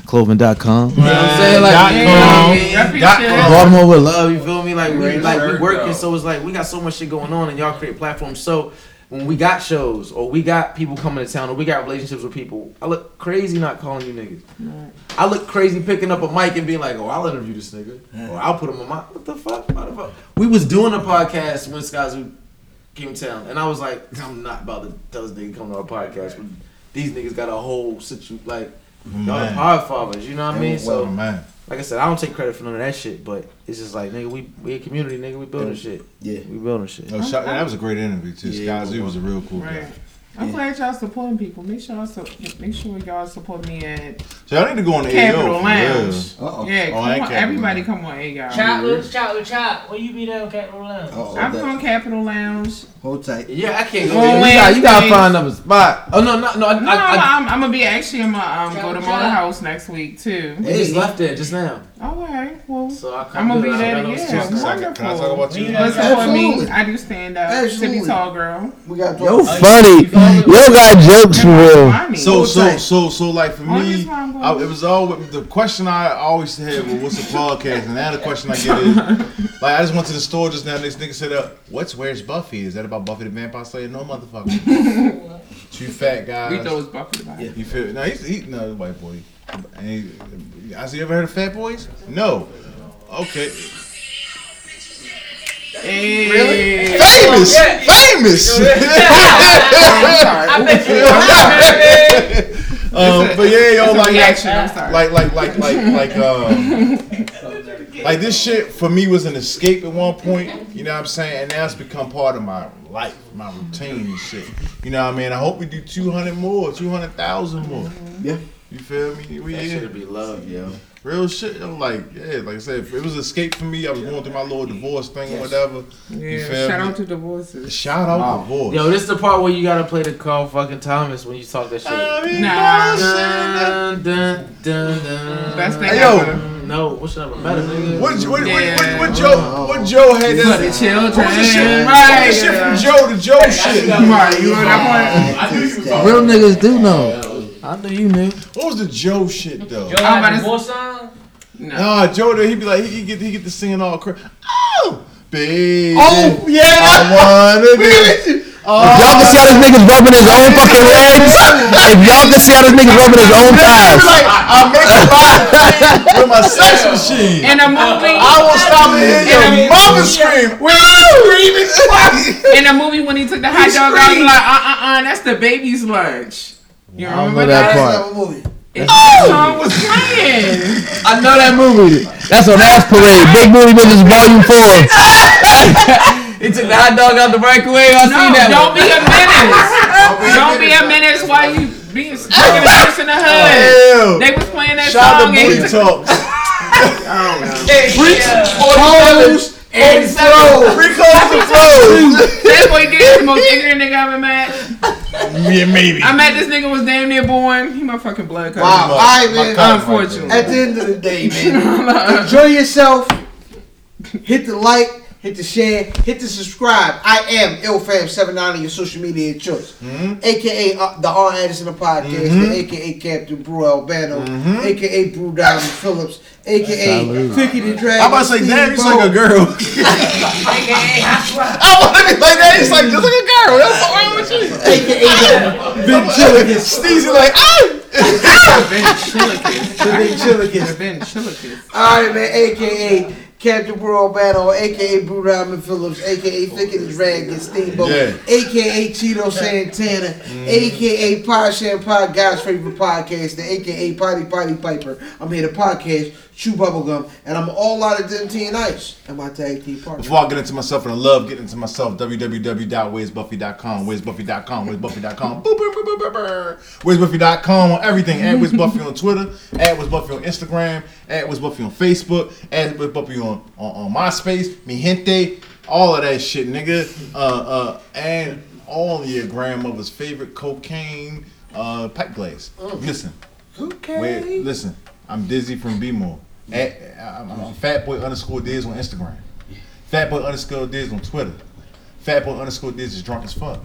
[SPEAKER 14] Cloven.com. You know what I'm saying? Like,
[SPEAKER 9] Dot
[SPEAKER 14] you
[SPEAKER 9] com.
[SPEAKER 14] know what I mean?
[SPEAKER 9] Dot com.
[SPEAKER 14] Yeah. Baltimore with love, you feel me? Like we
[SPEAKER 9] Right,
[SPEAKER 14] like we
[SPEAKER 9] sure,
[SPEAKER 14] working,
[SPEAKER 9] though.
[SPEAKER 14] so it's like we got so much shit going on and y'all create platforms. So when we got shows or we got people coming to town or we got relationships with people, I look crazy not calling you niggas. I look crazy picking up a mic and being like, oh, I'll interview this nigga. Or I'll put him on my what the fuck? Why the fuck? We was doing a podcast when Skyzoo came to town, and I was like, I'm not about to tell this nigga come to our podcast. But these niggas got a whole situ like y'all
[SPEAKER 3] Man.
[SPEAKER 14] podfathers, you know what I
[SPEAKER 3] They
[SPEAKER 14] mean?
[SPEAKER 3] was
[SPEAKER 14] So
[SPEAKER 3] well, man.
[SPEAKER 14] like I said, I don't take credit for none of that shit, but it's just like nigga, we we a community, nigga, we building shit.
[SPEAKER 3] Yeah.
[SPEAKER 14] We building shit.
[SPEAKER 3] Oh, shout, that was a great interview too.
[SPEAKER 14] Yeah,
[SPEAKER 3] Sky Zoo was a real cool
[SPEAKER 7] Right.
[SPEAKER 3] guy.
[SPEAKER 7] I'm glad y'all supporting people. Make sure y'all su- make sure y'all support me at
[SPEAKER 3] So y'all need to go on the
[SPEAKER 7] Capital
[SPEAKER 3] AO.
[SPEAKER 7] Lounge.
[SPEAKER 3] Yeah. Uh-oh. Oh,
[SPEAKER 7] Yeah, come
[SPEAKER 3] I ain't
[SPEAKER 7] on,
[SPEAKER 3] Capital
[SPEAKER 7] everybody come on, hey y'all.
[SPEAKER 12] Chop, little chop, little chop. When you be there on Capitol Lounge?
[SPEAKER 14] I'm
[SPEAKER 7] I'm on Capital Lounge.
[SPEAKER 1] Hold tight.
[SPEAKER 14] Yeah, I can't go.
[SPEAKER 7] On
[SPEAKER 14] there. You gotta, you gotta
[SPEAKER 7] Wednesdays.
[SPEAKER 14] find another spot. Oh no, no, no. I,
[SPEAKER 7] No,
[SPEAKER 14] I, I,
[SPEAKER 7] I'm, I'm gonna be actually in my um, go to
[SPEAKER 14] Chop,
[SPEAKER 7] Motor
[SPEAKER 14] chop.
[SPEAKER 7] House next week too.
[SPEAKER 14] we just left there just now.
[SPEAKER 7] All right, well,
[SPEAKER 14] So I
[SPEAKER 7] I'm gonna be
[SPEAKER 14] I
[SPEAKER 7] there.
[SPEAKER 14] got those
[SPEAKER 7] Yeah,
[SPEAKER 14] tickets.
[SPEAKER 7] wonderful.
[SPEAKER 14] Can I talk about you?
[SPEAKER 7] But support me.
[SPEAKER 1] Absolutely.
[SPEAKER 7] I do stand up.
[SPEAKER 1] Absolutely.
[SPEAKER 7] Sippy tall girl.
[SPEAKER 1] We got
[SPEAKER 9] Yo, funny. Yo, got jokes for real.
[SPEAKER 3] So so so so like for me,
[SPEAKER 7] I'm
[SPEAKER 3] I, it was always the question I always had was what's a podcast, and now the question I get is like I just went to the store just now. This nigga said, uh, "What's where's Buffy? Is that about Buffy the Vampire Slayer? No motherfucker. Two fat guys.
[SPEAKER 7] We thought it was Buffy the Vampire.
[SPEAKER 3] You feel? No, he's he, no he's a white boy. And he, has he ever heard of Fat Boys? No. Okay.
[SPEAKER 7] Really?
[SPEAKER 3] Famous, famous.
[SPEAKER 7] I bet you.
[SPEAKER 3] Um, but yeah, yo,
[SPEAKER 7] It's a
[SPEAKER 3] like,
[SPEAKER 7] reaction, I'm sorry.
[SPEAKER 3] like, like, like, like, like, um, like this shit for me was an escape at one point. You know what I'm saying? And now it's become part of my life, my routine and shit. You know what I mean? I hope we do 200 more, 200,000 more.
[SPEAKER 1] Yeah.
[SPEAKER 3] You feel me? We
[SPEAKER 14] That
[SPEAKER 3] here.
[SPEAKER 14] should be love, yo.
[SPEAKER 3] Real shit. I'm like, yeah, like I said, it was escape for me. I was going through my little divorce thing or whatever. you
[SPEAKER 7] Yeah,
[SPEAKER 3] feel
[SPEAKER 7] shout
[SPEAKER 3] me?
[SPEAKER 7] out to divorces.
[SPEAKER 3] Shout out
[SPEAKER 14] Wow.
[SPEAKER 3] divorce.
[SPEAKER 14] Yo, this is the part where you gotta play the Carl fucking Thomas when you talk that shit.
[SPEAKER 7] Nah.
[SPEAKER 14] Dun, dun, dun, dun.
[SPEAKER 7] Best thing
[SPEAKER 14] Hey, yo.
[SPEAKER 7] ever.
[SPEAKER 14] No, what's up? Better nigga.
[SPEAKER 3] What, what, what, what, what Joe? What Joe had?
[SPEAKER 7] For the
[SPEAKER 3] this-
[SPEAKER 7] children.
[SPEAKER 3] What was the shit? What
[SPEAKER 7] Right.
[SPEAKER 3] was the shit from Joe to Joe shit?
[SPEAKER 7] Right, you know that one?
[SPEAKER 9] Real niggas do know.
[SPEAKER 14] I knew you knew.
[SPEAKER 3] What was the Joe shit though?
[SPEAKER 12] Joe got the war song.
[SPEAKER 3] Nah, Ah, Joe, though, he be like, he, he get he get to singing all crazy. Oh, baby.
[SPEAKER 9] Oh, yeah.
[SPEAKER 3] I wanna be.
[SPEAKER 9] If y'all can see how this nigga's rubbing his own fucking legs, if y'all can see how this nigga's rubbing his own thighs.
[SPEAKER 3] Like, I make a lot with my sex machine.
[SPEAKER 7] In a movie.
[SPEAKER 3] I will stop and hear
[SPEAKER 7] In a
[SPEAKER 3] your
[SPEAKER 7] movie.
[SPEAKER 3] mother scream.
[SPEAKER 7] When he screaming, in the movie when he took the hot
[SPEAKER 3] He
[SPEAKER 7] dog out, he
[SPEAKER 3] screamed.
[SPEAKER 7] like, uh, uh, uh, that's the baby's lunch. You
[SPEAKER 9] I don't know
[SPEAKER 7] remember
[SPEAKER 9] that
[SPEAKER 7] that?
[SPEAKER 9] part.
[SPEAKER 7] And that song was playing.
[SPEAKER 9] I know that movie. That's on Ass Parade. Big Booty Bitches Volume 4.
[SPEAKER 14] He took the hot dog out the microwave. I
[SPEAKER 7] No,
[SPEAKER 14] seen that.
[SPEAKER 7] don't be a menace.
[SPEAKER 14] be a
[SPEAKER 7] don't be a menace while you being smoking a bitch in the hood. They was playing that
[SPEAKER 3] Shout out
[SPEAKER 7] song
[SPEAKER 3] to
[SPEAKER 7] and he
[SPEAKER 3] Booty
[SPEAKER 7] took
[SPEAKER 3] Talks.
[SPEAKER 14] Freaks,
[SPEAKER 1] Toes and flow.
[SPEAKER 3] Because the flow.
[SPEAKER 7] that boy did the most ignorant nigga I ever met.
[SPEAKER 3] Yeah, maybe.
[SPEAKER 7] I met this nigga was damn near born. He my fucking blood cousin.
[SPEAKER 1] Wow. All right,
[SPEAKER 3] My
[SPEAKER 1] man.
[SPEAKER 3] cousin
[SPEAKER 7] Unfortunately.
[SPEAKER 3] right
[SPEAKER 1] At the end of the day, man, enjoy yourself. Hit the like, hit the share, hit the subscribe. I am IlFam79 on your social media choice.
[SPEAKER 3] Mm-hmm.
[SPEAKER 1] AKA uh, the R. Anderson of Podcast,
[SPEAKER 3] Mhm.
[SPEAKER 1] AKA Captain Brew Albano,
[SPEAKER 3] Mhm.
[SPEAKER 1] AKA Brew Diamond Phillips, AKA
[SPEAKER 3] Salute.
[SPEAKER 1] Vicky the Dragon.
[SPEAKER 3] I'm about to say, damn,
[SPEAKER 1] Steve
[SPEAKER 3] he's like a
[SPEAKER 1] Bo.
[SPEAKER 3] girl.
[SPEAKER 1] I want to be like that. It's like, just like a girl. That's all wrong with you. AKA the Ventriloquist. Steezy like, ah! Ventriloquist.
[SPEAKER 7] Ventriloquist.
[SPEAKER 1] All right, man. AKA Captain Bro Battle, AKA Brew Diamond Phillips, AKA Thick and Drag and Steamboat,
[SPEAKER 3] Yeah.
[SPEAKER 1] AKA Cheeto Santana, AKA Pod Sham Pod, God's favorite podcaster, AKA Potty Potty Piper. I'm here to podcast, chew bubblegum, and I'm all out of Dentine and Ice and my tag team partner.
[SPEAKER 3] Before I get into myself and I love getting into myself, www.wizbuffy.com, wizbuffy.com, wizbuffy.com, boop, boop, boop, boop, boop, boop. wizbuffy.com on everything, at wizbuffy on Twitter, at wizbuffy on Instagram, at wizbuffy on Facebook, at wizbuffy on, on, on MySpace, mi gente, all of that shit, nigga. Uh, uh, and all your grandmother's favorite cocaine uh, pipe glaze. Listen.
[SPEAKER 1] Okay.
[SPEAKER 3] Wait, listen, I'm Dizzy from Bmore. At, I'm, I'm Fatboy underscore Diz on Instagram. Fatboy underscore Diz on Twitter. Fatboy underscore Diz is drunk as fuck.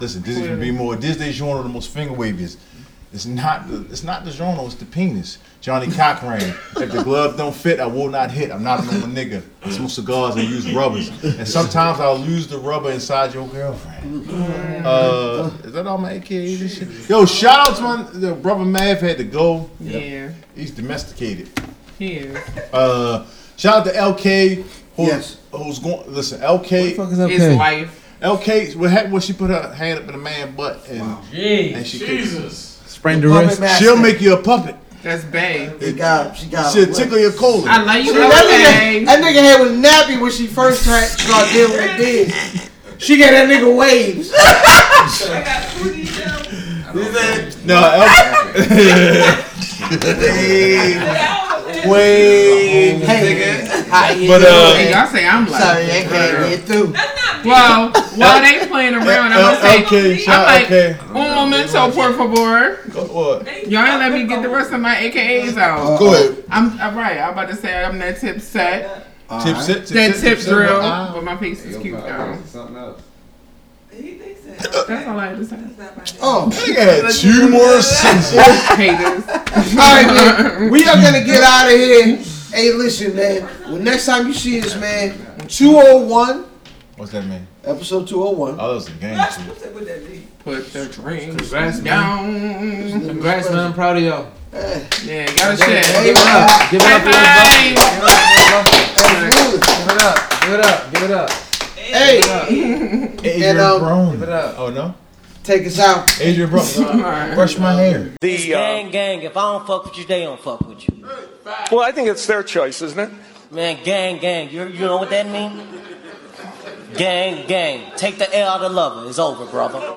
[SPEAKER 3] Listen, Dizzy from Bmore. This day genre the most finger waviest. It's not the it's not the genre, it's the penis. Johnny Cochran. if the glove don't fit, I will not hit. I'm not a normal nigga. I smoke cigars and use rubbers. And sometimes I'll lose the rubber inside your girlfriend. Uh, is that all my AKAs and shit? Yo, shout out to my the brother Mav had to go.
[SPEAKER 7] Yeah.
[SPEAKER 3] He's domesticated.
[SPEAKER 7] Here.
[SPEAKER 3] Uh, shout out to LK. Who, Who's going? Listen, LK.
[SPEAKER 7] fuck is LK? His wife.
[SPEAKER 3] LK, what happened was she put her hand up in a man butt and, and she
[SPEAKER 7] Jesus.
[SPEAKER 3] sprained
[SPEAKER 9] the wrist.
[SPEAKER 3] She'll make you a puppet.
[SPEAKER 7] That's Bay.
[SPEAKER 1] She got, she got.
[SPEAKER 3] She'll tickle your colon.
[SPEAKER 7] I like you,
[SPEAKER 1] See, that, nigga,
[SPEAKER 7] okay.
[SPEAKER 1] that nigga head was nappy when she first tried, started dealing with this. She got that nigga waves.
[SPEAKER 3] No, LK. Wait.
[SPEAKER 1] Hey,
[SPEAKER 3] But, uh,
[SPEAKER 7] Hey, y'all say I'm like.
[SPEAKER 1] Sorry, I can't get through.
[SPEAKER 7] Well, while they playing around, I'm gonna say,
[SPEAKER 3] Okay,
[SPEAKER 7] I'm
[SPEAKER 3] shout-
[SPEAKER 7] like,
[SPEAKER 3] okay.
[SPEAKER 7] un momento, por favor.
[SPEAKER 3] What?
[SPEAKER 7] Y'all ain't let me get the rest of my AKAs out.
[SPEAKER 3] Go ahead.
[SPEAKER 7] I'm all right. I'm about to say I'm that tip set.
[SPEAKER 3] Tip set, tip set,
[SPEAKER 7] that tip
[SPEAKER 3] tip set,
[SPEAKER 7] drill,
[SPEAKER 3] uh-uh.
[SPEAKER 7] but my face is cute though.
[SPEAKER 8] Something else.
[SPEAKER 7] That's all I had to say.
[SPEAKER 1] Oh,
[SPEAKER 3] nigga had two more sentences.
[SPEAKER 7] Haters.
[SPEAKER 1] All right, man. We are gonna get out of here. Hey, listen, man. Well, next time you see us, man, 201,
[SPEAKER 3] What's that mean?
[SPEAKER 1] episode 201.
[SPEAKER 3] Oh, that was a game shit.
[SPEAKER 7] Put the drink
[SPEAKER 1] Congrats,
[SPEAKER 7] down.
[SPEAKER 14] Congrats, man. I'm proud of y'all.
[SPEAKER 7] Yeah, gotta
[SPEAKER 14] Give it
[SPEAKER 7] share.
[SPEAKER 14] up. Give it
[SPEAKER 7] High
[SPEAKER 14] up. Give it up. Give it up. Give it up. Give it up.
[SPEAKER 1] Hey,
[SPEAKER 3] Adrian
[SPEAKER 1] um,
[SPEAKER 3] Brown. Give it up. Oh no.
[SPEAKER 1] take us out.
[SPEAKER 3] Adrian Brown. Brush my hair.
[SPEAKER 20] The
[SPEAKER 21] uh,
[SPEAKER 20] gang, gang. If I don't fuck with you, they don't fuck with you.
[SPEAKER 21] Well, I think it's their choice, isn't it?
[SPEAKER 20] Man, gang, gang. You, you know what that means? Gang, gang. Take the L out of lover. It's over, brother.